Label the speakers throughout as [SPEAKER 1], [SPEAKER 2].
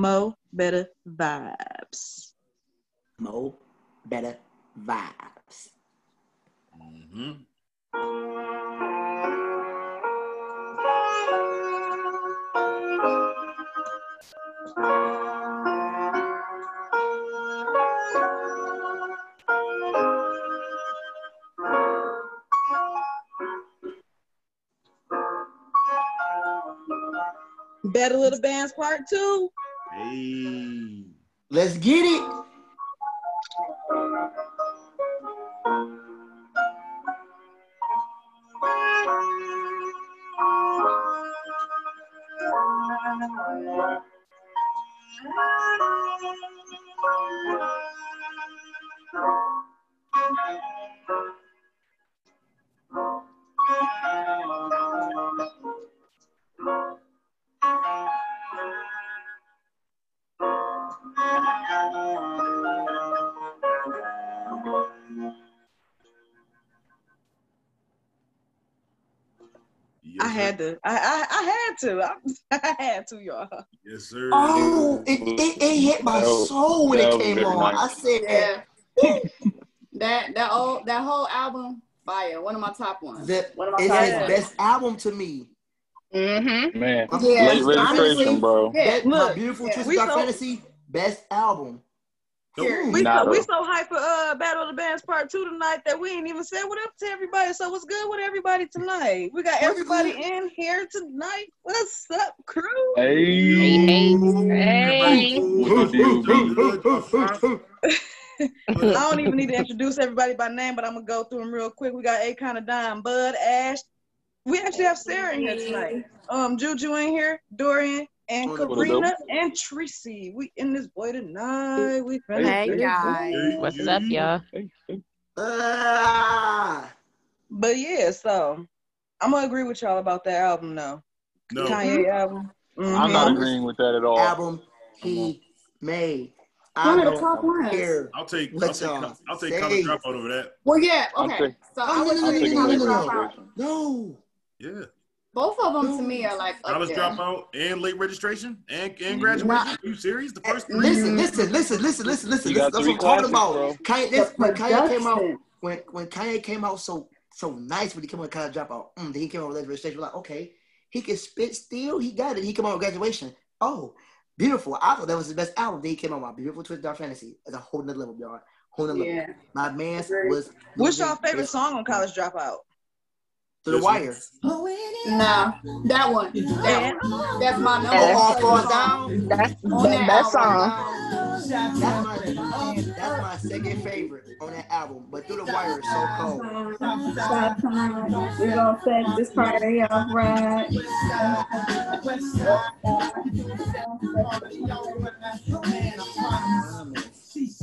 [SPEAKER 1] Mo Better Vibes.
[SPEAKER 2] Mo Better Vibes.
[SPEAKER 3] Mm-hmm.
[SPEAKER 1] Better Little Bands Part 2.
[SPEAKER 3] Hey.
[SPEAKER 2] Let's get it.
[SPEAKER 3] Yes,
[SPEAKER 1] I had
[SPEAKER 3] sir.
[SPEAKER 1] to. I, I, I had to. I, had to, y'all.
[SPEAKER 3] Yes, sir.
[SPEAKER 2] Oh, it, it, it hit my
[SPEAKER 4] That was-
[SPEAKER 2] soul when
[SPEAKER 4] that
[SPEAKER 2] it
[SPEAKER 4] was
[SPEAKER 2] came
[SPEAKER 4] very nice.
[SPEAKER 2] on. I said,
[SPEAKER 5] Yeah. that that old that whole album, fire. One of my top ones.
[SPEAKER 2] that
[SPEAKER 5] One of my
[SPEAKER 2] it's
[SPEAKER 5] top
[SPEAKER 2] his
[SPEAKER 1] Yeah.
[SPEAKER 2] best album to me.
[SPEAKER 5] Mm-hmm.
[SPEAKER 4] Man,
[SPEAKER 2] I'm-
[SPEAKER 5] Yeah,
[SPEAKER 4] late registration,
[SPEAKER 5] honestly,
[SPEAKER 4] bro.
[SPEAKER 5] Yeah.
[SPEAKER 2] That, my
[SPEAKER 1] Look,
[SPEAKER 2] beautiful
[SPEAKER 5] yeah.
[SPEAKER 2] Twisted
[SPEAKER 1] We
[SPEAKER 2] Dark
[SPEAKER 1] so-
[SPEAKER 2] Fantasy, best album.
[SPEAKER 5] Period.
[SPEAKER 1] We so,
[SPEAKER 4] Nah,
[SPEAKER 1] we
[SPEAKER 4] though.
[SPEAKER 1] so hyped for uh, Battle of the Bands Part 2 tonight that we ain't even said what up to everybody. So, what's good with everybody tonight? We got
[SPEAKER 2] What's
[SPEAKER 1] everybody
[SPEAKER 2] good?
[SPEAKER 1] in here tonight. What's up, crew?
[SPEAKER 4] Hey.
[SPEAKER 1] I don't even need to introduce everybody by name, but I'm going to go through them real quick. We got A Kind of Dime, Bud, Ash. We actually have Sarah in here tonight. Um, Juju in here, Dorian, and
[SPEAKER 2] What up,
[SPEAKER 4] what up,
[SPEAKER 1] Karina, and Tracy. We in this boy tonight. We finna
[SPEAKER 4] Hey,
[SPEAKER 1] get it
[SPEAKER 5] guys.
[SPEAKER 2] Oh.
[SPEAKER 6] What's up, y'all?
[SPEAKER 4] Hey, hey.
[SPEAKER 2] Ah,
[SPEAKER 1] But yeah, so I'm gonna agree with y'all about that album though.
[SPEAKER 3] No.
[SPEAKER 1] Kanye album. Mhm.
[SPEAKER 4] I'm not agreeing with that at all.
[SPEAKER 2] album he made. I
[SPEAKER 5] One of the
[SPEAKER 2] don't
[SPEAKER 5] top ones.
[SPEAKER 2] care.
[SPEAKER 3] I'll take I'll
[SPEAKER 2] What
[SPEAKER 3] take
[SPEAKER 2] y'all
[SPEAKER 3] I'll take
[SPEAKER 2] say?
[SPEAKER 3] college dropout over that.
[SPEAKER 5] Well, yeah.
[SPEAKER 4] I'm
[SPEAKER 5] Okay.
[SPEAKER 4] taking-
[SPEAKER 5] So
[SPEAKER 2] I'm
[SPEAKER 5] I would
[SPEAKER 2] taking
[SPEAKER 5] say
[SPEAKER 2] late
[SPEAKER 5] college dropout.
[SPEAKER 2] registration. No,
[SPEAKER 3] Yeah.
[SPEAKER 5] Both of them to me are like up
[SPEAKER 3] College
[SPEAKER 5] there.
[SPEAKER 3] dropout and late registration and, and
[SPEAKER 5] Mhm.
[SPEAKER 3] graduation.
[SPEAKER 2] Nah.
[SPEAKER 3] Are you serious? The first three?
[SPEAKER 2] listen, listen, listen, listen, listen, listen.
[SPEAKER 4] You got
[SPEAKER 2] That's what
[SPEAKER 4] three
[SPEAKER 2] I'm
[SPEAKER 4] classics,
[SPEAKER 2] talking about.
[SPEAKER 4] bro.
[SPEAKER 2] Kanye, this, when Kanye came out,
[SPEAKER 5] Production.
[SPEAKER 2] when when Kanye came out so so nice when he came out with College Dropout, mm, then he came out with that registration. Like, okay, he can spit still. He got it. He came out with Graduation. Oh, beautiful. I thought that was his best album. Then he came out with my beautiful Twisted Dark Fantasy. It's a whole nother level, y'all. Whole nother level.
[SPEAKER 5] Yeah.
[SPEAKER 2] My man's
[SPEAKER 5] Agreed.
[SPEAKER 2] was.
[SPEAKER 1] What's y'all favorite
[SPEAKER 2] was
[SPEAKER 1] song on College Dropout?
[SPEAKER 2] Through the Wire.
[SPEAKER 5] No, that one. That one. That's my number.
[SPEAKER 2] Oh, all
[SPEAKER 5] one
[SPEAKER 2] falls
[SPEAKER 5] song.
[SPEAKER 2] down.
[SPEAKER 7] That's
[SPEAKER 5] On
[SPEAKER 7] that, that
[SPEAKER 5] album.
[SPEAKER 7] song.
[SPEAKER 2] That's my that's my second favorite on that album. But Through the Wire is so cold.
[SPEAKER 5] We're gonna set this party off right. He's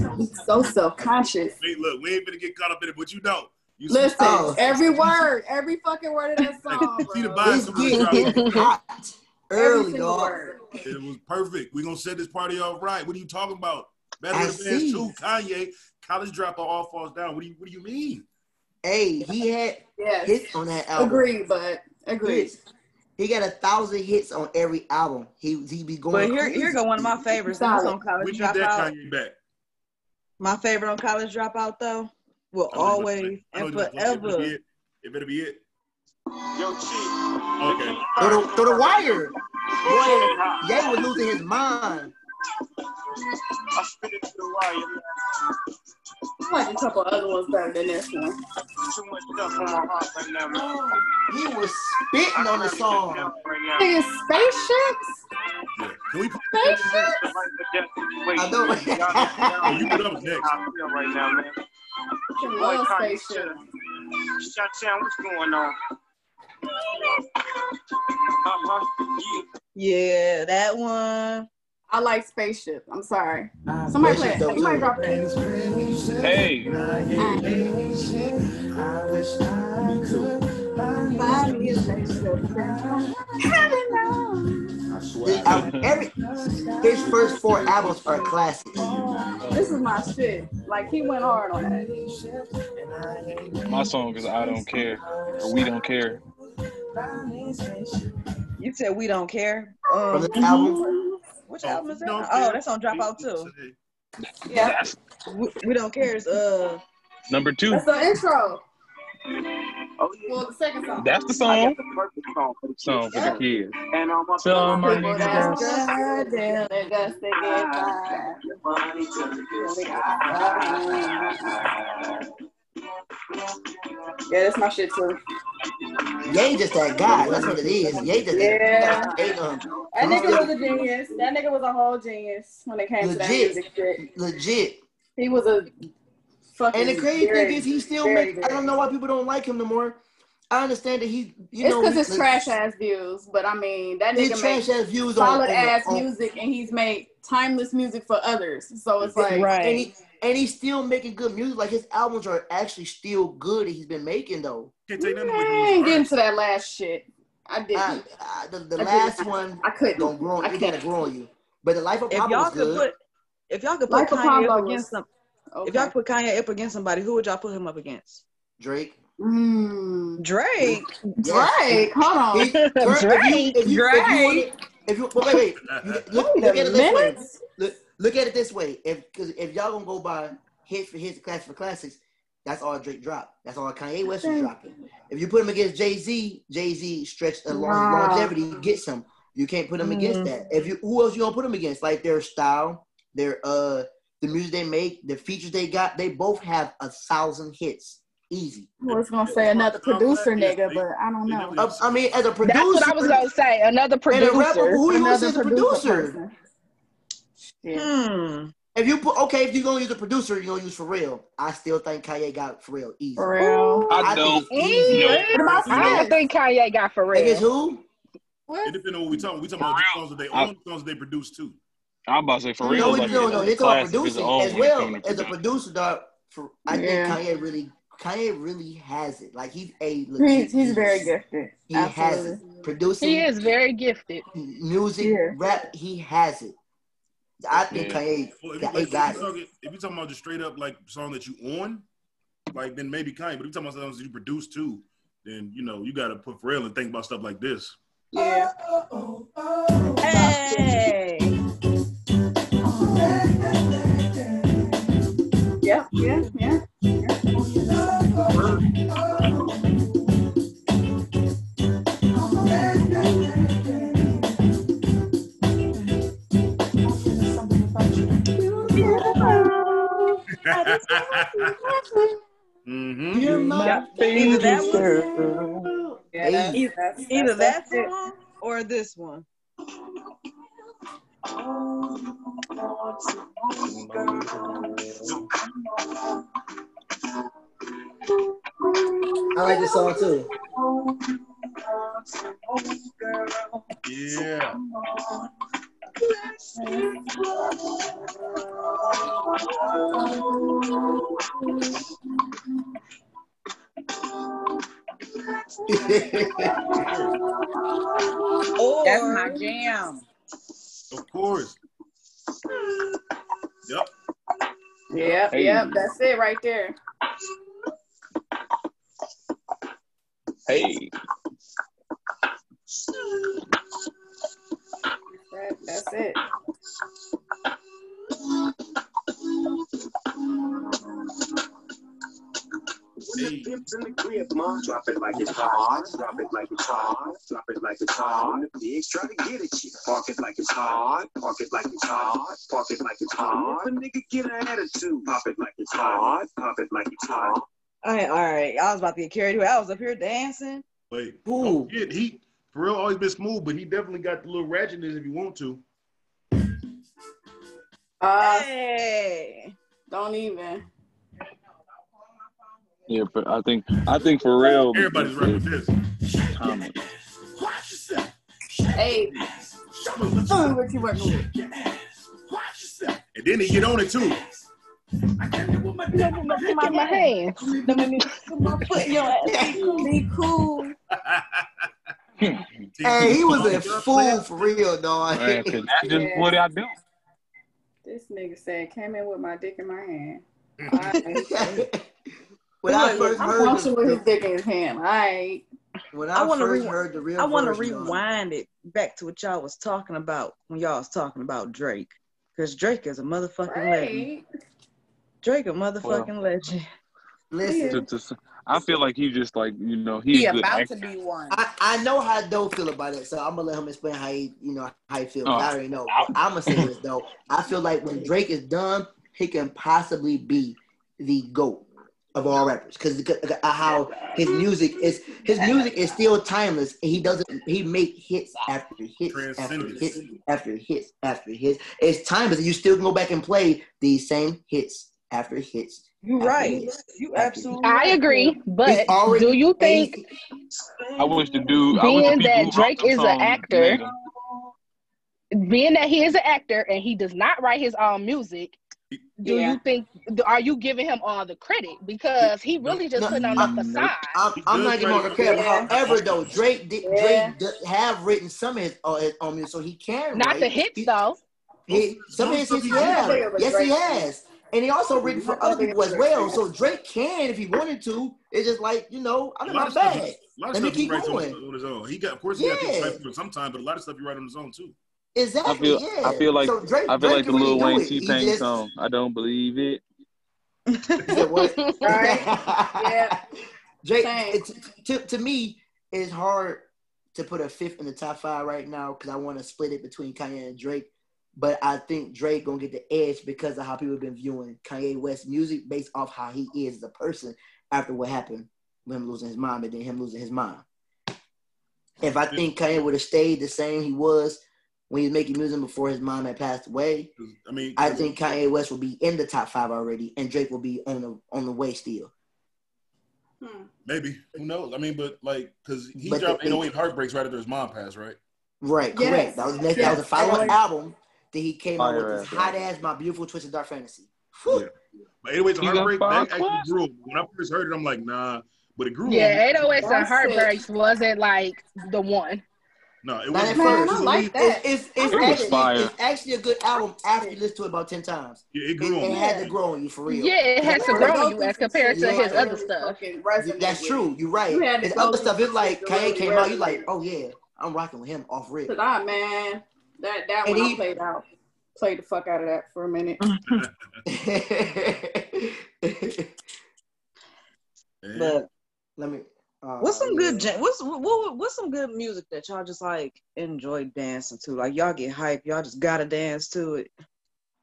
[SPEAKER 5] so self-conscious.
[SPEAKER 3] Wait, look, we ain't gonna get caught up in it, but you know. You see-
[SPEAKER 5] Listen,
[SPEAKER 2] Oh.
[SPEAKER 5] every word, every fucking word in that
[SPEAKER 3] Like,
[SPEAKER 5] song,
[SPEAKER 3] you see the
[SPEAKER 5] bro.
[SPEAKER 3] vibe
[SPEAKER 2] It's
[SPEAKER 3] from the
[SPEAKER 2] getting hot
[SPEAKER 5] Every
[SPEAKER 2] early,
[SPEAKER 5] single
[SPEAKER 2] dog.
[SPEAKER 5] word.
[SPEAKER 3] It was perfect. We're gonna set this party off right. What are you talking about? Better
[SPEAKER 2] I
[SPEAKER 3] than the bands
[SPEAKER 2] see.
[SPEAKER 3] too, Kanye, college dropout all falls down. What do you what do you mean?
[SPEAKER 2] Hey, he had
[SPEAKER 5] Yes.
[SPEAKER 2] hits on that album.
[SPEAKER 5] Agree, but agree.
[SPEAKER 2] Hits. He got a thousand hits on every album. He he be going.
[SPEAKER 1] But here, here
[SPEAKER 2] crazy.
[SPEAKER 1] go one of my favorites. That's on
[SPEAKER 3] We
[SPEAKER 1] College
[SPEAKER 3] need that
[SPEAKER 1] Dropout.
[SPEAKER 3] Kanye back.
[SPEAKER 1] My favorite on College Dropout though will
[SPEAKER 3] I know you was
[SPEAKER 1] always
[SPEAKER 3] playing- I know
[SPEAKER 1] and
[SPEAKER 3] you was playing. It
[SPEAKER 1] forever.
[SPEAKER 3] better be it. It better be it. Okay.
[SPEAKER 2] through the, through the wire. Boy, Ye was losing his mind.
[SPEAKER 5] I like a couple other ones better than this one.
[SPEAKER 2] He was spitting on the song.
[SPEAKER 5] Nigga, spaceships?
[SPEAKER 3] Yeah. Can we?
[SPEAKER 5] Spaceships?
[SPEAKER 2] I know.
[SPEAKER 3] oh, You put up next.
[SPEAKER 5] Fucking love spaceships.
[SPEAKER 8] Shut down, what's going on? Uh-huh. Yeah.
[SPEAKER 1] Yeah, that one.
[SPEAKER 5] I like spaceship. I'm sorry. Somebody play it.
[SPEAKER 2] Ah, Don't
[SPEAKER 5] Somebody
[SPEAKER 2] do it.
[SPEAKER 5] drop it.
[SPEAKER 4] Hey,
[SPEAKER 2] The album- every his first four albums are classics.
[SPEAKER 5] This is my shit. Like he went hard on that.
[SPEAKER 4] my song is I Don't Care, or We Don't Care.
[SPEAKER 1] You said we don't care.
[SPEAKER 2] From
[SPEAKER 1] Um,
[SPEAKER 2] this album,
[SPEAKER 1] Which
[SPEAKER 3] Oh,
[SPEAKER 1] album is that?
[SPEAKER 3] Don't
[SPEAKER 1] Oh,
[SPEAKER 3] Care.
[SPEAKER 1] that's on Dropout too.
[SPEAKER 5] Yeah.
[SPEAKER 4] That's
[SPEAKER 1] We, we don't care. Is uh,
[SPEAKER 4] number two.
[SPEAKER 5] That's the intro.
[SPEAKER 8] Oh, yeah.
[SPEAKER 5] Well, the second song.
[SPEAKER 4] That's the
[SPEAKER 8] I
[SPEAKER 4] song.
[SPEAKER 8] got the perfect song for the
[SPEAKER 4] Song for the kids.
[SPEAKER 8] kids. And all my
[SPEAKER 4] Tell 'em I
[SPEAKER 5] People
[SPEAKER 4] need
[SPEAKER 5] that's
[SPEAKER 4] to
[SPEAKER 5] good, they'll just say goodbye.
[SPEAKER 8] Money to the kids.
[SPEAKER 5] Yeah, that's my shit too.
[SPEAKER 2] Ye just that guy. That's what it is. Ye just
[SPEAKER 5] Yeah.
[SPEAKER 2] that. Ye, um,
[SPEAKER 5] That nigga was a genius. That nigga was a whole genius when it came to that
[SPEAKER 2] Legit.
[SPEAKER 5] music shit.
[SPEAKER 2] legit.
[SPEAKER 5] He was a fucking.
[SPEAKER 2] And the crazy
[SPEAKER 5] very-
[SPEAKER 2] thing is, he still
[SPEAKER 5] very,
[SPEAKER 2] makes. I
[SPEAKER 5] very-
[SPEAKER 2] don't know why people don't like him no more. I understand that he, you
[SPEAKER 5] It's
[SPEAKER 2] know,
[SPEAKER 5] because
[SPEAKER 2] he-
[SPEAKER 5] it's trash ass views, but I mean that
[SPEAKER 2] He
[SPEAKER 5] nigga
[SPEAKER 2] trash
[SPEAKER 5] makes
[SPEAKER 2] ass views on,
[SPEAKER 5] solid
[SPEAKER 2] on-
[SPEAKER 5] ass
[SPEAKER 2] on-
[SPEAKER 5] music, and he's made timeless music for others. So it's like,
[SPEAKER 2] and
[SPEAKER 1] right.
[SPEAKER 2] he and he's still making good music. Like his albums are actually still good. That he's been making though.
[SPEAKER 3] Can't take nothing away from
[SPEAKER 5] I ain't
[SPEAKER 3] him.
[SPEAKER 5] get into that last shit. I didn't.
[SPEAKER 2] I,
[SPEAKER 5] I,
[SPEAKER 2] I, the the
[SPEAKER 5] I
[SPEAKER 2] last
[SPEAKER 5] didn't-
[SPEAKER 2] one
[SPEAKER 5] couldn't.
[SPEAKER 2] gonna grow.
[SPEAKER 5] I
[SPEAKER 2] It
[SPEAKER 5] can't.
[SPEAKER 2] gotta grow on you. But the life of
[SPEAKER 1] If
[SPEAKER 2] Pablo
[SPEAKER 1] y'all
[SPEAKER 2] was
[SPEAKER 1] could
[SPEAKER 2] good.
[SPEAKER 1] put, if y'all could
[SPEAKER 5] Life
[SPEAKER 1] put
[SPEAKER 5] of
[SPEAKER 1] Kanye
[SPEAKER 5] Pablo
[SPEAKER 1] up
[SPEAKER 5] was-
[SPEAKER 1] against some, if
[SPEAKER 5] Okay.
[SPEAKER 1] y'all could put Kanye up against somebody, who would y'all put him up against?
[SPEAKER 2] Drake.
[SPEAKER 5] Mm.
[SPEAKER 1] Drake.
[SPEAKER 5] Drake, hold
[SPEAKER 1] Oh.
[SPEAKER 5] on.
[SPEAKER 2] He- Drake. If you, if you,
[SPEAKER 5] Drake.
[SPEAKER 2] If you, wanna- if you wait, wait, wait. You, look,
[SPEAKER 5] Wait
[SPEAKER 2] look
[SPEAKER 5] a
[SPEAKER 2] at it this way.
[SPEAKER 5] minute.
[SPEAKER 2] Look, look at it this way. If cause if y'all gonna go by hits for hits, classics for classics, that's all Drake dropped. That's all Kanye West is dropping. If you put him against Jay Z, Jay Z stretched a long
[SPEAKER 5] Wow.
[SPEAKER 2] longevity gets him. You can't put him
[SPEAKER 6] Mm-hmm.
[SPEAKER 2] against
[SPEAKER 1] Mhm.
[SPEAKER 2] that. If you who else you gonna put him against? Like their style, their uh the music they make, the features they got, they both have a thousand hits. Easy.
[SPEAKER 5] I was gonna say another producer nigga, but I don't know.
[SPEAKER 2] Uh, I mean, as a producer,
[SPEAKER 6] That's what I was gonna say. Another
[SPEAKER 2] and
[SPEAKER 6] producer.
[SPEAKER 2] a rapper, who you gonna say
[SPEAKER 5] Another
[SPEAKER 2] is a producer?
[SPEAKER 5] person.
[SPEAKER 1] Hmm.
[SPEAKER 2] If you put okay, if you're gonna use a producer, you're gonna use for real. I still think Kanye got for real easy.
[SPEAKER 5] For real.
[SPEAKER 4] I
[SPEAKER 2] think
[SPEAKER 4] don't.
[SPEAKER 2] it's easy.
[SPEAKER 4] Yeah.
[SPEAKER 6] What about
[SPEAKER 3] You know-
[SPEAKER 6] I don't think Kanye got for
[SPEAKER 2] Like
[SPEAKER 6] real.
[SPEAKER 2] it's who?
[SPEAKER 3] It
[SPEAKER 5] What?
[SPEAKER 3] depends on what we talking. We talking about the songs that they
[SPEAKER 4] I-
[SPEAKER 3] own, the songs that they produce too.
[SPEAKER 4] I'm about to say for real.
[SPEAKER 2] No,
[SPEAKER 4] like,
[SPEAKER 2] it's no, no. It's all
[SPEAKER 4] classic is
[SPEAKER 2] producing
[SPEAKER 4] own
[SPEAKER 2] as
[SPEAKER 4] when it
[SPEAKER 2] well
[SPEAKER 4] come to
[SPEAKER 2] as a
[SPEAKER 4] production.
[SPEAKER 2] producer. Dog, for, I
[SPEAKER 5] Yeah.
[SPEAKER 2] think Kanye really, Kanye really has it. Like he's a legit.
[SPEAKER 5] He's, he's very
[SPEAKER 2] genius.
[SPEAKER 5] gifted.
[SPEAKER 2] He has
[SPEAKER 5] Absolutely.
[SPEAKER 2] it. Producing
[SPEAKER 6] He is very gifted.
[SPEAKER 2] music,
[SPEAKER 5] Yeah.
[SPEAKER 2] rap. He has it. I think
[SPEAKER 4] Yeah.
[SPEAKER 2] Kanye.
[SPEAKER 3] Well, if, you,
[SPEAKER 2] got-
[SPEAKER 3] like, if,
[SPEAKER 2] he got
[SPEAKER 3] you
[SPEAKER 2] it.
[SPEAKER 3] talking, if you talking about just straight up like song that you on, like then maybe Kanye. But if you talking about songs that you produce too, then you know you got to put for real and think about stuff like this.
[SPEAKER 5] Yeah.
[SPEAKER 1] Hey.
[SPEAKER 5] Yeah. Yeah. Yeah.
[SPEAKER 3] mm-hmm.
[SPEAKER 1] Either that one,
[SPEAKER 5] Yeah. That's,
[SPEAKER 1] Either-
[SPEAKER 5] that's,
[SPEAKER 1] either that
[SPEAKER 5] that's, it.
[SPEAKER 1] song or this one.
[SPEAKER 2] I like this song too.
[SPEAKER 3] Yeah.
[SPEAKER 1] Or
[SPEAKER 5] That's my jam.
[SPEAKER 3] Of course. Yep.
[SPEAKER 5] Yep.
[SPEAKER 4] Hey.
[SPEAKER 5] Yep. That's it right there.
[SPEAKER 4] Hey,
[SPEAKER 5] That, that's it.
[SPEAKER 3] Hey.
[SPEAKER 8] Dips in the crib, mom. Drop it like it's hot. Drop it like it's hot. Drop it like it's hot. The pigs try to get at you. Park it like it's hot. Park it like it's hot. Park it like it's hot. If a nigga get an attitude, pop it like it's hot. Pop it like it's hot.
[SPEAKER 1] All right, all right. I was about to get carried away. I was up here dancing.
[SPEAKER 3] Wait.
[SPEAKER 2] Ooh.
[SPEAKER 3] Yeah, he for real always been smooth, but he definitely got the little ratchetness if you want to.
[SPEAKER 5] Uh,
[SPEAKER 1] Hey.
[SPEAKER 5] Don't even.
[SPEAKER 4] yeah, but I think I think for real.
[SPEAKER 3] Everybody's right with this.
[SPEAKER 4] Thomas.
[SPEAKER 5] Hey. Ooh, what you working with?
[SPEAKER 3] And then he get on it too.
[SPEAKER 6] Look at my hands.
[SPEAKER 5] Be cool.
[SPEAKER 2] hey, he was a fool for real, dog.
[SPEAKER 4] Man, 'cause that's just
[SPEAKER 5] Yeah.
[SPEAKER 4] what I do.
[SPEAKER 5] This nigga said came in with my dick in my hand. Alright.
[SPEAKER 2] when I
[SPEAKER 5] Look,
[SPEAKER 2] first
[SPEAKER 5] I'm
[SPEAKER 2] heard
[SPEAKER 5] comfortable with
[SPEAKER 2] the,
[SPEAKER 5] his dick in his hand. All right.
[SPEAKER 2] When
[SPEAKER 1] I
[SPEAKER 2] I,
[SPEAKER 1] wanna
[SPEAKER 2] first
[SPEAKER 1] rewind-
[SPEAKER 2] heard the real
[SPEAKER 1] I want to
[SPEAKER 2] version of-
[SPEAKER 1] rewind it back to what y'all was talking about when y'all was talking about Drake, because Drake is a motherfucking legend.
[SPEAKER 5] Right.
[SPEAKER 1] Drake a motherfucking legend.
[SPEAKER 2] Listen,
[SPEAKER 4] To- to s- I feel like he just like you know he's
[SPEAKER 5] He
[SPEAKER 4] a good
[SPEAKER 5] about to
[SPEAKER 4] actor.
[SPEAKER 5] be one.
[SPEAKER 2] I, I know how Doe feel about it, so I'm gonna let him explain how he, you know, how he feels.
[SPEAKER 4] Oh.
[SPEAKER 2] I already know. But I'm gonna say this though. I feel like when Drake is done, he can possibly be the goat of all rappers because uh, how his music is. His music is still timeless, and he doesn't. He make hits after hits after
[SPEAKER 3] Transcendence.
[SPEAKER 2] hits after hits after hits. It's timeless. and You still can go back and play these same hits after hits.
[SPEAKER 1] You
[SPEAKER 2] after
[SPEAKER 1] right.
[SPEAKER 2] hits.
[SPEAKER 1] You absolutely.
[SPEAKER 6] I
[SPEAKER 1] right.
[SPEAKER 6] agree,
[SPEAKER 2] He's
[SPEAKER 6] but
[SPEAKER 2] already-
[SPEAKER 6] do you
[SPEAKER 2] and
[SPEAKER 6] think
[SPEAKER 2] he's-
[SPEAKER 4] I wish the dude. I wish the
[SPEAKER 6] Being
[SPEAKER 4] people
[SPEAKER 6] that
[SPEAKER 4] who wrote
[SPEAKER 6] Drake
[SPEAKER 4] them
[SPEAKER 6] is a
[SPEAKER 4] songs
[SPEAKER 6] actor,
[SPEAKER 4] made 'em.
[SPEAKER 6] being that he is an actor and he does not write his own music, do
[SPEAKER 5] Yeah.
[SPEAKER 6] you think are you giving him all the credit because he really just
[SPEAKER 2] No,
[SPEAKER 6] putting on
[SPEAKER 2] I-
[SPEAKER 6] a facade?
[SPEAKER 2] I'm,
[SPEAKER 3] He
[SPEAKER 2] I'm
[SPEAKER 3] does
[SPEAKER 2] not giving
[SPEAKER 3] write
[SPEAKER 2] him
[SPEAKER 3] his
[SPEAKER 2] credit.
[SPEAKER 5] own-
[SPEAKER 2] However, though Drake did,
[SPEAKER 5] Yeah.
[SPEAKER 2] Drake does have written some of his, uh, his own music, so he can
[SPEAKER 6] Not
[SPEAKER 2] write.
[SPEAKER 6] the hits
[SPEAKER 2] He-
[SPEAKER 6] though.
[SPEAKER 2] he- some of his hits, yeah, yes, he has, and he also written for other people as well. So Drake can, if he wanted to, it's just like you know, I'm
[SPEAKER 3] A
[SPEAKER 2] in
[SPEAKER 3] lot
[SPEAKER 2] my
[SPEAKER 3] of stuff,
[SPEAKER 2] bag.
[SPEAKER 3] a lot of
[SPEAKER 2] Let me
[SPEAKER 3] stuff he
[SPEAKER 2] keep
[SPEAKER 3] writes on,
[SPEAKER 2] going.
[SPEAKER 3] on his own. He got, of course, he got things
[SPEAKER 2] Yeah.
[SPEAKER 3] right for him sometimes, but a lot of stuff he writes on his own too.
[SPEAKER 4] I
[SPEAKER 2] Exactly,
[SPEAKER 4] feel.
[SPEAKER 2] yeah.
[SPEAKER 4] I feel like.
[SPEAKER 2] so Drake,
[SPEAKER 4] I feel
[SPEAKER 2] Drake
[SPEAKER 4] like the
[SPEAKER 2] can really
[SPEAKER 4] Lil
[SPEAKER 2] do
[SPEAKER 4] Wayne
[SPEAKER 2] it.
[SPEAKER 4] T
[SPEAKER 2] He
[SPEAKER 4] Pain
[SPEAKER 2] just
[SPEAKER 4] song. I don't believe it.
[SPEAKER 2] You said what?
[SPEAKER 5] Right. Yeah.
[SPEAKER 2] Drake,
[SPEAKER 5] Same.
[SPEAKER 2] it's, to, to me, it's hard to put a fifth in the top five right now because I want to split it between Kanye and Drake. But I think Drake gonna get the edge because of how people have been viewing Kanye West music based off how he is as a person after what happened with him losing his mom and then him losing his mom. If I think Kanye would have stayed the same he was when he was making music before his mom had passed away,
[SPEAKER 3] 'Cause, I mean,
[SPEAKER 2] I think Kanye West will be in the top five already, and Drake will be on the on the way still.
[SPEAKER 5] Hmm.
[SPEAKER 3] maybe who knows? I mean, but like, cause he
[SPEAKER 2] But
[SPEAKER 3] dropped
[SPEAKER 2] the-
[SPEAKER 3] 808 Heartbreaks right after his mom passed, right?
[SPEAKER 2] Right,
[SPEAKER 5] Yes.
[SPEAKER 2] correct. That was next. That was the
[SPEAKER 5] Yes.
[SPEAKER 2] follow-up
[SPEAKER 5] Right.
[SPEAKER 2] album that he came out with.
[SPEAKER 4] Fire
[SPEAKER 2] This
[SPEAKER 4] ass
[SPEAKER 2] hot ass, my beautiful twisted dark fantasy. Whew.
[SPEAKER 3] Yeah. But oh anyways, the
[SPEAKER 4] You got
[SPEAKER 3] Heartbreak
[SPEAKER 4] five
[SPEAKER 3] that actually
[SPEAKER 4] questions?
[SPEAKER 3] grew. on me. When I first heard it, I'm like, nah, but it grew. on me.
[SPEAKER 6] Yeah, 808s and
[SPEAKER 5] That's it.
[SPEAKER 6] Heartbreaks wasn't like the one.
[SPEAKER 3] No, it
[SPEAKER 2] Not
[SPEAKER 3] wasn't.
[SPEAKER 2] at
[SPEAKER 5] Man,
[SPEAKER 2] first.
[SPEAKER 5] I
[SPEAKER 3] To
[SPEAKER 5] like
[SPEAKER 3] me,
[SPEAKER 5] that.
[SPEAKER 2] It's it's,
[SPEAKER 5] I
[SPEAKER 2] it's
[SPEAKER 5] like
[SPEAKER 4] was
[SPEAKER 2] actually
[SPEAKER 4] fire.
[SPEAKER 2] it's actually a good album after you listen to it about ten times.
[SPEAKER 3] yeah, it
[SPEAKER 2] It,
[SPEAKER 3] grew on
[SPEAKER 2] it
[SPEAKER 3] me.
[SPEAKER 2] had to grow on you for real.
[SPEAKER 6] Yeah, it has to
[SPEAKER 2] First-
[SPEAKER 6] grow on you as compared to
[SPEAKER 2] Yeah.
[SPEAKER 6] his other stuff.
[SPEAKER 2] That's true. You're
[SPEAKER 5] You
[SPEAKER 2] right.
[SPEAKER 5] had to
[SPEAKER 2] It's
[SPEAKER 5] go
[SPEAKER 2] other
[SPEAKER 5] through
[SPEAKER 2] stuff. It's
[SPEAKER 5] some
[SPEAKER 2] like
[SPEAKER 5] shit to
[SPEAKER 2] Kanye
[SPEAKER 5] really
[SPEAKER 2] came out. You're
[SPEAKER 5] resonate.
[SPEAKER 2] like, oh yeah, I'm rocking with him off rip.
[SPEAKER 5] Cause I man, that that
[SPEAKER 2] And
[SPEAKER 5] one
[SPEAKER 2] he-
[SPEAKER 5] I played out, played the fuck out of that for a minute.
[SPEAKER 3] Man.
[SPEAKER 2] but let me. Uh,
[SPEAKER 1] What's some good?
[SPEAKER 2] yeah.
[SPEAKER 1] jam- What's what, what- What's some good music that y'all just like enjoy dancing to? Like y'all get hype, y'all just gotta dance to it.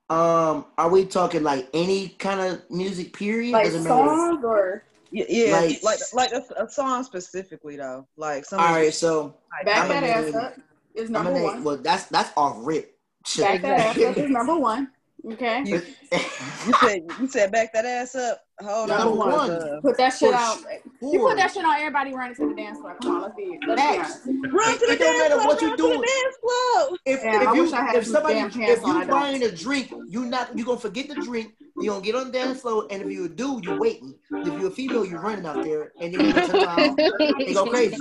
[SPEAKER 2] Um, are we talking like any kind of music? Period.
[SPEAKER 5] Like
[SPEAKER 2] Doesn't matter.
[SPEAKER 5] songs or
[SPEAKER 1] Y- Yeah,
[SPEAKER 2] Like-
[SPEAKER 1] like like a, a song specifically though. Like some.
[SPEAKER 2] All right, so
[SPEAKER 5] back
[SPEAKER 2] I'm
[SPEAKER 5] that
[SPEAKER 2] gonna
[SPEAKER 5] ass
[SPEAKER 2] name-
[SPEAKER 5] up is
[SPEAKER 2] I'm
[SPEAKER 5] number
[SPEAKER 2] gonna
[SPEAKER 5] one.
[SPEAKER 2] name, well, that's that's off rip. Shit.
[SPEAKER 5] Back that ass up is number one. Okay,
[SPEAKER 1] You, you said you said back that ass up. Hold
[SPEAKER 5] Number
[SPEAKER 1] on.
[SPEAKER 2] one.
[SPEAKER 1] Uh,
[SPEAKER 5] put that shit
[SPEAKER 2] Push.
[SPEAKER 5] out. You put that shit on everybody running to the dance floor. Come on, let's be let's be
[SPEAKER 2] Facts.
[SPEAKER 5] honest.
[SPEAKER 1] run to the
[SPEAKER 2] It don't
[SPEAKER 1] dance
[SPEAKER 2] matter
[SPEAKER 1] club.
[SPEAKER 2] what you
[SPEAKER 1] run
[SPEAKER 2] doing.
[SPEAKER 1] to the dance club.
[SPEAKER 2] if,
[SPEAKER 5] Damn, I
[SPEAKER 2] if
[SPEAKER 5] wish
[SPEAKER 2] you
[SPEAKER 5] I had
[SPEAKER 2] if
[SPEAKER 5] some
[SPEAKER 2] somebody
[SPEAKER 5] damn pants
[SPEAKER 2] if
[SPEAKER 5] on, I
[SPEAKER 2] you
[SPEAKER 5] don't.
[SPEAKER 2] buying a drink, you not you gonna forget the drink. You gonna get on the dance floor, and if you a dude, you waiting. If you a female, you running out there, and then when they turn around, they Um, go crazy.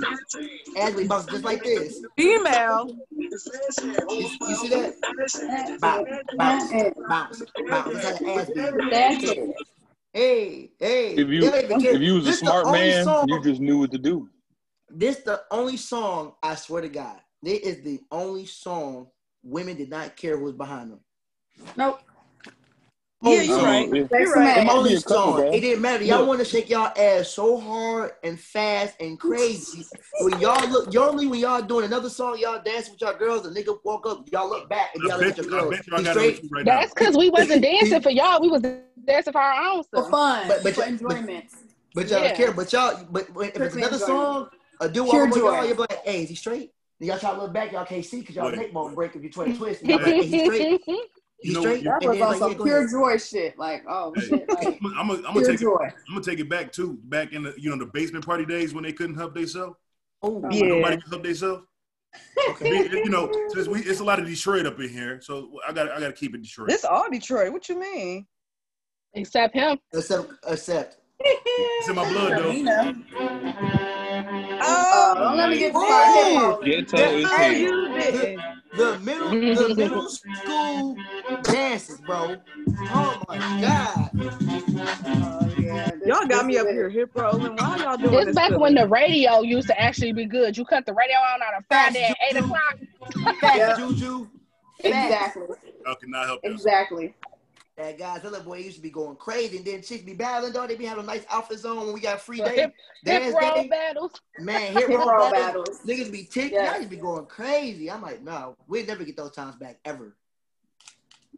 [SPEAKER 2] As we bounce just like this.
[SPEAKER 1] Female.
[SPEAKER 2] You, you see that? Bounce, bounce, bounce, bounce. That's how the ass be.
[SPEAKER 5] That's it.
[SPEAKER 2] Hey, hey.
[SPEAKER 4] If you-
[SPEAKER 2] They don't even care.
[SPEAKER 4] If you was a
[SPEAKER 2] This the
[SPEAKER 4] smart
[SPEAKER 2] only
[SPEAKER 4] man,
[SPEAKER 2] song-
[SPEAKER 4] you just knew what to do.
[SPEAKER 2] This the only song, I swear to God, this is the only song women did not care who was behind them. Oh,
[SPEAKER 5] Nope.
[SPEAKER 1] Yeah, you
[SPEAKER 4] I mean,
[SPEAKER 1] right.
[SPEAKER 4] yeah.
[SPEAKER 5] That's
[SPEAKER 1] You're
[SPEAKER 5] some
[SPEAKER 1] right.
[SPEAKER 5] ass.
[SPEAKER 2] The
[SPEAKER 4] Only
[SPEAKER 2] only
[SPEAKER 4] a couple,
[SPEAKER 2] song.
[SPEAKER 4] bro.
[SPEAKER 2] It didn't matter. Y'all
[SPEAKER 4] Look.
[SPEAKER 2] want to shake y'all ass so hard and fast and crazy. when y'all look, y'all only when y'all doing another song, y'all dance with y'all girls. A nigga walk up, y'all look back and
[SPEAKER 3] I
[SPEAKER 2] y'all look
[SPEAKER 3] bet
[SPEAKER 2] at your
[SPEAKER 3] you, I
[SPEAKER 2] girls.
[SPEAKER 3] bet you, I
[SPEAKER 2] He
[SPEAKER 3] got it with
[SPEAKER 2] straight,
[SPEAKER 3] you right now.
[SPEAKER 6] That's because we wasn't dancing for y'all. We was dancing for our own
[SPEAKER 5] For
[SPEAKER 6] stuff.
[SPEAKER 5] fun,
[SPEAKER 2] But- but
[SPEAKER 5] for
[SPEAKER 2] you- but-
[SPEAKER 5] enjoyment.
[SPEAKER 2] but y'all don't
[SPEAKER 6] Yeah.
[SPEAKER 2] care. But y'all, but when, if it's
[SPEAKER 5] Strictly
[SPEAKER 2] another song,
[SPEAKER 5] enjoyment.
[SPEAKER 2] a dude
[SPEAKER 5] Pure
[SPEAKER 2] walk up, y'all,
[SPEAKER 5] joy.
[SPEAKER 2] you're like, hey, is he straight? And y'all try to look back, y'all can't see because y'all
[SPEAKER 3] Wait.
[SPEAKER 2] neck won't break if you try to twist. And y'all like, hey, he straight?
[SPEAKER 3] You
[SPEAKER 2] He
[SPEAKER 3] know,
[SPEAKER 2] straight?
[SPEAKER 3] you-
[SPEAKER 5] That
[SPEAKER 2] And
[SPEAKER 5] was
[SPEAKER 2] then
[SPEAKER 5] on
[SPEAKER 2] like, yeah,
[SPEAKER 5] some
[SPEAKER 2] go
[SPEAKER 5] pure
[SPEAKER 2] ahead.
[SPEAKER 5] joy shit. Like, oh
[SPEAKER 3] Hey.
[SPEAKER 5] shit, like
[SPEAKER 3] I'm gonna, I'm gonna
[SPEAKER 5] pure
[SPEAKER 3] take, it,
[SPEAKER 5] joy.
[SPEAKER 3] I'm gonna take it back too. Back in the, you know, the basement party days when they couldn't help themselves.
[SPEAKER 2] Oh,
[SPEAKER 1] Yeah.
[SPEAKER 3] Nobody could help themselves. you know, since we, it's a lot of Detroit up in here, so I got, I got to keep it Detroit.
[SPEAKER 1] This all Detroit. What you mean?
[SPEAKER 6] Except him.
[SPEAKER 2] Except, except.
[SPEAKER 3] It's in my blood, though.
[SPEAKER 5] Selena.
[SPEAKER 1] Oh,
[SPEAKER 5] Uh, don't
[SPEAKER 6] Oh,
[SPEAKER 5] let me get
[SPEAKER 2] Ooh.
[SPEAKER 3] Oh,
[SPEAKER 5] started.
[SPEAKER 4] Ghetto
[SPEAKER 2] That-
[SPEAKER 4] is
[SPEAKER 1] no,
[SPEAKER 4] here.
[SPEAKER 1] you didn't.
[SPEAKER 2] The middle, the middle school dances, bro. Oh my god.
[SPEAKER 5] Oh, yeah. This-
[SPEAKER 1] Y'all got
[SPEAKER 5] this
[SPEAKER 1] me up
[SPEAKER 5] is-
[SPEAKER 1] here hip rolling. Why y'all doing
[SPEAKER 6] This
[SPEAKER 1] this?
[SPEAKER 6] back
[SPEAKER 1] to
[SPEAKER 6] when
[SPEAKER 1] me?
[SPEAKER 6] the radio used to actually be good. You cut the radio on on a Friday at eight o'clock.
[SPEAKER 2] Facts,
[SPEAKER 5] Yeah.
[SPEAKER 2] Juju.
[SPEAKER 5] Exactly.
[SPEAKER 3] I cannot help you.
[SPEAKER 5] Exactly.
[SPEAKER 2] That Godzilla boy used to be going crazy, and then chicks be battling, though. They be having nice outfits on when we got free
[SPEAKER 6] Hip-
[SPEAKER 2] day.
[SPEAKER 6] Hip
[SPEAKER 2] Dance
[SPEAKER 6] roll
[SPEAKER 2] day.
[SPEAKER 6] battles.
[SPEAKER 2] Man, hero,
[SPEAKER 5] Hip roll
[SPEAKER 2] battles.
[SPEAKER 5] battles.
[SPEAKER 2] Niggas be ticked.
[SPEAKER 5] Yes.
[SPEAKER 2] Y'all just be going crazy. I'm like, no, we'll never get those times back ever.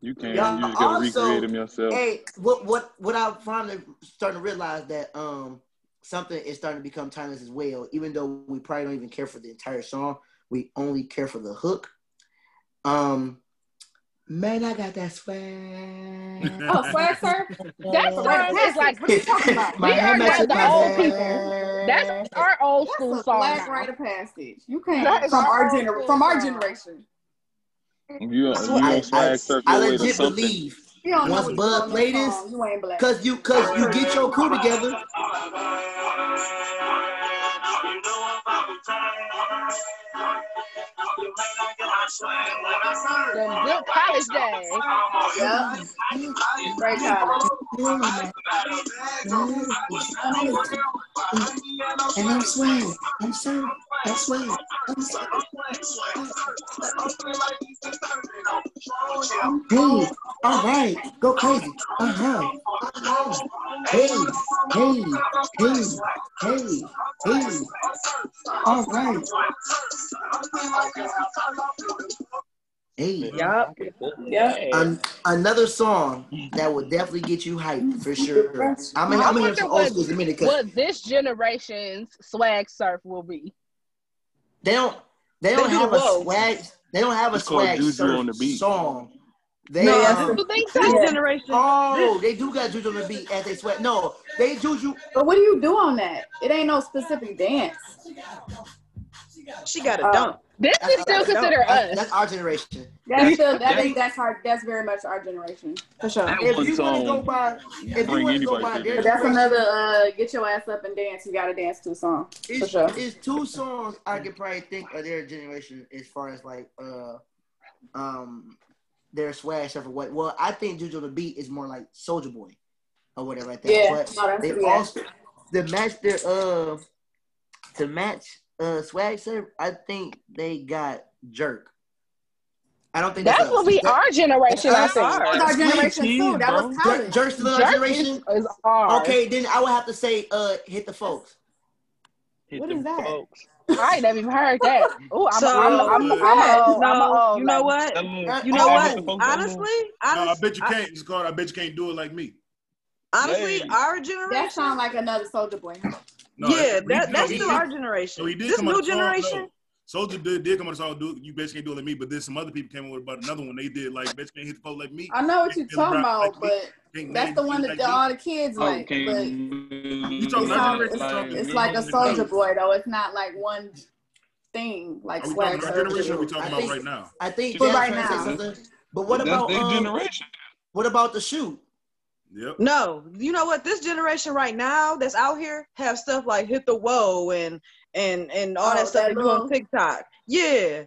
[SPEAKER 4] You can.
[SPEAKER 2] Y'all
[SPEAKER 4] You just gotta
[SPEAKER 2] also-
[SPEAKER 4] recreate them yourself.
[SPEAKER 2] Hey, what what what I'm finally starting to realize that um something is starting to become timeless as well. Even though we probably don't even care for the entire song, we only care for the hook. Um, man, I got that swag.
[SPEAKER 5] Oh, swag surf.
[SPEAKER 6] That song is like
[SPEAKER 5] What are you talking about?
[SPEAKER 2] My
[SPEAKER 6] We are
[SPEAKER 2] hand
[SPEAKER 6] not
[SPEAKER 2] matches
[SPEAKER 6] the
[SPEAKER 2] my
[SPEAKER 6] old
[SPEAKER 2] bag.
[SPEAKER 6] people. that's our old school
[SPEAKER 5] That's a
[SPEAKER 6] song.
[SPEAKER 5] black
[SPEAKER 6] now.
[SPEAKER 5] rite of passage. You
[SPEAKER 6] That
[SPEAKER 5] can't
[SPEAKER 6] is
[SPEAKER 5] from
[SPEAKER 6] our
[SPEAKER 5] our
[SPEAKER 6] old
[SPEAKER 5] gener-
[SPEAKER 6] school
[SPEAKER 5] from our
[SPEAKER 6] song.
[SPEAKER 5] generation.
[SPEAKER 4] You you
[SPEAKER 2] I,
[SPEAKER 4] don't
[SPEAKER 2] I,
[SPEAKER 4] swag surf
[SPEAKER 2] I
[SPEAKER 4] your way to
[SPEAKER 2] legit
[SPEAKER 4] something.
[SPEAKER 2] believe
[SPEAKER 5] You don't know
[SPEAKER 2] Once
[SPEAKER 5] what you
[SPEAKER 2] Bud
[SPEAKER 5] on
[SPEAKER 2] play
[SPEAKER 5] that
[SPEAKER 2] this,
[SPEAKER 5] song. You ain't black.
[SPEAKER 2] cause you cause you get your crew together.
[SPEAKER 6] Them good college days.
[SPEAKER 5] Yeah. Great college.
[SPEAKER 2] And I'm swaying. I'm sorry. I'm swaying. Hey, all right, go crazy. Uh huh. Hey, hey, hey, hey, hey. All right. Hey,
[SPEAKER 1] Yup.
[SPEAKER 5] Yeah.
[SPEAKER 2] an- another song
[SPEAKER 4] Mm-hmm.
[SPEAKER 2] that will definitely get you hyped for sure. I'm gonna, I'm gonna hear some old schools in a minute because
[SPEAKER 6] What this generation's swag surf will be.
[SPEAKER 2] they don't they
[SPEAKER 6] They
[SPEAKER 2] don't
[SPEAKER 6] do
[SPEAKER 2] have
[SPEAKER 6] the
[SPEAKER 2] a
[SPEAKER 6] whoa.
[SPEAKER 2] swag they don't have a
[SPEAKER 4] It's called
[SPEAKER 2] swag
[SPEAKER 4] Juju
[SPEAKER 2] surf
[SPEAKER 4] on the beat.
[SPEAKER 2] song. They
[SPEAKER 1] No,
[SPEAKER 2] um,
[SPEAKER 6] You think so?
[SPEAKER 1] This
[SPEAKER 5] Yeah.
[SPEAKER 1] generation.
[SPEAKER 2] Oh, they do got juju on the beat as they sweat. No, they juju.
[SPEAKER 5] But what do you do on that? It ain't no specific dance.
[SPEAKER 1] She got a
[SPEAKER 6] Uh,
[SPEAKER 5] Oh.
[SPEAKER 1] dump.
[SPEAKER 6] This is still considered
[SPEAKER 2] That's,
[SPEAKER 6] us.
[SPEAKER 2] that's our generation.
[SPEAKER 5] That's still, I think that's our that's very much our generation for sure.
[SPEAKER 4] That
[SPEAKER 2] If
[SPEAKER 4] one
[SPEAKER 2] you want to go
[SPEAKER 4] song.
[SPEAKER 2] by, if you
[SPEAKER 4] bring
[SPEAKER 2] want to go
[SPEAKER 4] anybody
[SPEAKER 2] by,
[SPEAKER 4] to
[SPEAKER 2] their
[SPEAKER 5] But that's
[SPEAKER 2] generation,
[SPEAKER 5] another uh, get your ass up and dance. You gotta dance to a song.
[SPEAKER 2] It's,
[SPEAKER 5] sure.
[SPEAKER 2] it's two songs I could probably think of their generation as far as like uh um their swag stuff or what. Well, I think Juju on the beat is more like Soldier Boy or whatever like that.
[SPEAKER 5] Yeah,
[SPEAKER 2] but
[SPEAKER 5] no, that's-
[SPEAKER 2] they
[SPEAKER 5] yeah.
[SPEAKER 2] also to match their uh to match uh swag surf. I think they got jerk. I don't think
[SPEAKER 6] That
[SPEAKER 2] that's
[SPEAKER 6] will
[SPEAKER 2] us.
[SPEAKER 6] be
[SPEAKER 2] That-
[SPEAKER 6] our generation. I
[SPEAKER 2] That's
[SPEAKER 6] think.
[SPEAKER 5] That was our generation too. That was
[SPEAKER 2] Jer-
[SPEAKER 5] college.
[SPEAKER 2] Jerk's another
[SPEAKER 6] Jerk is,
[SPEAKER 2] generation.
[SPEAKER 6] is ours.
[SPEAKER 2] Okay, then I would have to say, uh, hit the folks.
[SPEAKER 5] What is that?
[SPEAKER 6] I ain't never even heard that. Oh, I'm
[SPEAKER 1] So,
[SPEAKER 6] I'm I'm
[SPEAKER 5] yeah,
[SPEAKER 6] I'm, a old. I'm a
[SPEAKER 1] no,
[SPEAKER 6] old
[SPEAKER 1] Oh, you know
[SPEAKER 6] lady.
[SPEAKER 1] what?
[SPEAKER 2] Uh,
[SPEAKER 1] You know
[SPEAKER 2] oh,
[SPEAKER 1] what?
[SPEAKER 2] hit the folks,
[SPEAKER 1] Honestly,
[SPEAKER 3] No, I
[SPEAKER 1] honestly,
[SPEAKER 3] bet you can't. It's called I bet you can't do it like me.
[SPEAKER 1] honestly,
[SPEAKER 4] Hey.
[SPEAKER 1] our generation.
[SPEAKER 5] That sound like another soldier boy.
[SPEAKER 3] No,
[SPEAKER 1] yeah, that,
[SPEAKER 3] he- no,
[SPEAKER 1] that's
[SPEAKER 3] he
[SPEAKER 1] still
[SPEAKER 3] did-
[SPEAKER 1] our generation.
[SPEAKER 3] So he did
[SPEAKER 1] this
[SPEAKER 3] come out
[SPEAKER 1] new
[SPEAKER 3] with a song,
[SPEAKER 1] generation.
[SPEAKER 3] though. Soldier did, did come out a song. Do you bitch can't do it like me? But then some other people came up with about another one. They did like bitch can't hit the pole like me.
[SPEAKER 5] I know what you're talking about, but
[SPEAKER 3] Can't
[SPEAKER 5] that's
[SPEAKER 3] name
[SPEAKER 5] the one
[SPEAKER 3] me
[SPEAKER 5] that
[SPEAKER 3] like
[SPEAKER 5] all the kids like. But
[SPEAKER 4] You
[SPEAKER 3] talking
[SPEAKER 5] it's,
[SPEAKER 3] about
[SPEAKER 5] all,
[SPEAKER 3] generation?
[SPEAKER 5] it's, it's like a soldier boy though. It's not like one thing like
[SPEAKER 3] Are we talking
[SPEAKER 5] swag
[SPEAKER 3] about our generation? Or are we
[SPEAKER 5] surf.
[SPEAKER 3] talking
[SPEAKER 2] I
[SPEAKER 3] about
[SPEAKER 2] think-
[SPEAKER 3] right now?
[SPEAKER 2] I think
[SPEAKER 5] For
[SPEAKER 2] Dan's
[SPEAKER 5] right
[SPEAKER 2] trying to say
[SPEAKER 5] now.
[SPEAKER 2] something. But what about
[SPEAKER 4] their
[SPEAKER 2] um,
[SPEAKER 4] generation?
[SPEAKER 2] what about the shoot?
[SPEAKER 3] Yep.
[SPEAKER 1] No, you know what? This generation right now that's out here have stuff like hit the whoa and and and all
[SPEAKER 5] Oh,
[SPEAKER 1] that stuff they
[SPEAKER 5] that
[SPEAKER 1] do on
[SPEAKER 5] little-
[SPEAKER 1] TikTok. Yeah,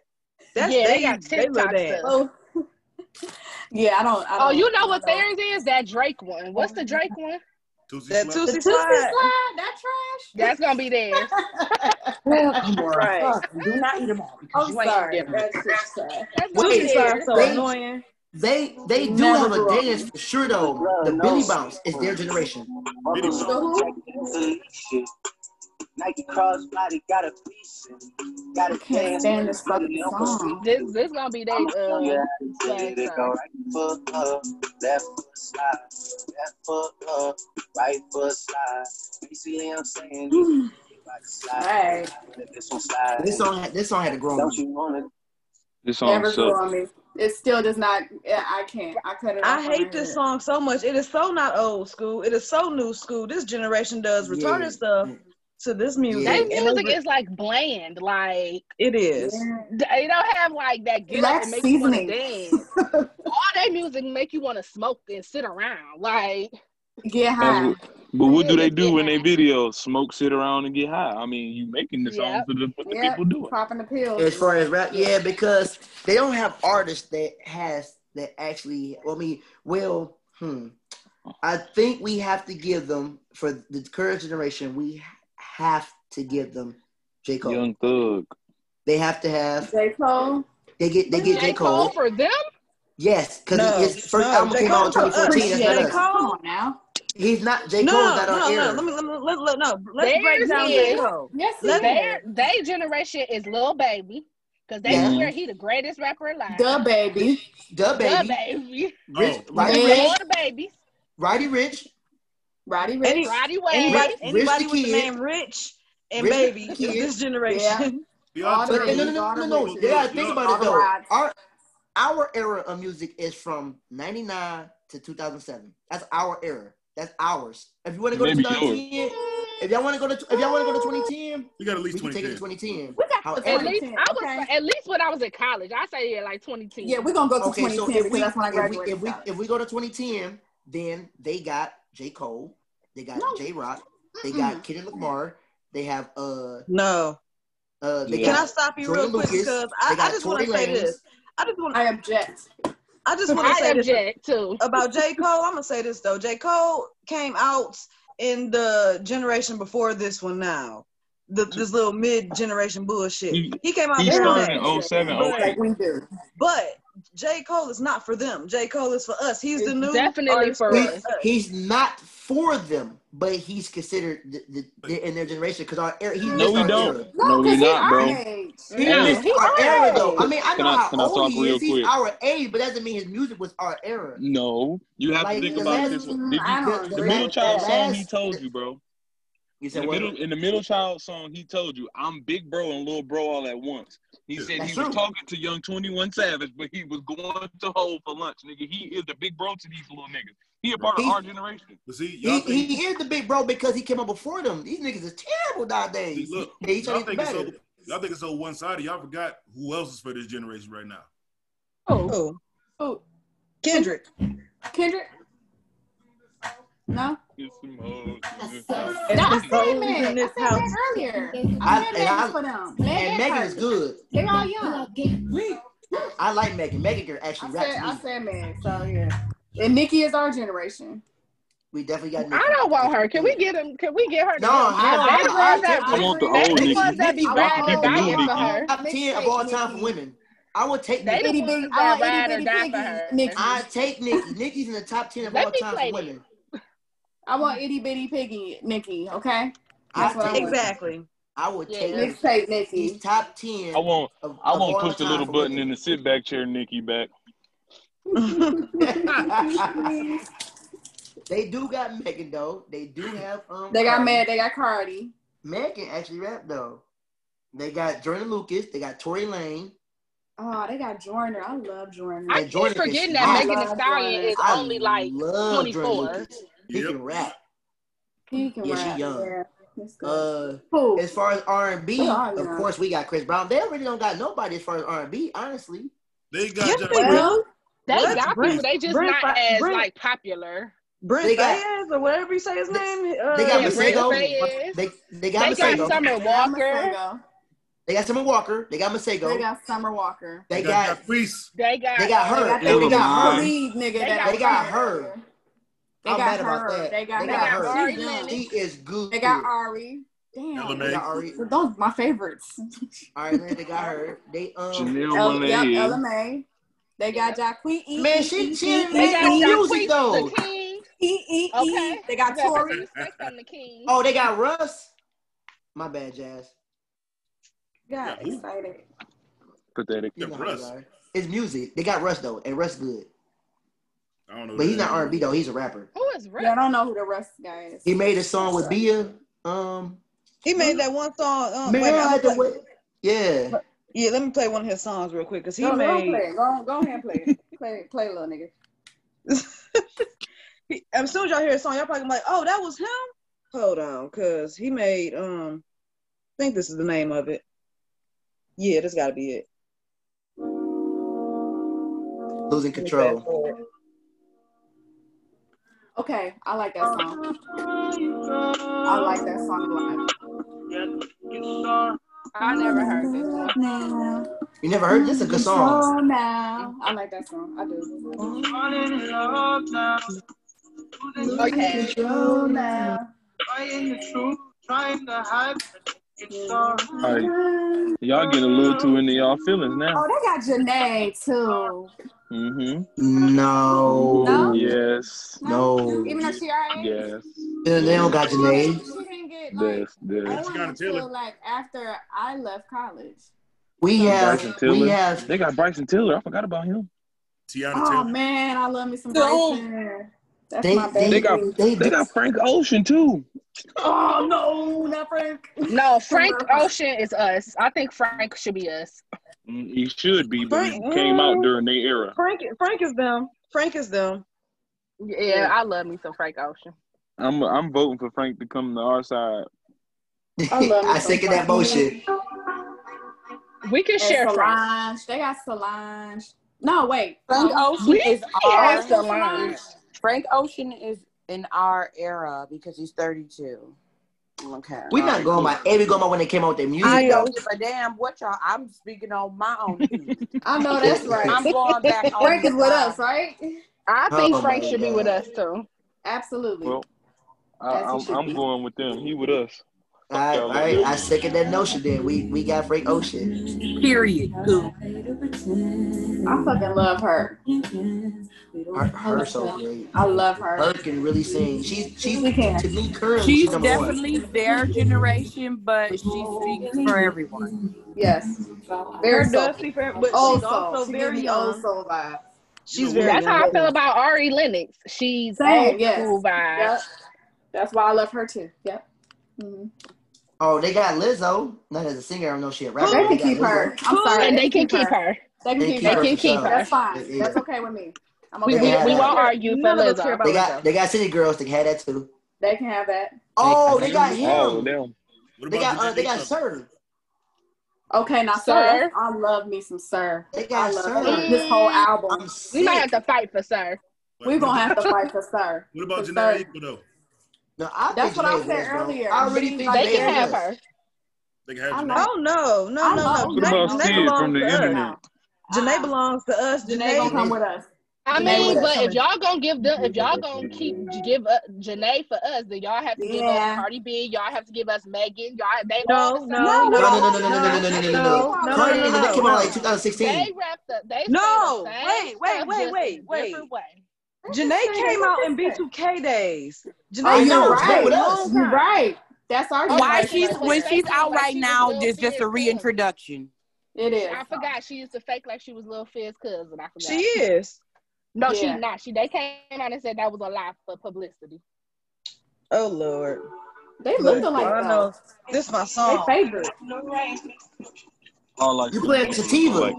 [SPEAKER 1] that's
[SPEAKER 6] Yeah,
[SPEAKER 1] they,
[SPEAKER 6] they got
[SPEAKER 1] they little
[SPEAKER 6] TikTok
[SPEAKER 1] dance.
[SPEAKER 6] stuff.
[SPEAKER 5] Oh, yeah, I don't. I don't
[SPEAKER 6] Oh, you know what
[SPEAKER 5] I don't-
[SPEAKER 6] theirs is? That Drake one. What's the Drake one?
[SPEAKER 3] Tootsie
[SPEAKER 1] That
[SPEAKER 3] Slide.
[SPEAKER 5] The
[SPEAKER 1] Tootsie
[SPEAKER 5] Tootsie
[SPEAKER 1] slide.
[SPEAKER 5] slide, that trash.
[SPEAKER 6] That's gonna be theirs.
[SPEAKER 1] Right.
[SPEAKER 7] do not eat them all because
[SPEAKER 5] I'm
[SPEAKER 7] you ain't
[SPEAKER 5] Oh, sorry.
[SPEAKER 7] them.
[SPEAKER 5] That's just uh, sad.
[SPEAKER 6] That's gonna
[SPEAKER 1] Tootsie
[SPEAKER 6] be
[SPEAKER 2] Wait,
[SPEAKER 1] slide
[SPEAKER 6] theirs.
[SPEAKER 1] so
[SPEAKER 2] they-
[SPEAKER 1] annoying.
[SPEAKER 2] They they do
[SPEAKER 5] Never
[SPEAKER 2] have a
[SPEAKER 5] grew up.
[SPEAKER 2] dance for sure though. The Billy Bounce is their generation.
[SPEAKER 3] Billy
[SPEAKER 5] The
[SPEAKER 3] Bones.
[SPEAKER 5] who?
[SPEAKER 8] Nike crossbody got a piece. Got
[SPEAKER 5] I can't stand this fucking song.
[SPEAKER 6] This this gonna be
[SPEAKER 8] I'm
[SPEAKER 6] their
[SPEAKER 8] a
[SPEAKER 6] uh, swag
[SPEAKER 8] Let it go
[SPEAKER 6] surf.
[SPEAKER 8] right foot up, left foot slide, left foot up, right foot slide. Basically, I'm saying if you like to slide,
[SPEAKER 5] Alright.
[SPEAKER 8] let this one slide.
[SPEAKER 2] This song had this song had a grown
[SPEAKER 8] Don't you wanna
[SPEAKER 4] This song
[SPEAKER 5] Never grew
[SPEAKER 4] sucks.
[SPEAKER 5] on me. It still does not. I can't. I cut it off.
[SPEAKER 1] I
[SPEAKER 5] when
[SPEAKER 1] hate
[SPEAKER 5] hear
[SPEAKER 1] this
[SPEAKER 5] it.
[SPEAKER 1] song so much. It is so not old school. It is so new school. This generation does retarded
[SPEAKER 2] Yeah.
[SPEAKER 1] stuff to this music.
[SPEAKER 6] Their
[SPEAKER 2] Yeah.
[SPEAKER 1] And it's
[SPEAKER 6] music is like bland. Like
[SPEAKER 1] It is.
[SPEAKER 5] Yeah.
[SPEAKER 6] they don't have like that get up
[SPEAKER 5] Lacks
[SPEAKER 6] and make you want to
[SPEAKER 5] seasoning.
[SPEAKER 6] dance. All their music make you want to smoke and sit around. Like
[SPEAKER 5] Get
[SPEAKER 4] That's
[SPEAKER 5] high.
[SPEAKER 4] what, but what do
[SPEAKER 6] Yeah,
[SPEAKER 4] they
[SPEAKER 6] they
[SPEAKER 4] do
[SPEAKER 6] get
[SPEAKER 4] in their
[SPEAKER 6] high.
[SPEAKER 4] videos? Smoke, sit around, and get high. I mean, you making the song
[SPEAKER 6] Yep.
[SPEAKER 4] for the, what the
[SPEAKER 5] Yep.
[SPEAKER 4] people doing.
[SPEAKER 5] Popping the pills.
[SPEAKER 2] As far as rap, yeah, because they don't have artists that has that actually, well, I mean, well, hmm. I think we have to give them for the current generation. We have to give them J Cole.
[SPEAKER 7] Young Thug.
[SPEAKER 2] They have to have.
[SPEAKER 5] J. Cole.
[SPEAKER 2] They get. They get J Cole.
[SPEAKER 6] for them?
[SPEAKER 2] Yes, because
[SPEAKER 1] No,
[SPEAKER 2] his first
[SPEAKER 1] no,
[SPEAKER 2] album
[SPEAKER 1] J.
[SPEAKER 2] came out in
[SPEAKER 1] Cole for us.
[SPEAKER 2] 2014. That's not
[SPEAKER 5] J.
[SPEAKER 1] Yeah,
[SPEAKER 5] Cole.
[SPEAKER 2] us.
[SPEAKER 5] Come on now.
[SPEAKER 2] He's not J
[SPEAKER 1] No,
[SPEAKER 2] Cole. is not
[SPEAKER 1] no,
[SPEAKER 2] our
[SPEAKER 1] no.
[SPEAKER 2] era.
[SPEAKER 1] Let me let me let, let, no. Let's break
[SPEAKER 6] Theirs
[SPEAKER 1] down J
[SPEAKER 6] is-
[SPEAKER 1] Cole.
[SPEAKER 5] Yes, he
[SPEAKER 1] Let-
[SPEAKER 5] is.
[SPEAKER 6] Their their generation is Lil Baby because they
[SPEAKER 2] Yeah.
[SPEAKER 6] swear he the greatest rapper alive.
[SPEAKER 5] The baby.
[SPEAKER 2] Duh,
[SPEAKER 6] The
[SPEAKER 2] baby.
[SPEAKER 6] baby,
[SPEAKER 2] Rich,
[SPEAKER 3] Oh.
[SPEAKER 2] Roddy
[SPEAKER 5] Yeah.
[SPEAKER 2] Rich,
[SPEAKER 6] all the babies,
[SPEAKER 2] Roddy Rich,
[SPEAKER 5] Roddy
[SPEAKER 1] Any-
[SPEAKER 5] Rich.
[SPEAKER 6] Roddy Wave.
[SPEAKER 1] Anybody
[SPEAKER 2] Rich the
[SPEAKER 1] anybody with the
[SPEAKER 2] Kid.
[SPEAKER 1] name Rich and
[SPEAKER 2] Rich the
[SPEAKER 1] Baby is
[SPEAKER 2] Kid.
[SPEAKER 1] this generation.
[SPEAKER 3] Y'all
[SPEAKER 5] All
[SPEAKER 2] But
[SPEAKER 5] the
[SPEAKER 2] no, no,
[SPEAKER 3] terrible.
[SPEAKER 5] babies,
[SPEAKER 2] no,
[SPEAKER 5] all
[SPEAKER 2] no,
[SPEAKER 5] the
[SPEAKER 2] no.
[SPEAKER 5] riches,
[SPEAKER 2] You gotta think about
[SPEAKER 5] all
[SPEAKER 2] it
[SPEAKER 5] the
[SPEAKER 2] though.
[SPEAKER 5] rides.
[SPEAKER 2] Our our era of music is from '99 to 2007. That's our era. That's ours. If you want to go to
[SPEAKER 4] Maybe yours.
[SPEAKER 2] 2010, if y'all want to go to, if y'all want to go to 2010,
[SPEAKER 3] You got at least
[SPEAKER 2] we can take it to
[SPEAKER 3] 2010.
[SPEAKER 2] 2010.
[SPEAKER 5] We got to
[SPEAKER 6] At
[SPEAKER 2] However,
[SPEAKER 6] least
[SPEAKER 5] 2010,
[SPEAKER 6] I was
[SPEAKER 5] okay.
[SPEAKER 6] at least when I was in college. I say yeah, like 2010.
[SPEAKER 5] Yeah, we're gonna go to
[SPEAKER 2] okay, so
[SPEAKER 5] 2010
[SPEAKER 2] if
[SPEAKER 5] because
[SPEAKER 2] we
[SPEAKER 5] that's when I
[SPEAKER 2] if we
[SPEAKER 5] graduated.
[SPEAKER 2] if we
[SPEAKER 5] college.
[SPEAKER 2] if we go to 2010, then they got J Cole, they got
[SPEAKER 5] No.
[SPEAKER 2] J Rock, they
[SPEAKER 5] Mm-mm.
[SPEAKER 2] got Kendrick Lamar, they have uh
[SPEAKER 1] No.
[SPEAKER 2] uh they
[SPEAKER 7] Yeah.
[SPEAKER 1] Can I
[SPEAKER 2] got
[SPEAKER 1] stop you real
[SPEAKER 2] Jordan
[SPEAKER 1] quick?
[SPEAKER 2] Lucas,
[SPEAKER 1] Because
[SPEAKER 2] they
[SPEAKER 1] I, I
[SPEAKER 2] got
[SPEAKER 1] just want
[SPEAKER 2] Tory
[SPEAKER 1] to say
[SPEAKER 2] Lanez.
[SPEAKER 1] this. I just want
[SPEAKER 5] I object.
[SPEAKER 1] I just want to
[SPEAKER 6] I
[SPEAKER 1] say this
[SPEAKER 6] object too.
[SPEAKER 1] about J. Cole, I'm gonna say this though. J. Cole came out in the generation before this one now. The, this little mid generation bullshit.
[SPEAKER 4] He-
[SPEAKER 1] He came out
[SPEAKER 4] He
[SPEAKER 1] during
[SPEAKER 4] started
[SPEAKER 1] that.
[SPEAKER 4] in 07,
[SPEAKER 1] But
[SPEAKER 4] 08.
[SPEAKER 5] Like we do.
[SPEAKER 1] but J. Cole is not for them. J. Cole is for us. He's the
[SPEAKER 6] It's
[SPEAKER 1] new
[SPEAKER 6] definitely
[SPEAKER 1] artist
[SPEAKER 6] for
[SPEAKER 2] He,
[SPEAKER 6] us.
[SPEAKER 2] he's not for them, but he's considered the, the, the, in their generation because our era. He
[SPEAKER 4] No,
[SPEAKER 2] missed
[SPEAKER 4] we
[SPEAKER 2] our
[SPEAKER 4] don't.
[SPEAKER 2] era.
[SPEAKER 5] No,
[SPEAKER 4] No, we
[SPEAKER 5] because he
[SPEAKER 4] not,
[SPEAKER 5] our
[SPEAKER 4] bro.
[SPEAKER 5] age.
[SPEAKER 2] He
[SPEAKER 6] No,
[SPEAKER 2] missed
[SPEAKER 6] he
[SPEAKER 2] our
[SPEAKER 6] our
[SPEAKER 2] era, though. I
[SPEAKER 6] age.
[SPEAKER 2] mean, I
[SPEAKER 4] Can
[SPEAKER 2] know
[SPEAKER 4] I-
[SPEAKER 2] how
[SPEAKER 4] can I
[SPEAKER 2] old
[SPEAKER 4] talk
[SPEAKER 2] he
[SPEAKER 4] real
[SPEAKER 2] is. He's
[SPEAKER 4] quick?
[SPEAKER 2] our age, but that doesn't mean his music was our era.
[SPEAKER 4] No, you have to
[SPEAKER 2] Like
[SPEAKER 4] think
[SPEAKER 2] the
[SPEAKER 4] about it
[SPEAKER 2] last,
[SPEAKER 4] this way.
[SPEAKER 5] Mm,
[SPEAKER 4] Did you
[SPEAKER 5] I
[SPEAKER 2] the,
[SPEAKER 5] don't
[SPEAKER 4] the
[SPEAKER 2] the
[SPEAKER 4] middle
[SPEAKER 2] last,
[SPEAKER 5] agree with
[SPEAKER 2] the
[SPEAKER 4] child
[SPEAKER 5] that.
[SPEAKER 4] song? He
[SPEAKER 2] last.
[SPEAKER 4] told you, bro.
[SPEAKER 2] You
[SPEAKER 4] In
[SPEAKER 2] said
[SPEAKER 4] the
[SPEAKER 2] what?
[SPEAKER 4] middle in the middle child song, he told you, I'm big bro and little bro all at once. He
[SPEAKER 3] Yeah.
[SPEAKER 4] said
[SPEAKER 2] That's
[SPEAKER 4] he was
[SPEAKER 2] true.
[SPEAKER 4] talking to young 21 Savage, but he was going to hold for lunch, nigga. He is the big bro to these little niggas. He a part of
[SPEAKER 2] He's
[SPEAKER 4] our generation.
[SPEAKER 3] But see,
[SPEAKER 2] He,
[SPEAKER 3] y'all think
[SPEAKER 2] he is the big bro because he came up before them. These niggas is terrible
[SPEAKER 3] see,
[SPEAKER 2] nowadays.
[SPEAKER 3] look,
[SPEAKER 2] They each
[SPEAKER 3] y'all
[SPEAKER 2] other
[SPEAKER 3] think it's so
[SPEAKER 2] better.
[SPEAKER 3] y'all think it's so one sided. Y'all forgot who else is for this generation right now.
[SPEAKER 6] Oh,
[SPEAKER 1] Who?
[SPEAKER 5] Who?
[SPEAKER 1] Kendrick.
[SPEAKER 5] Kendrick? No?
[SPEAKER 4] It's the most-
[SPEAKER 5] No, I said
[SPEAKER 1] Those
[SPEAKER 5] Meg.
[SPEAKER 1] in
[SPEAKER 5] I
[SPEAKER 1] this
[SPEAKER 5] said
[SPEAKER 1] house.
[SPEAKER 5] Meg earlier.
[SPEAKER 2] I-
[SPEAKER 5] I said
[SPEAKER 2] and
[SPEAKER 5] Meg
[SPEAKER 2] I-
[SPEAKER 5] is for them. Meg
[SPEAKER 2] And
[SPEAKER 5] and
[SPEAKER 2] Megan is
[SPEAKER 5] Cardi.
[SPEAKER 2] good.
[SPEAKER 5] They all young.
[SPEAKER 2] I like Megan. Megan can
[SPEAKER 5] I
[SPEAKER 2] actually rap
[SPEAKER 5] said
[SPEAKER 2] to
[SPEAKER 5] I
[SPEAKER 2] me.
[SPEAKER 5] said Meg, so yeah. And Nikki is our generation.
[SPEAKER 2] We definitely got. Nicki.
[SPEAKER 6] I don't want her. Can we get him? Can we get her?
[SPEAKER 2] No,
[SPEAKER 6] to them?
[SPEAKER 2] I
[SPEAKER 6] Because
[SPEAKER 2] don't
[SPEAKER 5] I
[SPEAKER 6] they
[SPEAKER 2] want
[SPEAKER 6] the
[SPEAKER 2] her. I
[SPEAKER 6] ones
[SPEAKER 5] agree.
[SPEAKER 6] that
[SPEAKER 2] take
[SPEAKER 5] I
[SPEAKER 4] You want the
[SPEAKER 5] agree.
[SPEAKER 6] they
[SPEAKER 4] old
[SPEAKER 6] the
[SPEAKER 4] Nikki.
[SPEAKER 6] ones that be
[SPEAKER 2] Nicki.
[SPEAKER 5] I want
[SPEAKER 4] Y'all
[SPEAKER 5] the
[SPEAKER 6] ride or
[SPEAKER 4] keep the
[SPEAKER 5] old
[SPEAKER 6] die
[SPEAKER 4] new
[SPEAKER 5] Nikki.
[SPEAKER 6] for
[SPEAKER 4] Nikki.
[SPEAKER 6] her.
[SPEAKER 2] Top ten of
[SPEAKER 5] Mixtape
[SPEAKER 2] all time for
[SPEAKER 5] Nikki.
[SPEAKER 2] women. I would take
[SPEAKER 6] They
[SPEAKER 2] Nicki.
[SPEAKER 6] the
[SPEAKER 5] Itty
[SPEAKER 6] ones
[SPEAKER 5] bitty. I
[SPEAKER 6] that
[SPEAKER 5] want itty
[SPEAKER 6] ride or
[SPEAKER 5] bitty
[SPEAKER 6] die for
[SPEAKER 5] piggy
[SPEAKER 6] her.
[SPEAKER 5] Nikki.
[SPEAKER 2] I take Nicki. Nicki's in the top ten of
[SPEAKER 6] Let
[SPEAKER 2] all
[SPEAKER 6] me
[SPEAKER 2] time for
[SPEAKER 6] play this.
[SPEAKER 2] women.
[SPEAKER 5] I want itty bitty piggy Nikki. Okay,
[SPEAKER 2] I
[SPEAKER 5] that's what I
[SPEAKER 2] take
[SPEAKER 5] want.
[SPEAKER 2] Nicki.
[SPEAKER 1] Exactly.
[SPEAKER 2] I would take
[SPEAKER 6] Yeah.
[SPEAKER 2] Nicki.
[SPEAKER 5] Mixtape
[SPEAKER 2] She's
[SPEAKER 5] Nikki.
[SPEAKER 2] top
[SPEAKER 4] I
[SPEAKER 2] ten
[SPEAKER 4] won't
[SPEAKER 2] of,
[SPEAKER 4] I
[SPEAKER 2] of
[SPEAKER 4] won't
[SPEAKER 2] all
[SPEAKER 4] push the
[SPEAKER 2] time
[SPEAKER 4] little
[SPEAKER 2] for
[SPEAKER 4] button
[SPEAKER 2] women.
[SPEAKER 4] in the sit back chair, Nikki back.
[SPEAKER 2] they do got Megan though. They do have um.
[SPEAKER 5] they got
[SPEAKER 2] Cardi.
[SPEAKER 5] mad. They got Cardi.
[SPEAKER 2] Megan actually rap though. They got Jordan Lucas. They got Tory Lane.
[SPEAKER 5] Oh, they got Joyner. I love Joyner.
[SPEAKER 6] I
[SPEAKER 2] Man, Jordan
[SPEAKER 6] keep
[SPEAKER 2] can
[SPEAKER 6] forgetting that
[SPEAKER 5] I
[SPEAKER 2] smack.
[SPEAKER 6] Megan Thee
[SPEAKER 5] love
[SPEAKER 6] Stallion
[SPEAKER 5] Joyner.
[SPEAKER 6] is
[SPEAKER 2] I
[SPEAKER 6] only like
[SPEAKER 2] love Jordan
[SPEAKER 6] 24.
[SPEAKER 2] Lucas. He
[SPEAKER 3] Yep.
[SPEAKER 2] can rap.
[SPEAKER 5] He can
[SPEAKER 2] Yeah, she
[SPEAKER 5] rap.
[SPEAKER 2] young.
[SPEAKER 5] Yeah, that's good.
[SPEAKER 2] Uh,
[SPEAKER 5] Who?
[SPEAKER 2] as far as R and
[SPEAKER 5] We
[SPEAKER 2] B,
[SPEAKER 5] are
[SPEAKER 2] of
[SPEAKER 5] young.
[SPEAKER 2] course we got Chris Brown. They really don't got nobody as far as R and B, honestly.
[SPEAKER 3] They got
[SPEAKER 1] Yes,
[SPEAKER 3] John
[SPEAKER 1] they
[SPEAKER 3] Brent.
[SPEAKER 1] do.
[SPEAKER 6] They
[SPEAKER 1] What?
[SPEAKER 6] got
[SPEAKER 1] Brent,
[SPEAKER 6] people. They just
[SPEAKER 1] Brent,
[SPEAKER 6] not as
[SPEAKER 1] Brent,
[SPEAKER 6] like popular.
[SPEAKER 1] Brent
[SPEAKER 2] They got-
[SPEAKER 1] Fayez or whatever you say his
[SPEAKER 2] They-
[SPEAKER 1] name. Uh,
[SPEAKER 2] They got
[SPEAKER 6] Yeah,
[SPEAKER 1] yeah,
[SPEAKER 6] Brent
[SPEAKER 2] Masego.
[SPEAKER 6] Fayez.
[SPEAKER 2] They they got
[SPEAKER 6] They got
[SPEAKER 2] Masego.
[SPEAKER 6] Summer
[SPEAKER 5] They got
[SPEAKER 6] Walker.
[SPEAKER 5] Masego.
[SPEAKER 2] They got Summer Walker. They got
[SPEAKER 5] They
[SPEAKER 2] Masego.
[SPEAKER 5] got Summer Walker.
[SPEAKER 2] They
[SPEAKER 3] They got
[SPEAKER 2] got
[SPEAKER 3] Jack Reese.
[SPEAKER 6] They got.
[SPEAKER 2] they got her.
[SPEAKER 5] They got
[SPEAKER 2] No,
[SPEAKER 5] that
[SPEAKER 2] they
[SPEAKER 7] Never
[SPEAKER 2] got her.
[SPEAKER 7] mind.
[SPEAKER 5] lead nigga
[SPEAKER 6] They
[SPEAKER 5] that
[SPEAKER 6] got
[SPEAKER 2] They
[SPEAKER 5] was
[SPEAKER 2] got
[SPEAKER 5] here
[SPEAKER 6] her.
[SPEAKER 2] her.
[SPEAKER 5] earlier. They
[SPEAKER 2] I'm
[SPEAKER 5] got
[SPEAKER 2] mad about
[SPEAKER 5] her.
[SPEAKER 2] that.
[SPEAKER 5] They got
[SPEAKER 2] They
[SPEAKER 6] They
[SPEAKER 2] got
[SPEAKER 5] her.
[SPEAKER 6] got
[SPEAKER 2] her.
[SPEAKER 5] She
[SPEAKER 6] Ari
[SPEAKER 5] young.
[SPEAKER 6] Lennox.
[SPEAKER 2] She is good.
[SPEAKER 5] They got
[SPEAKER 2] All
[SPEAKER 5] Ari. Damn.
[SPEAKER 2] They
[SPEAKER 3] LMA.
[SPEAKER 2] got Ari.
[SPEAKER 5] Those my favorites.
[SPEAKER 2] Ari Lennox. They got her. They um
[SPEAKER 4] Janelle
[SPEAKER 5] L- yep,
[SPEAKER 4] Monae.
[SPEAKER 5] LMA. They got Jacque. E,
[SPEAKER 2] man,
[SPEAKER 5] e,
[SPEAKER 2] she
[SPEAKER 5] e,
[SPEAKER 2] she didn't
[SPEAKER 6] They
[SPEAKER 2] make
[SPEAKER 6] got
[SPEAKER 2] no
[SPEAKER 5] e,
[SPEAKER 2] music
[SPEAKER 6] Jacquees the
[SPEAKER 2] though.
[SPEAKER 6] King.
[SPEAKER 5] e, e,
[SPEAKER 6] Okay.
[SPEAKER 5] e. They got
[SPEAKER 6] Yeah, but
[SPEAKER 5] Tori.
[SPEAKER 6] you say something to King.
[SPEAKER 2] Oh, they got Russ. My bad, Jazz.
[SPEAKER 5] Got
[SPEAKER 3] Yeah, who?
[SPEAKER 5] excited.
[SPEAKER 4] Pathetic.
[SPEAKER 2] You
[SPEAKER 3] Yeah,
[SPEAKER 2] know how they
[SPEAKER 3] Russ.
[SPEAKER 2] are. It's music. They got Russ though, and Russ good.
[SPEAKER 3] I don't know.
[SPEAKER 2] But he's not
[SPEAKER 3] that.
[SPEAKER 2] R and B though. He's a rapper.
[SPEAKER 6] Who is
[SPEAKER 5] Yeah, I
[SPEAKER 6] Russ?
[SPEAKER 5] don't know who the rest guy is.
[SPEAKER 2] He made a song with Bia. Um,
[SPEAKER 1] he made that one song. Um, wait,
[SPEAKER 2] man,
[SPEAKER 1] I'm
[SPEAKER 2] I
[SPEAKER 1] gonna
[SPEAKER 2] the
[SPEAKER 1] play,
[SPEAKER 2] way. Yeah,
[SPEAKER 1] yeah, let me play one of his songs real quick because he
[SPEAKER 5] Go, go
[SPEAKER 1] made.
[SPEAKER 5] play it. Go, go ahead and play it. Play, play, little nigga.
[SPEAKER 1] He- as soon as y'all hear a song, y'all probably gonna be like, oh, that was him. Hold on, cause he made um I think this is the name of it. Yeah, this gotta be it.
[SPEAKER 2] losing
[SPEAKER 1] Let me fast
[SPEAKER 2] control.
[SPEAKER 1] forward.
[SPEAKER 5] Okay, I like that song. I like that song a lot. Oh
[SPEAKER 6] I never heard this one.
[SPEAKER 2] You never heard this? It's a good
[SPEAKER 5] Oh,
[SPEAKER 2] song.
[SPEAKER 5] now. I like that song. I do.
[SPEAKER 6] Okay.
[SPEAKER 5] Control now.
[SPEAKER 4] All right, y'all get a little too into y'all feelings now.
[SPEAKER 5] Oh, they got Janae too.
[SPEAKER 4] Mm-hmm.
[SPEAKER 2] No.
[SPEAKER 5] No?
[SPEAKER 4] Yes.
[SPEAKER 2] No.
[SPEAKER 5] Even though she alright.
[SPEAKER 4] Yes.
[SPEAKER 2] They don't got your name.
[SPEAKER 5] She didn't get like.
[SPEAKER 4] This. This.
[SPEAKER 5] on
[SPEAKER 3] Breonna Taylor.
[SPEAKER 5] until like after I left college.
[SPEAKER 2] We
[SPEAKER 4] Bryson
[SPEAKER 2] have.
[SPEAKER 4] Tiller.
[SPEAKER 2] We have.
[SPEAKER 4] They got Bryson Tiller. I forgot about him.
[SPEAKER 3] Tiana
[SPEAKER 5] Oh
[SPEAKER 3] Taylor.
[SPEAKER 5] man, I love me some
[SPEAKER 6] No.
[SPEAKER 5] Bryson. That's
[SPEAKER 2] They.
[SPEAKER 5] my
[SPEAKER 2] They.
[SPEAKER 5] baby.
[SPEAKER 4] They got-
[SPEAKER 2] They.
[SPEAKER 4] They got Frank Ocean too.
[SPEAKER 5] oh no, not Frank.
[SPEAKER 6] No, Frank Ocean is us. I think Frank should be us.
[SPEAKER 4] Mm, He should be, but he
[SPEAKER 1] Frank-
[SPEAKER 4] came out
[SPEAKER 1] mm.
[SPEAKER 4] during their era.
[SPEAKER 1] Frank, Frank is them. Frank is them.
[SPEAKER 6] Yeah, I love me some Frank Ocean.
[SPEAKER 4] I'm I'm voting for Frank to come to our side.
[SPEAKER 5] I love me
[SPEAKER 2] I
[SPEAKER 5] some
[SPEAKER 2] second that
[SPEAKER 5] Bryson.
[SPEAKER 2] motion.
[SPEAKER 6] We can
[SPEAKER 5] And
[SPEAKER 6] share Frank.
[SPEAKER 5] Solange. They got Solange. No, wait.
[SPEAKER 7] Frank
[SPEAKER 6] oh,
[SPEAKER 5] No.
[SPEAKER 7] Ocean is
[SPEAKER 6] Yeah,
[SPEAKER 7] our
[SPEAKER 5] Yes,
[SPEAKER 6] Solange.
[SPEAKER 7] Frank Ocean is in our era because he's 32. Okay.
[SPEAKER 2] We're not going by every going by when they came out with their music
[SPEAKER 7] I
[SPEAKER 2] though.
[SPEAKER 7] don't give a damn what y'all. I'm speaking on my own. opinion.
[SPEAKER 5] I know that's right.
[SPEAKER 7] I'm going back on.
[SPEAKER 5] Frank is with
[SPEAKER 7] time.
[SPEAKER 5] us, right?
[SPEAKER 6] I think
[SPEAKER 2] Oh
[SPEAKER 6] Frank
[SPEAKER 2] my
[SPEAKER 6] should be
[SPEAKER 2] God.
[SPEAKER 6] with us too.
[SPEAKER 5] Absolutely.
[SPEAKER 4] Well, I,
[SPEAKER 5] That's who
[SPEAKER 4] I'm
[SPEAKER 5] should
[SPEAKER 4] I'm
[SPEAKER 5] be.
[SPEAKER 4] going with them. He with us.
[SPEAKER 2] All right, all right. I second that notion. Then we we got Frank Ocean.
[SPEAKER 7] Period. Who?
[SPEAKER 5] I fucking love her.
[SPEAKER 2] Her, her so great.
[SPEAKER 5] I love her.
[SPEAKER 2] Her can really sing. She's she's
[SPEAKER 5] We can.
[SPEAKER 2] to me currently she's,
[SPEAKER 7] She's
[SPEAKER 2] number one.
[SPEAKER 7] definitely their generation, but she speaks for everyone.
[SPEAKER 5] Yes.
[SPEAKER 1] Her
[SPEAKER 5] Very soul.
[SPEAKER 1] does see for, but
[SPEAKER 5] Old
[SPEAKER 1] she's also
[SPEAKER 5] soul. She gives
[SPEAKER 1] very um,
[SPEAKER 5] me
[SPEAKER 1] young.
[SPEAKER 5] old soul vibes.
[SPEAKER 1] She's
[SPEAKER 3] You know,
[SPEAKER 1] very
[SPEAKER 6] That's how I
[SPEAKER 1] young.
[SPEAKER 6] feel about Ari Lennox. She's
[SPEAKER 5] Same,
[SPEAKER 6] old
[SPEAKER 5] yes.
[SPEAKER 6] school vibe.
[SPEAKER 5] Yep. That's why I love her too. Yep. Mhm.
[SPEAKER 2] Oh, they got Lizzo. Not as a singer, I don't know if she a rapper.
[SPEAKER 5] They
[SPEAKER 2] but
[SPEAKER 5] can
[SPEAKER 2] got
[SPEAKER 5] keep her.
[SPEAKER 2] Lizzo.
[SPEAKER 5] I'm sorry.
[SPEAKER 6] And they can keep her.
[SPEAKER 5] They can
[SPEAKER 2] They
[SPEAKER 5] keep
[SPEAKER 2] keep her.
[SPEAKER 5] her.
[SPEAKER 6] They can
[SPEAKER 2] for
[SPEAKER 6] keep
[SPEAKER 2] sure.
[SPEAKER 6] her.
[SPEAKER 5] That's fine.
[SPEAKER 2] Yeah.
[SPEAKER 5] That's okay with me. I'm
[SPEAKER 6] We,
[SPEAKER 5] okay
[SPEAKER 6] we,
[SPEAKER 5] with
[SPEAKER 2] Yeah.
[SPEAKER 6] we
[SPEAKER 5] that.
[SPEAKER 6] won't argue for
[SPEAKER 1] None of us care
[SPEAKER 6] Lizzo.
[SPEAKER 1] about
[SPEAKER 2] They
[SPEAKER 1] Lizzo.
[SPEAKER 2] got they got City Girls. They had that too.
[SPEAKER 5] They can have that.
[SPEAKER 2] Oh, they got
[SPEAKER 4] Oh
[SPEAKER 2] him.
[SPEAKER 4] damn.
[SPEAKER 3] What
[SPEAKER 2] They got
[SPEAKER 3] about
[SPEAKER 2] uh,
[SPEAKER 3] Janae
[SPEAKER 2] they got
[SPEAKER 3] Tucker?
[SPEAKER 2] Sir.
[SPEAKER 5] Okay, now sir,
[SPEAKER 6] Sir.
[SPEAKER 5] I love me some sir.
[SPEAKER 2] They
[SPEAKER 5] I
[SPEAKER 2] got
[SPEAKER 5] love
[SPEAKER 2] Sir.
[SPEAKER 5] his whole
[SPEAKER 6] Mm,
[SPEAKER 5] album.
[SPEAKER 2] I'm
[SPEAKER 6] We might have
[SPEAKER 2] sick.
[SPEAKER 6] to fight for sir.
[SPEAKER 3] Like,
[SPEAKER 5] We're
[SPEAKER 3] what
[SPEAKER 5] gonna
[SPEAKER 3] about-
[SPEAKER 5] have to fight for sir.
[SPEAKER 3] What about
[SPEAKER 5] 'Cause
[SPEAKER 3] Janae
[SPEAKER 5] sir-
[SPEAKER 3] Aiko though?
[SPEAKER 2] No, I
[SPEAKER 5] That's
[SPEAKER 2] think
[SPEAKER 5] what I
[SPEAKER 2] Janae's
[SPEAKER 5] said
[SPEAKER 2] is, bro.
[SPEAKER 5] earlier.
[SPEAKER 2] I already
[SPEAKER 5] She's
[SPEAKER 2] think
[SPEAKER 5] like
[SPEAKER 6] They
[SPEAKER 2] Janae's
[SPEAKER 6] can
[SPEAKER 5] very
[SPEAKER 6] have
[SPEAKER 2] is.
[SPEAKER 6] her.
[SPEAKER 3] They can have
[SPEAKER 5] I
[SPEAKER 3] Janae.
[SPEAKER 5] love
[SPEAKER 1] Oh no, no, no,
[SPEAKER 5] I love
[SPEAKER 1] no.
[SPEAKER 4] What
[SPEAKER 5] Janae.
[SPEAKER 1] Janae,
[SPEAKER 4] about
[SPEAKER 5] No,
[SPEAKER 1] Janae
[SPEAKER 5] no,
[SPEAKER 4] Sid
[SPEAKER 1] belongs
[SPEAKER 4] from the
[SPEAKER 1] to us.
[SPEAKER 4] internet?
[SPEAKER 5] no.
[SPEAKER 1] Janae
[SPEAKER 5] Uh-uh.
[SPEAKER 1] belongs to us.
[SPEAKER 5] Janae
[SPEAKER 1] Janae
[SPEAKER 5] gonna come
[SPEAKER 2] Janae-
[SPEAKER 5] with us.
[SPEAKER 6] I
[SPEAKER 5] Janae
[SPEAKER 6] mean,
[SPEAKER 5] with us.
[SPEAKER 6] but
[SPEAKER 1] come
[SPEAKER 6] if
[SPEAKER 1] in.
[SPEAKER 6] y'all gonna give the if y'all gonna keep give up Janae for us, then y'all have to give us
[SPEAKER 5] Yeah.
[SPEAKER 6] Cardi B, y'all have to give us Megan, y'all they
[SPEAKER 1] No,
[SPEAKER 6] all the same.
[SPEAKER 1] no,
[SPEAKER 5] No, we
[SPEAKER 2] No, no,
[SPEAKER 1] no,
[SPEAKER 2] no,
[SPEAKER 5] don't
[SPEAKER 2] no, no,
[SPEAKER 5] want
[SPEAKER 2] no,
[SPEAKER 5] that.
[SPEAKER 2] no,
[SPEAKER 1] no,
[SPEAKER 2] no, no, no, no,
[SPEAKER 5] They
[SPEAKER 1] no,
[SPEAKER 2] no.
[SPEAKER 5] call
[SPEAKER 1] no, no,
[SPEAKER 2] Cardi
[SPEAKER 5] Cardi
[SPEAKER 2] and
[SPEAKER 5] B.
[SPEAKER 1] no,
[SPEAKER 2] Janae came out
[SPEAKER 1] no,
[SPEAKER 2] like 2016.
[SPEAKER 6] They wrapped up they say the
[SPEAKER 1] no.
[SPEAKER 6] same
[SPEAKER 1] Wait, wait,
[SPEAKER 6] stuff
[SPEAKER 1] wait,
[SPEAKER 6] just in
[SPEAKER 1] wait,
[SPEAKER 6] a
[SPEAKER 1] wait.
[SPEAKER 6] different way.
[SPEAKER 1] Janae came out in B2K days.
[SPEAKER 2] I
[SPEAKER 1] Janae
[SPEAKER 5] Oh,
[SPEAKER 1] been
[SPEAKER 5] you're
[SPEAKER 2] know.
[SPEAKER 1] out
[SPEAKER 2] Janae
[SPEAKER 1] for a
[SPEAKER 2] with
[SPEAKER 5] right.
[SPEAKER 2] us.
[SPEAKER 1] long
[SPEAKER 5] You're
[SPEAKER 1] time.
[SPEAKER 5] right. That's our
[SPEAKER 6] Oh,
[SPEAKER 7] Why
[SPEAKER 5] generation
[SPEAKER 6] she
[SPEAKER 7] she's
[SPEAKER 5] right
[SPEAKER 6] used to
[SPEAKER 7] when
[SPEAKER 5] there.
[SPEAKER 7] she's
[SPEAKER 6] fake
[SPEAKER 7] out
[SPEAKER 6] like
[SPEAKER 7] right
[SPEAKER 6] she was
[SPEAKER 7] now
[SPEAKER 6] Lil
[SPEAKER 7] is just a
[SPEAKER 6] Fizz cousin.
[SPEAKER 7] reintroduction.
[SPEAKER 5] It is.
[SPEAKER 6] I forgot she used to fake like she was Lil Fizz cousin. I
[SPEAKER 1] She
[SPEAKER 6] forgot.
[SPEAKER 1] is.
[SPEAKER 6] No, she
[SPEAKER 5] Yeah.
[SPEAKER 6] not. She they came out and said that was a lie for publicity.
[SPEAKER 1] Oh Lord.
[SPEAKER 5] They
[SPEAKER 1] But
[SPEAKER 5] look
[SPEAKER 1] all
[SPEAKER 5] alike
[SPEAKER 1] I
[SPEAKER 5] though.
[SPEAKER 1] know this my
[SPEAKER 5] They
[SPEAKER 1] song.
[SPEAKER 5] favorite.
[SPEAKER 4] I like
[SPEAKER 2] You
[SPEAKER 4] Sid
[SPEAKER 2] playing
[SPEAKER 4] Vicious. I
[SPEAKER 2] Sativa
[SPEAKER 4] like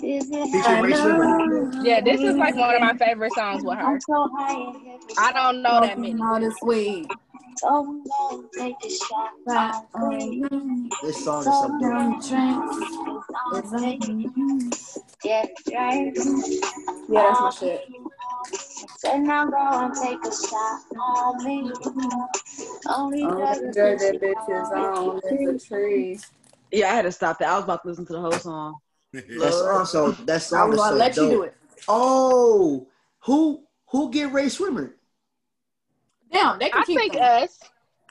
[SPEAKER 2] featuring Ray Shrimmer.
[SPEAKER 6] Yeah, this is like one of
[SPEAKER 1] Mm-hmm.
[SPEAKER 6] my favorite songs with her. I don't know that
[SPEAKER 5] Smoking
[SPEAKER 6] many.
[SPEAKER 5] all this weed. Right on me.
[SPEAKER 2] This song is so dope.
[SPEAKER 5] Them drinks is on me. Yeah, that's my shit. Only drug that bitch is on is a tree.
[SPEAKER 1] Yeah, I had to stop that. I was about to listen to the whole song.
[SPEAKER 2] That song, so that
[SPEAKER 5] I
[SPEAKER 2] song
[SPEAKER 5] was
[SPEAKER 2] is
[SPEAKER 5] gonna
[SPEAKER 2] so
[SPEAKER 5] let you
[SPEAKER 2] dope.
[SPEAKER 5] do it.
[SPEAKER 2] Oh, who who get Ray Swimmer?
[SPEAKER 5] Damn, they can
[SPEAKER 6] I
[SPEAKER 5] Mm-hmm. keep
[SPEAKER 6] think uh,
[SPEAKER 5] them.
[SPEAKER 6] us.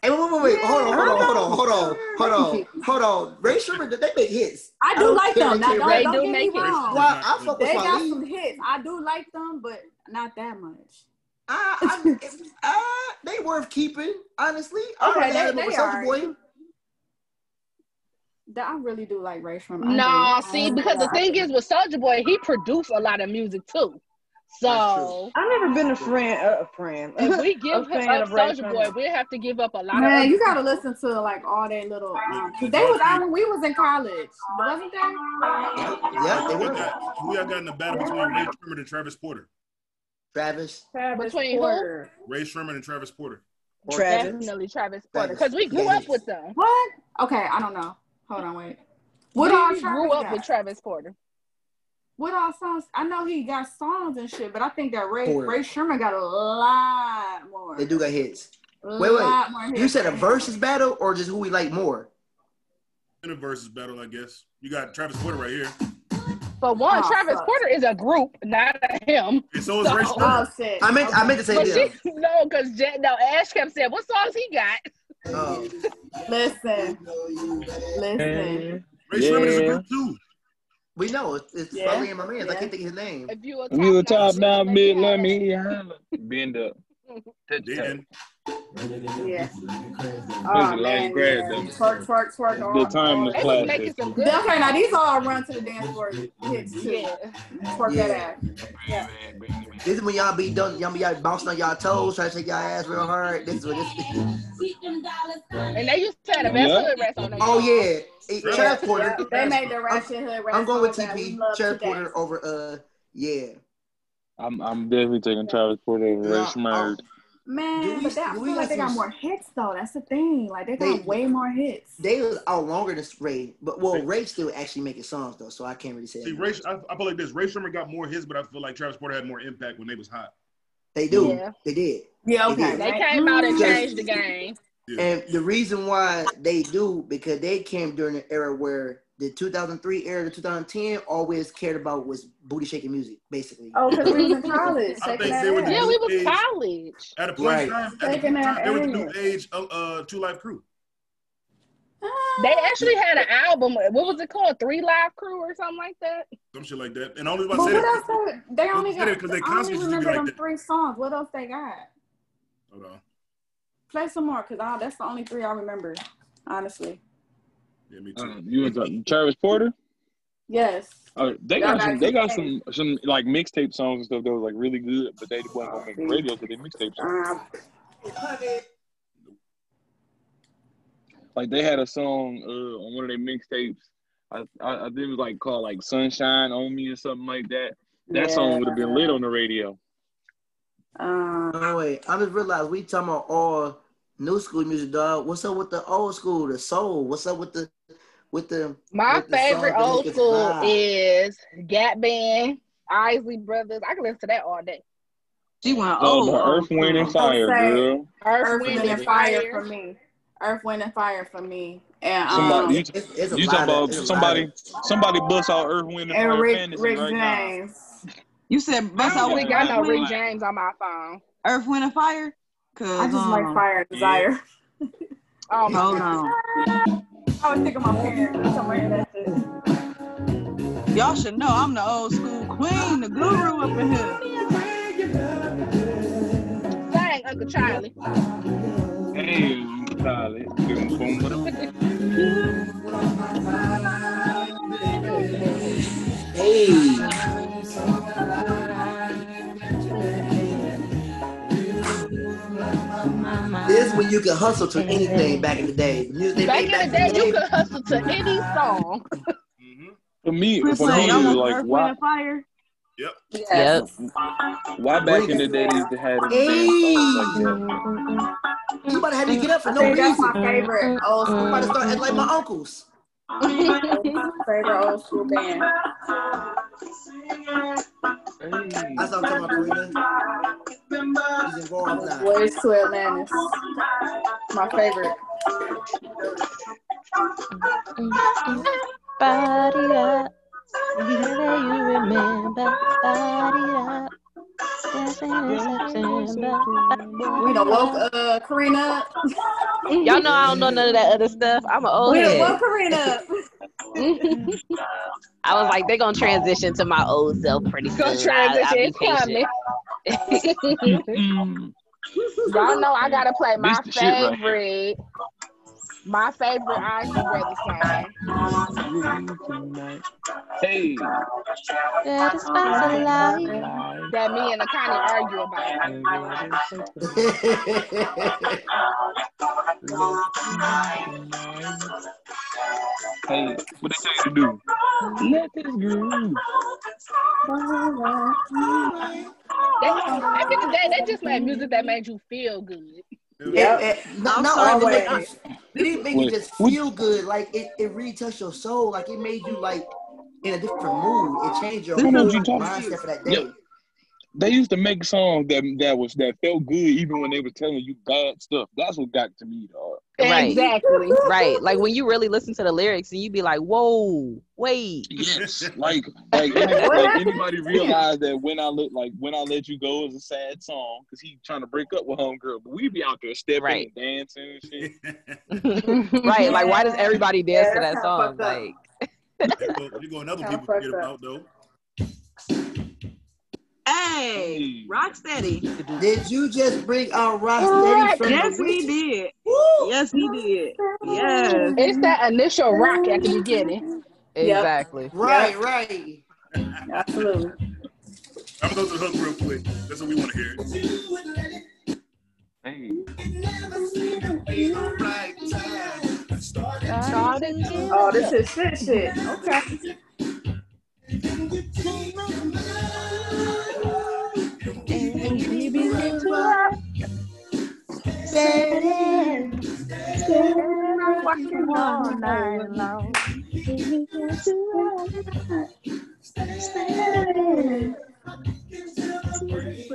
[SPEAKER 2] Hey, wait, wait, wait, wait. Hold on, hold on,
[SPEAKER 5] I
[SPEAKER 2] hold
[SPEAKER 5] know.
[SPEAKER 2] on, hold on, hold on, hold on. Ray Swimmer, they make hits.
[SPEAKER 5] I
[SPEAKER 2] I
[SPEAKER 5] do
[SPEAKER 2] don't
[SPEAKER 5] like
[SPEAKER 2] care
[SPEAKER 5] them.
[SPEAKER 2] if
[SPEAKER 5] Now,
[SPEAKER 2] they
[SPEAKER 5] don't,
[SPEAKER 2] rap.
[SPEAKER 6] They
[SPEAKER 5] don't
[SPEAKER 6] do
[SPEAKER 5] get me
[SPEAKER 6] make it.
[SPEAKER 5] wrong.
[SPEAKER 2] Why I fuck with
[SPEAKER 5] They got some
[SPEAKER 2] Swali.
[SPEAKER 5] hits. I do like them, but not that much.
[SPEAKER 2] I, I, if- I, they worth keeping. Honestly, I
[SPEAKER 5] Okay,
[SPEAKER 2] already had them
[SPEAKER 5] they-
[SPEAKER 2] over
[SPEAKER 5] they
[SPEAKER 2] Soldier
[SPEAKER 5] alright.
[SPEAKER 2] Boy.
[SPEAKER 5] That I really do like Ray Shrimp. I do.
[SPEAKER 6] No,
[SPEAKER 5] I
[SPEAKER 6] see,
[SPEAKER 5] ain't
[SPEAKER 6] because
[SPEAKER 5] gonna
[SPEAKER 6] the
[SPEAKER 5] lie.
[SPEAKER 6] thing is with Soldier Boy, he produced a lot of music too.
[SPEAKER 2] That's true.
[SPEAKER 6] So
[SPEAKER 1] I've never been a friend, uh, a friend,
[SPEAKER 6] if we
[SPEAKER 1] a
[SPEAKER 6] give him
[SPEAKER 1] fan
[SPEAKER 6] up
[SPEAKER 1] of Ray
[SPEAKER 6] Soldier Boy,
[SPEAKER 1] Sherman.
[SPEAKER 6] we have to give up a lot of
[SPEAKER 5] Man,
[SPEAKER 6] other
[SPEAKER 5] you gotta
[SPEAKER 6] people.
[SPEAKER 5] listen to like all their little um, cause
[SPEAKER 3] Did
[SPEAKER 5] they
[SPEAKER 3] y'all
[SPEAKER 5] was out
[SPEAKER 3] see?
[SPEAKER 5] when we was in college, wasn't they?
[SPEAKER 2] Yep, yep, they
[SPEAKER 3] Who y'all
[SPEAKER 2] were.
[SPEAKER 3] got? Who y'all got in the battle between Ray Sherman and Travis Porter?
[SPEAKER 2] Travis,
[SPEAKER 5] Travis
[SPEAKER 6] Between who?
[SPEAKER 5] Porter.
[SPEAKER 3] Ray Sherman and Travis Porter.
[SPEAKER 2] Porter,
[SPEAKER 1] Travis.
[SPEAKER 6] Definitely Travis Porter,
[SPEAKER 2] Travis,
[SPEAKER 6] because we
[SPEAKER 2] you
[SPEAKER 6] grew
[SPEAKER 2] got
[SPEAKER 6] up
[SPEAKER 2] hits.
[SPEAKER 6] with them.
[SPEAKER 5] What? Okay, I don't know. Hold on, wait. What all
[SPEAKER 6] We grew
[SPEAKER 5] Travis
[SPEAKER 6] up with
[SPEAKER 5] got?
[SPEAKER 6] Travis Porter.
[SPEAKER 5] What all songs? I know he got songs and shit, but I think that Ray
[SPEAKER 2] Porter.
[SPEAKER 5] Ray Sherman got a lot more.
[SPEAKER 2] They do got hits.
[SPEAKER 5] A
[SPEAKER 2] Wait, wait.
[SPEAKER 5] lot more hits.
[SPEAKER 2] You said a
[SPEAKER 5] than him.
[SPEAKER 2] versus battle or just who we like more?
[SPEAKER 3] Universe is battle, I guess. You got Travis Porter right here.
[SPEAKER 6] For one,
[SPEAKER 5] Oh,
[SPEAKER 6] Travis
[SPEAKER 5] fuck.
[SPEAKER 6] Porter is a group, not a him.
[SPEAKER 3] And so is Ray
[SPEAKER 6] So-
[SPEAKER 3] Sherman.
[SPEAKER 5] set.
[SPEAKER 2] I meant I meant to say
[SPEAKER 6] But she
[SPEAKER 2] this.
[SPEAKER 6] no, because Jet no Ash kept saying, "What songs he got?"
[SPEAKER 2] Oh,
[SPEAKER 5] Listen, listen.
[SPEAKER 9] Man.
[SPEAKER 3] Ray Sherman is a
[SPEAKER 9] Yeah.
[SPEAKER 3] group too.
[SPEAKER 2] we know it's, it's
[SPEAKER 5] Yeah.
[SPEAKER 2] probably in my man. I
[SPEAKER 5] Yeah.
[SPEAKER 2] can't think of his name.
[SPEAKER 6] If you were
[SPEAKER 9] If you were top
[SPEAKER 6] notch,
[SPEAKER 9] down
[SPEAKER 6] maybe
[SPEAKER 9] mid, let
[SPEAKER 6] I'd-
[SPEAKER 9] me holler. Bend up. Touchdown.
[SPEAKER 3] Then
[SPEAKER 5] Yeah.
[SPEAKER 9] Pussy
[SPEAKER 5] Oh
[SPEAKER 9] like
[SPEAKER 5] man,
[SPEAKER 9] grass,
[SPEAKER 5] yeah.
[SPEAKER 9] dummy.
[SPEAKER 5] Twerk, twerk, twerk. all-
[SPEAKER 9] The time is
[SPEAKER 5] all-
[SPEAKER 6] They
[SPEAKER 9] class.
[SPEAKER 6] was making some good.
[SPEAKER 5] Okay, now these are run to the dance floor hits too. Twerk that ass. Yeah.
[SPEAKER 2] This is when y'all be done. Y'all be y'all bouncing on y'all toes, trying to shake y'all ass real hard. This is what this.
[SPEAKER 6] And they used to have the best
[SPEAKER 9] Yeah.
[SPEAKER 6] hood rats on them.
[SPEAKER 2] oh yeah, hey,
[SPEAKER 3] Yeah.
[SPEAKER 2] Chad Porter.
[SPEAKER 5] Yeah, They made the ratchet hood rats
[SPEAKER 2] I'm going with
[SPEAKER 5] all that we
[SPEAKER 2] TP.
[SPEAKER 5] love
[SPEAKER 2] Chad
[SPEAKER 5] today.
[SPEAKER 2] Porter over uh yeah.
[SPEAKER 9] I'm I'm definitely taking Travis Porter over Ray
[SPEAKER 2] Nah,
[SPEAKER 9] Smurd.
[SPEAKER 2] oh, Do
[SPEAKER 5] Man,
[SPEAKER 2] we-
[SPEAKER 5] but that, I
[SPEAKER 2] do we
[SPEAKER 5] feel like
[SPEAKER 2] like
[SPEAKER 5] they got
[SPEAKER 2] some-
[SPEAKER 5] more hits though. That's the thing. Like they got
[SPEAKER 2] They-
[SPEAKER 5] way more hits.
[SPEAKER 2] they was out longer than Ray, but well, Ray still actually making songs though, so I can't really say.
[SPEAKER 3] see,
[SPEAKER 2] that.
[SPEAKER 3] Ray, I, I feel like this. Ray Sherman got more hits, but I feel like Travis Porter had more impact when they was hot.
[SPEAKER 2] They do.
[SPEAKER 6] Yeah.
[SPEAKER 2] They did.
[SPEAKER 5] Yeah,
[SPEAKER 2] okay.
[SPEAKER 6] They came out
[SPEAKER 5] Mm.
[SPEAKER 6] and
[SPEAKER 2] Just-
[SPEAKER 6] changed the game.
[SPEAKER 2] And the reason why they do because they came during an era where the 2003 era to 2010 always cared about was booty shaking music, basically.
[SPEAKER 5] Oh, because we was in college.
[SPEAKER 3] I
[SPEAKER 5] Shaking
[SPEAKER 3] think
[SPEAKER 5] that
[SPEAKER 3] they were
[SPEAKER 5] ass.
[SPEAKER 3] the
[SPEAKER 6] Yeah, we was
[SPEAKER 3] Hey.
[SPEAKER 6] college.
[SPEAKER 3] At a point in
[SPEAKER 2] Right.
[SPEAKER 3] time, at a
[SPEAKER 5] Taking
[SPEAKER 3] point in
[SPEAKER 5] that
[SPEAKER 3] time, they were the new
[SPEAKER 5] ass.
[SPEAKER 3] age uh, uh Two Life Crew.
[SPEAKER 6] They actually had an album. What was it called? Three Live Crew or something like that.
[SPEAKER 3] Some shit like that. And only
[SPEAKER 5] But
[SPEAKER 3] reason I say
[SPEAKER 5] what
[SPEAKER 3] that.
[SPEAKER 5] else? They, they only
[SPEAKER 3] Well,
[SPEAKER 5] got.
[SPEAKER 3] yeah, 'cause their
[SPEAKER 5] I
[SPEAKER 3] concerts
[SPEAKER 5] only
[SPEAKER 3] used to be
[SPEAKER 5] remember
[SPEAKER 3] like
[SPEAKER 5] them
[SPEAKER 3] that.
[SPEAKER 5] three songs. What else they got?
[SPEAKER 3] Hold on.
[SPEAKER 5] Play some more, cause I, that's the only three I remember. Honestly,
[SPEAKER 3] Yeah, me too.
[SPEAKER 9] Um, you was talking Travis Porter?
[SPEAKER 5] yes.
[SPEAKER 9] Uh, they
[SPEAKER 5] Y'all
[SPEAKER 9] got
[SPEAKER 5] got
[SPEAKER 9] some. They got some
[SPEAKER 5] two
[SPEAKER 9] some like mixtape songs and stuff that was like really good, but they wasn't gonna make the radio because they mixtape songs.
[SPEAKER 5] Um,
[SPEAKER 9] Like they had a song uh, on one of their mixtapes. I, I I think it was like called like "Sunshine on Me" or something like that. That song would have been lit on the radio.
[SPEAKER 5] Um,
[SPEAKER 2] No way. I just realized we talking about all new school music, dog. What's up with the old school, the soul? What's up with the with the
[SPEAKER 6] My
[SPEAKER 2] With the songs
[SPEAKER 6] favorite
[SPEAKER 2] that make
[SPEAKER 6] old
[SPEAKER 2] us
[SPEAKER 6] school
[SPEAKER 2] vibe.
[SPEAKER 6] is Gap Band, Isley Brothers. I can listen to that all day.
[SPEAKER 7] She went
[SPEAKER 9] Love
[SPEAKER 7] oh,
[SPEAKER 9] the
[SPEAKER 7] oh,
[SPEAKER 9] Earth, Wind, and
[SPEAKER 7] oh.
[SPEAKER 9] Fire,
[SPEAKER 5] say-
[SPEAKER 9] girl.
[SPEAKER 6] Earth,
[SPEAKER 5] Earth,
[SPEAKER 6] Wind,
[SPEAKER 5] Wind, and Fire for me. Earth, Wind, and Fire for me. And um,
[SPEAKER 9] Somebody-
[SPEAKER 2] it's, it's a
[SPEAKER 9] You talking
[SPEAKER 2] lot of
[SPEAKER 9] about
[SPEAKER 2] it's a lot
[SPEAKER 9] somebody?
[SPEAKER 2] of-
[SPEAKER 9] Somebody bust out Earth, Wind, and
[SPEAKER 5] and
[SPEAKER 9] Fire
[SPEAKER 5] Rick,
[SPEAKER 9] fantasy
[SPEAKER 5] Rick
[SPEAKER 9] right now.
[SPEAKER 5] James.
[SPEAKER 7] You said bust
[SPEAKER 9] I
[SPEAKER 6] I
[SPEAKER 7] out
[SPEAKER 9] don't
[SPEAKER 7] with
[SPEAKER 6] don't
[SPEAKER 9] got
[SPEAKER 6] got
[SPEAKER 9] no
[SPEAKER 6] no
[SPEAKER 9] Rick
[SPEAKER 6] Rick James on my phone.
[SPEAKER 7] Earth, Wind, and Fire. Cause
[SPEAKER 5] I just
[SPEAKER 7] um,
[SPEAKER 5] like Fire and Desire.
[SPEAKER 6] Oh my
[SPEAKER 7] hold
[SPEAKER 6] god.
[SPEAKER 7] on,
[SPEAKER 5] I always think of my parents. when I'm wearing that shit.
[SPEAKER 7] y'all should know I'm the old school queen, the guru up in here.
[SPEAKER 5] Oh.
[SPEAKER 6] Dang, Uncle Charlie.
[SPEAKER 9] Hey, Charlie. Boom, boom, ba-dum.
[SPEAKER 2] hey. This is when you can hustle to anything back in the day. The music they
[SPEAKER 6] Back
[SPEAKER 2] made
[SPEAKER 6] in
[SPEAKER 2] back
[SPEAKER 6] the day, you
[SPEAKER 2] day,
[SPEAKER 6] could hustle to any song.
[SPEAKER 3] Mm-hmm.
[SPEAKER 9] For me,
[SPEAKER 7] Quit
[SPEAKER 9] for
[SPEAKER 7] playing.
[SPEAKER 9] me,
[SPEAKER 7] Y'all want
[SPEAKER 9] like
[SPEAKER 7] Earth, Wind,
[SPEAKER 9] why?
[SPEAKER 7] and Fire?
[SPEAKER 9] Yep.
[SPEAKER 7] Yes.
[SPEAKER 9] Why back in the days they had advanced songs like that?
[SPEAKER 2] hey, somebody had to get up for
[SPEAKER 5] I
[SPEAKER 2] no
[SPEAKER 5] think that's
[SPEAKER 2] reason.
[SPEAKER 5] my favorite old school.
[SPEAKER 2] Somebody start acting like my uncles.
[SPEAKER 5] favorite old school band.
[SPEAKER 9] Hey.
[SPEAKER 2] I saw him come up, Karina. He's involved now.
[SPEAKER 5] Ways to Atlantis. My favorite.
[SPEAKER 10] Body up, yeah, you remember. Body up, dancing in September.
[SPEAKER 5] We done woke uh Karina up.
[SPEAKER 10] Y'all know I don't know none of that other stuff. I'm an old
[SPEAKER 5] We done woke
[SPEAKER 10] head.
[SPEAKER 5] Karina up.
[SPEAKER 10] I was like, they're gonna transition to my old self pretty soon.
[SPEAKER 6] Go
[SPEAKER 10] I, I'll
[SPEAKER 6] transition.
[SPEAKER 10] be
[SPEAKER 6] It's coming.
[SPEAKER 10] patient.
[SPEAKER 9] Mm.
[SPEAKER 6] Y'all know I gotta play
[SPEAKER 9] This
[SPEAKER 6] my
[SPEAKER 9] the shit right here.
[SPEAKER 6] favorite, my favorite Isley Brothers song.
[SPEAKER 9] Hey,
[SPEAKER 10] That is spice of life.
[SPEAKER 6] that me and Akani argue about.
[SPEAKER 9] hey, what they tell you to do? Let this groove.
[SPEAKER 6] They, back in the day, they just made music that made you feel good.
[SPEAKER 5] Yep.
[SPEAKER 2] It- it- Eh, not,
[SPEAKER 7] I'm
[SPEAKER 2] not only did it
[SPEAKER 5] always.
[SPEAKER 2] make you, it didn't make you just
[SPEAKER 9] What-
[SPEAKER 2] feel good, like it, it really touched your soul. Like it made you like in a different mood. It changed your
[SPEAKER 7] This
[SPEAKER 9] Who
[SPEAKER 2] whole
[SPEAKER 9] did
[SPEAKER 7] is
[SPEAKER 9] you talk?
[SPEAKER 2] mindset for that
[SPEAKER 9] Yep.
[SPEAKER 2] day.
[SPEAKER 9] They used to make songs that that was that felt good even when they were telling you bad stuff. That's what got to me, dog.
[SPEAKER 10] Right. Exactly. Right. Like when you really listen to the lyrics and you be like, whoa, wait.
[SPEAKER 9] Yes. Like like, any- like anybody realize that when I look like when I let you go is a sad song because he trying to break up with homegirl, but we be out there stepping
[SPEAKER 10] Right.
[SPEAKER 9] and dancing and shit.
[SPEAKER 10] right. Like why does everybody dance to that song? Like
[SPEAKER 3] You going other people forget about though.
[SPEAKER 1] Hey, Rocksteady.
[SPEAKER 2] Did you just bring out Rocksteady from
[SPEAKER 1] Yes,
[SPEAKER 2] the
[SPEAKER 1] we
[SPEAKER 2] witch?
[SPEAKER 1] did. Yes, we did. Yes.
[SPEAKER 6] It's that initial rock at the beginning.
[SPEAKER 1] Yep.
[SPEAKER 10] Exactly.
[SPEAKER 2] Right, right.
[SPEAKER 5] Absolutely.
[SPEAKER 3] I'm gonna go to the hook real quick. That's what we want to hear. Hey.
[SPEAKER 5] Oh, this is shit shit. Okay.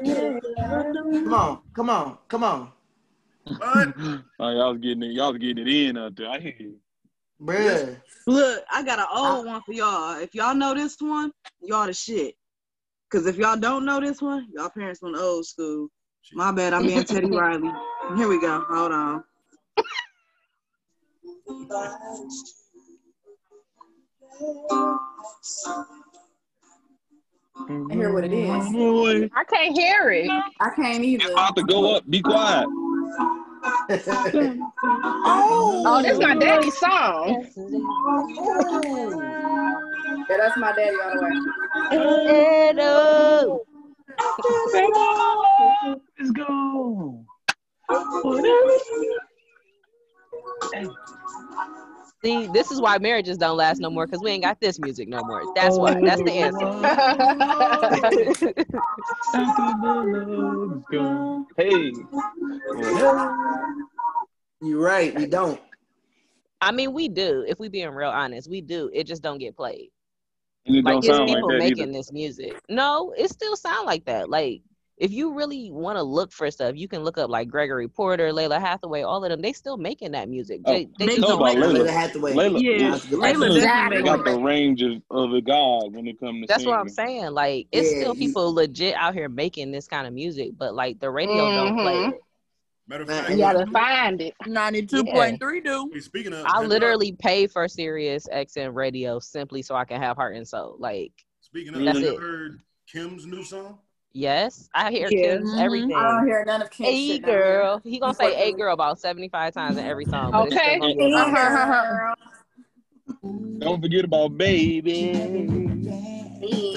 [SPEAKER 2] Come on, come on, come on.
[SPEAKER 9] Oh, y'all was getting it, y'all was getting it in out there. I hear you.
[SPEAKER 2] Bruh.
[SPEAKER 1] Look, I got an old one for y'all. If y'all know this one, y'all the shit. Cause if y'all don't know this one, y'all parents went old school. My bad, I'm being Teddy Riley. Here we go. Hold on.
[SPEAKER 5] I hear what it is.
[SPEAKER 6] I can't hear it.
[SPEAKER 5] I can't either.
[SPEAKER 9] About to go up. Be quiet.
[SPEAKER 6] Oh, that's my daddy's song.
[SPEAKER 5] Yeah, that's my daddy all the way.
[SPEAKER 9] Let's go.
[SPEAKER 10] See, this is why marriages don't last no more because we ain't got this music no more. That's why. That's the answer.
[SPEAKER 9] Hey.
[SPEAKER 2] You're right, we don't.
[SPEAKER 10] I mean, we do. If we being real honest, we do. It just don't get played.
[SPEAKER 9] And it
[SPEAKER 10] like
[SPEAKER 9] don't
[SPEAKER 10] it's
[SPEAKER 9] sound like
[SPEAKER 10] people
[SPEAKER 9] that
[SPEAKER 10] making
[SPEAKER 9] either.
[SPEAKER 10] this music. No, it still sound like that. Like if you really want to look for stuff, you can look up like Gregory Porter, Layla Hathaway, all of them. They still making that music. They, they
[SPEAKER 9] Talk
[SPEAKER 10] just don't
[SPEAKER 9] Oh, about
[SPEAKER 10] make
[SPEAKER 9] Layla.
[SPEAKER 2] Layla Hathaway.
[SPEAKER 9] Layla,
[SPEAKER 1] Yeah,
[SPEAKER 9] Layla,
[SPEAKER 1] Layla definitely
[SPEAKER 9] got
[SPEAKER 1] made
[SPEAKER 9] the range of, of a god when it comes to
[SPEAKER 10] That's what
[SPEAKER 9] singing.
[SPEAKER 10] I'm saying. Like it's
[SPEAKER 2] Yeah,
[SPEAKER 10] still
[SPEAKER 2] you-
[SPEAKER 10] people legit out here making this kind of music, but like the radio don't play
[SPEAKER 6] Mhm.
[SPEAKER 10] it.
[SPEAKER 3] Matter of
[SPEAKER 2] Man,
[SPEAKER 3] fact,
[SPEAKER 6] You gotta find it.
[SPEAKER 11] 92.3 do.
[SPEAKER 3] hey, speaking of,
[SPEAKER 10] I
[SPEAKER 3] check it out.
[SPEAKER 10] literally pay for Sirius XM radio simply so I can have heart and soul. Like
[SPEAKER 3] Speaking of,
[SPEAKER 10] That's
[SPEAKER 3] have you
[SPEAKER 10] it.
[SPEAKER 3] heard Kim's new song?
[SPEAKER 10] yes, I hear
[SPEAKER 6] Yeah.
[SPEAKER 10] Kim's
[SPEAKER 11] Mhm.
[SPEAKER 10] everything.
[SPEAKER 5] Mm-hmm. I don't hear none of Kim's
[SPEAKER 10] Hey
[SPEAKER 5] shit. down here.
[SPEAKER 10] girl, he gonna say "Hey girl" about seventy five times in every song, but it's still
[SPEAKER 6] Okay.
[SPEAKER 10] gonna be
[SPEAKER 5] Hey,
[SPEAKER 10] about her.
[SPEAKER 5] girl.
[SPEAKER 9] Don't forget about baby.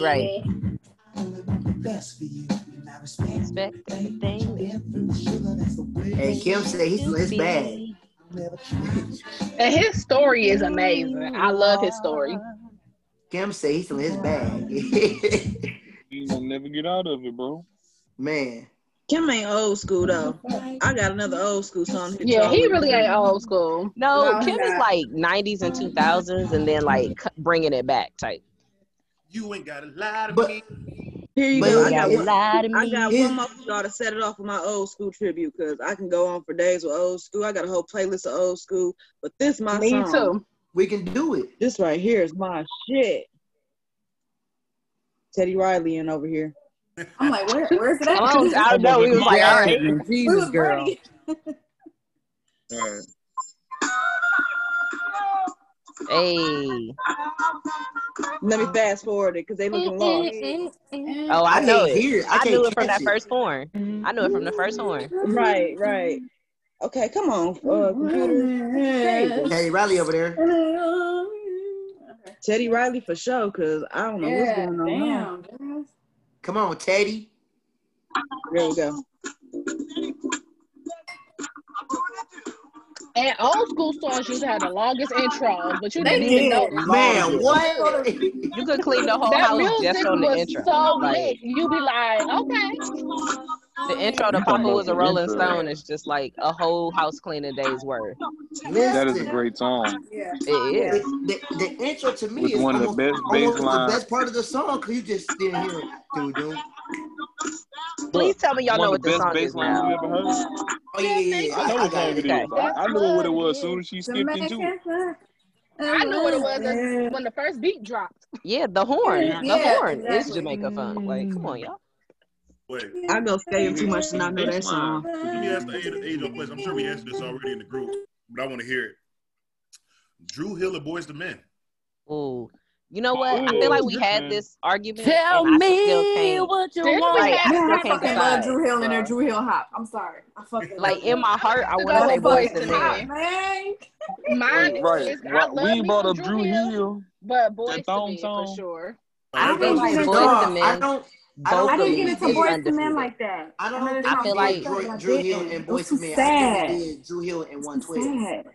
[SPEAKER 10] Right.
[SPEAKER 5] Baby.
[SPEAKER 10] Expect everything that
[SPEAKER 2] and Kim said he's it's bad.
[SPEAKER 6] And his story is amazing. I love his story.
[SPEAKER 2] Kim said he's in his bag.
[SPEAKER 9] You gonna never get out of it, bro.
[SPEAKER 2] Man.
[SPEAKER 1] Kim ain't old school though. I got another old school song. that
[SPEAKER 6] Yeah,
[SPEAKER 1] y'all
[SPEAKER 6] he
[SPEAKER 1] wouldn't
[SPEAKER 6] really
[SPEAKER 1] hear.
[SPEAKER 6] ain't old school.
[SPEAKER 10] No,
[SPEAKER 5] No,
[SPEAKER 10] Kim
[SPEAKER 5] he's
[SPEAKER 10] is
[SPEAKER 5] not.
[SPEAKER 10] like '90s and 2000s, and then like c- bringing it back type.
[SPEAKER 3] You ain't gotta lie to
[SPEAKER 2] But
[SPEAKER 3] me.
[SPEAKER 1] Here you
[SPEAKER 2] But
[SPEAKER 1] go.
[SPEAKER 2] it-
[SPEAKER 1] I got
[SPEAKER 2] it-
[SPEAKER 1] one.
[SPEAKER 10] lie to
[SPEAKER 1] I got
[SPEAKER 2] me.
[SPEAKER 1] one more for y'all to set it off with my old school tribute because I can go on for days with old school. I got a whole playlist of old school, but this my
[SPEAKER 6] Me
[SPEAKER 1] song.
[SPEAKER 6] too.
[SPEAKER 2] we can do it.
[SPEAKER 1] This right here is my shit. Teddy Riley in over here.
[SPEAKER 5] I'm like, where, where's it at?
[SPEAKER 10] Oh, I don't know. We was like, all right,
[SPEAKER 11] Jasmine,
[SPEAKER 5] we
[SPEAKER 11] Jesus
[SPEAKER 5] was
[SPEAKER 11] girl.
[SPEAKER 5] ready.
[SPEAKER 10] hey.
[SPEAKER 1] Let
[SPEAKER 5] Uh-huh.
[SPEAKER 1] me fast forward it because they looking lost.
[SPEAKER 10] Oh, I
[SPEAKER 2] I
[SPEAKER 10] know
[SPEAKER 2] can't
[SPEAKER 10] it.
[SPEAKER 2] hear it. I
[SPEAKER 10] I
[SPEAKER 2] can't
[SPEAKER 10] knew it from
[SPEAKER 2] catch
[SPEAKER 10] that
[SPEAKER 2] it.
[SPEAKER 10] first horn. I knew it from the first horn.
[SPEAKER 1] Right, right. Okay, come on, uh, computer. Save it.
[SPEAKER 2] Teddy Riley over there.
[SPEAKER 5] Okay.
[SPEAKER 1] Teddy Riley for sure, cause I don't know what's
[SPEAKER 5] Yeah,
[SPEAKER 1] going on. now.
[SPEAKER 5] damn. girl.
[SPEAKER 2] Come on, Teddy.
[SPEAKER 1] There we go.
[SPEAKER 6] And old school songs used to have the longest intros, but you
[SPEAKER 5] They
[SPEAKER 6] didn't
[SPEAKER 5] did.
[SPEAKER 6] even notice.
[SPEAKER 2] Man,
[SPEAKER 10] Longest.
[SPEAKER 2] what?
[SPEAKER 10] You could clean the whole
[SPEAKER 6] That
[SPEAKER 10] house just
[SPEAKER 6] music
[SPEAKER 10] on the
[SPEAKER 6] was
[SPEAKER 10] intro.
[SPEAKER 6] so
[SPEAKER 10] Like
[SPEAKER 6] lit. You be like, okay.
[SPEAKER 10] the intro to
[SPEAKER 9] You talking
[SPEAKER 10] "Papa
[SPEAKER 9] about
[SPEAKER 10] Was a
[SPEAKER 9] the
[SPEAKER 10] Rolling
[SPEAKER 9] intro?
[SPEAKER 10] Stone" is just like a whole house cleaning day's worth.
[SPEAKER 9] That is a
[SPEAKER 2] Listen.
[SPEAKER 9] great song
[SPEAKER 5] Yeah,
[SPEAKER 10] It
[SPEAKER 5] yeah.
[SPEAKER 10] is.
[SPEAKER 2] The, the, the intro to me
[SPEAKER 9] with
[SPEAKER 2] is
[SPEAKER 9] one of the
[SPEAKER 2] almost
[SPEAKER 9] best bass
[SPEAKER 2] almost Oh, the
[SPEAKER 9] lines.
[SPEAKER 2] best part of the song because you just didn't hear it. Doo doo.
[SPEAKER 10] Please tell me y'all
[SPEAKER 9] One
[SPEAKER 10] know what
[SPEAKER 9] of the
[SPEAKER 10] this
[SPEAKER 9] best
[SPEAKER 10] song is
[SPEAKER 9] bass lines
[SPEAKER 10] now.
[SPEAKER 9] you ever heard.
[SPEAKER 2] Oh yeah, yeah, yeah.
[SPEAKER 9] I know what song it
[SPEAKER 10] Okay.
[SPEAKER 9] is. I, I knew what it was as soon as she skipped into it.
[SPEAKER 6] I knew what it was as- when the first beat dropped.
[SPEAKER 10] Yeah, the horn.
[SPEAKER 6] Yeah,
[SPEAKER 10] the horn is
[SPEAKER 6] exactly.
[SPEAKER 10] Jamaica funk. Like, come on, y'all.
[SPEAKER 3] Wait.
[SPEAKER 1] I go skating too much and I know that
[SPEAKER 9] Bass
[SPEAKER 1] song.
[SPEAKER 9] line.
[SPEAKER 3] Let me ask the age, age of question. I'm sure we answered this already in the group, but I want to hear it. Drew Hill or Boys the Men?
[SPEAKER 10] Ooh. You know what? I feel like we had this argument.
[SPEAKER 7] Tell
[SPEAKER 10] and I still
[SPEAKER 7] me
[SPEAKER 10] can't-
[SPEAKER 7] what you
[SPEAKER 6] Didn't we
[SPEAKER 7] want.
[SPEAKER 10] Like,
[SPEAKER 5] Man,
[SPEAKER 10] I still
[SPEAKER 5] I
[SPEAKER 10] can't
[SPEAKER 5] fucking love
[SPEAKER 10] decide.
[SPEAKER 5] Drew Hill and her
[SPEAKER 10] bruh.
[SPEAKER 5] Drew Hill hop. I'm sorry. I fucking
[SPEAKER 10] Like
[SPEAKER 5] love
[SPEAKER 10] in my heart, I
[SPEAKER 6] That's
[SPEAKER 10] want to
[SPEAKER 6] about
[SPEAKER 5] that
[SPEAKER 10] say
[SPEAKER 6] the
[SPEAKER 10] boys
[SPEAKER 5] fucking
[SPEAKER 10] and
[SPEAKER 5] hop,
[SPEAKER 10] men.
[SPEAKER 5] man.
[SPEAKER 6] men. Mine
[SPEAKER 9] Right,
[SPEAKER 6] is
[SPEAKER 9] right.
[SPEAKER 6] I
[SPEAKER 9] Why-
[SPEAKER 6] love
[SPEAKER 9] we
[SPEAKER 6] me
[SPEAKER 9] brought
[SPEAKER 6] some
[SPEAKER 9] up
[SPEAKER 6] Drew,
[SPEAKER 9] Drew
[SPEAKER 6] Hill,
[SPEAKER 9] Hill,
[SPEAKER 6] but boys
[SPEAKER 9] that
[SPEAKER 6] to
[SPEAKER 9] thong
[SPEAKER 6] men for
[SPEAKER 9] song.
[SPEAKER 6] sure.
[SPEAKER 3] Oh,
[SPEAKER 5] I
[SPEAKER 10] I
[SPEAKER 3] that
[SPEAKER 10] feel
[SPEAKER 5] didn't
[SPEAKER 3] goes.
[SPEAKER 5] get it.
[SPEAKER 10] like
[SPEAKER 2] No,
[SPEAKER 10] boys to
[SPEAKER 2] I
[SPEAKER 10] men,
[SPEAKER 2] don't. I don't
[SPEAKER 5] I
[SPEAKER 10] both of
[SPEAKER 5] didn't
[SPEAKER 2] think
[SPEAKER 5] get
[SPEAKER 10] them
[SPEAKER 5] it to
[SPEAKER 10] is
[SPEAKER 5] boys
[SPEAKER 2] did.
[SPEAKER 5] to men
[SPEAKER 10] undefeated.
[SPEAKER 5] like that.
[SPEAKER 2] I
[SPEAKER 5] I mean,
[SPEAKER 2] don't.
[SPEAKER 5] it's
[SPEAKER 10] I
[SPEAKER 2] I
[SPEAKER 5] my
[SPEAKER 10] feel
[SPEAKER 2] didn't do
[SPEAKER 5] boys
[SPEAKER 10] like
[SPEAKER 5] stuff, but
[SPEAKER 2] Drew,
[SPEAKER 5] I
[SPEAKER 2] Drew Hill
[SPEAKER 5] didn't.
[SPEAKER 2] and
[SPEAKER 5] It
[SPEAKER 2] Boys
[SPEAKER 5] was
[SPEAKER 2] to
[SPEAKER 5] too
[SPEAKER 2] Men. I think I
[SPEAKER 5] sad.
[SPEAKER 2] did Drew Hill and
[SPEAKER 5] Too
[SPEAKER 2] One Twelve.
[SPEAKER 5] sad.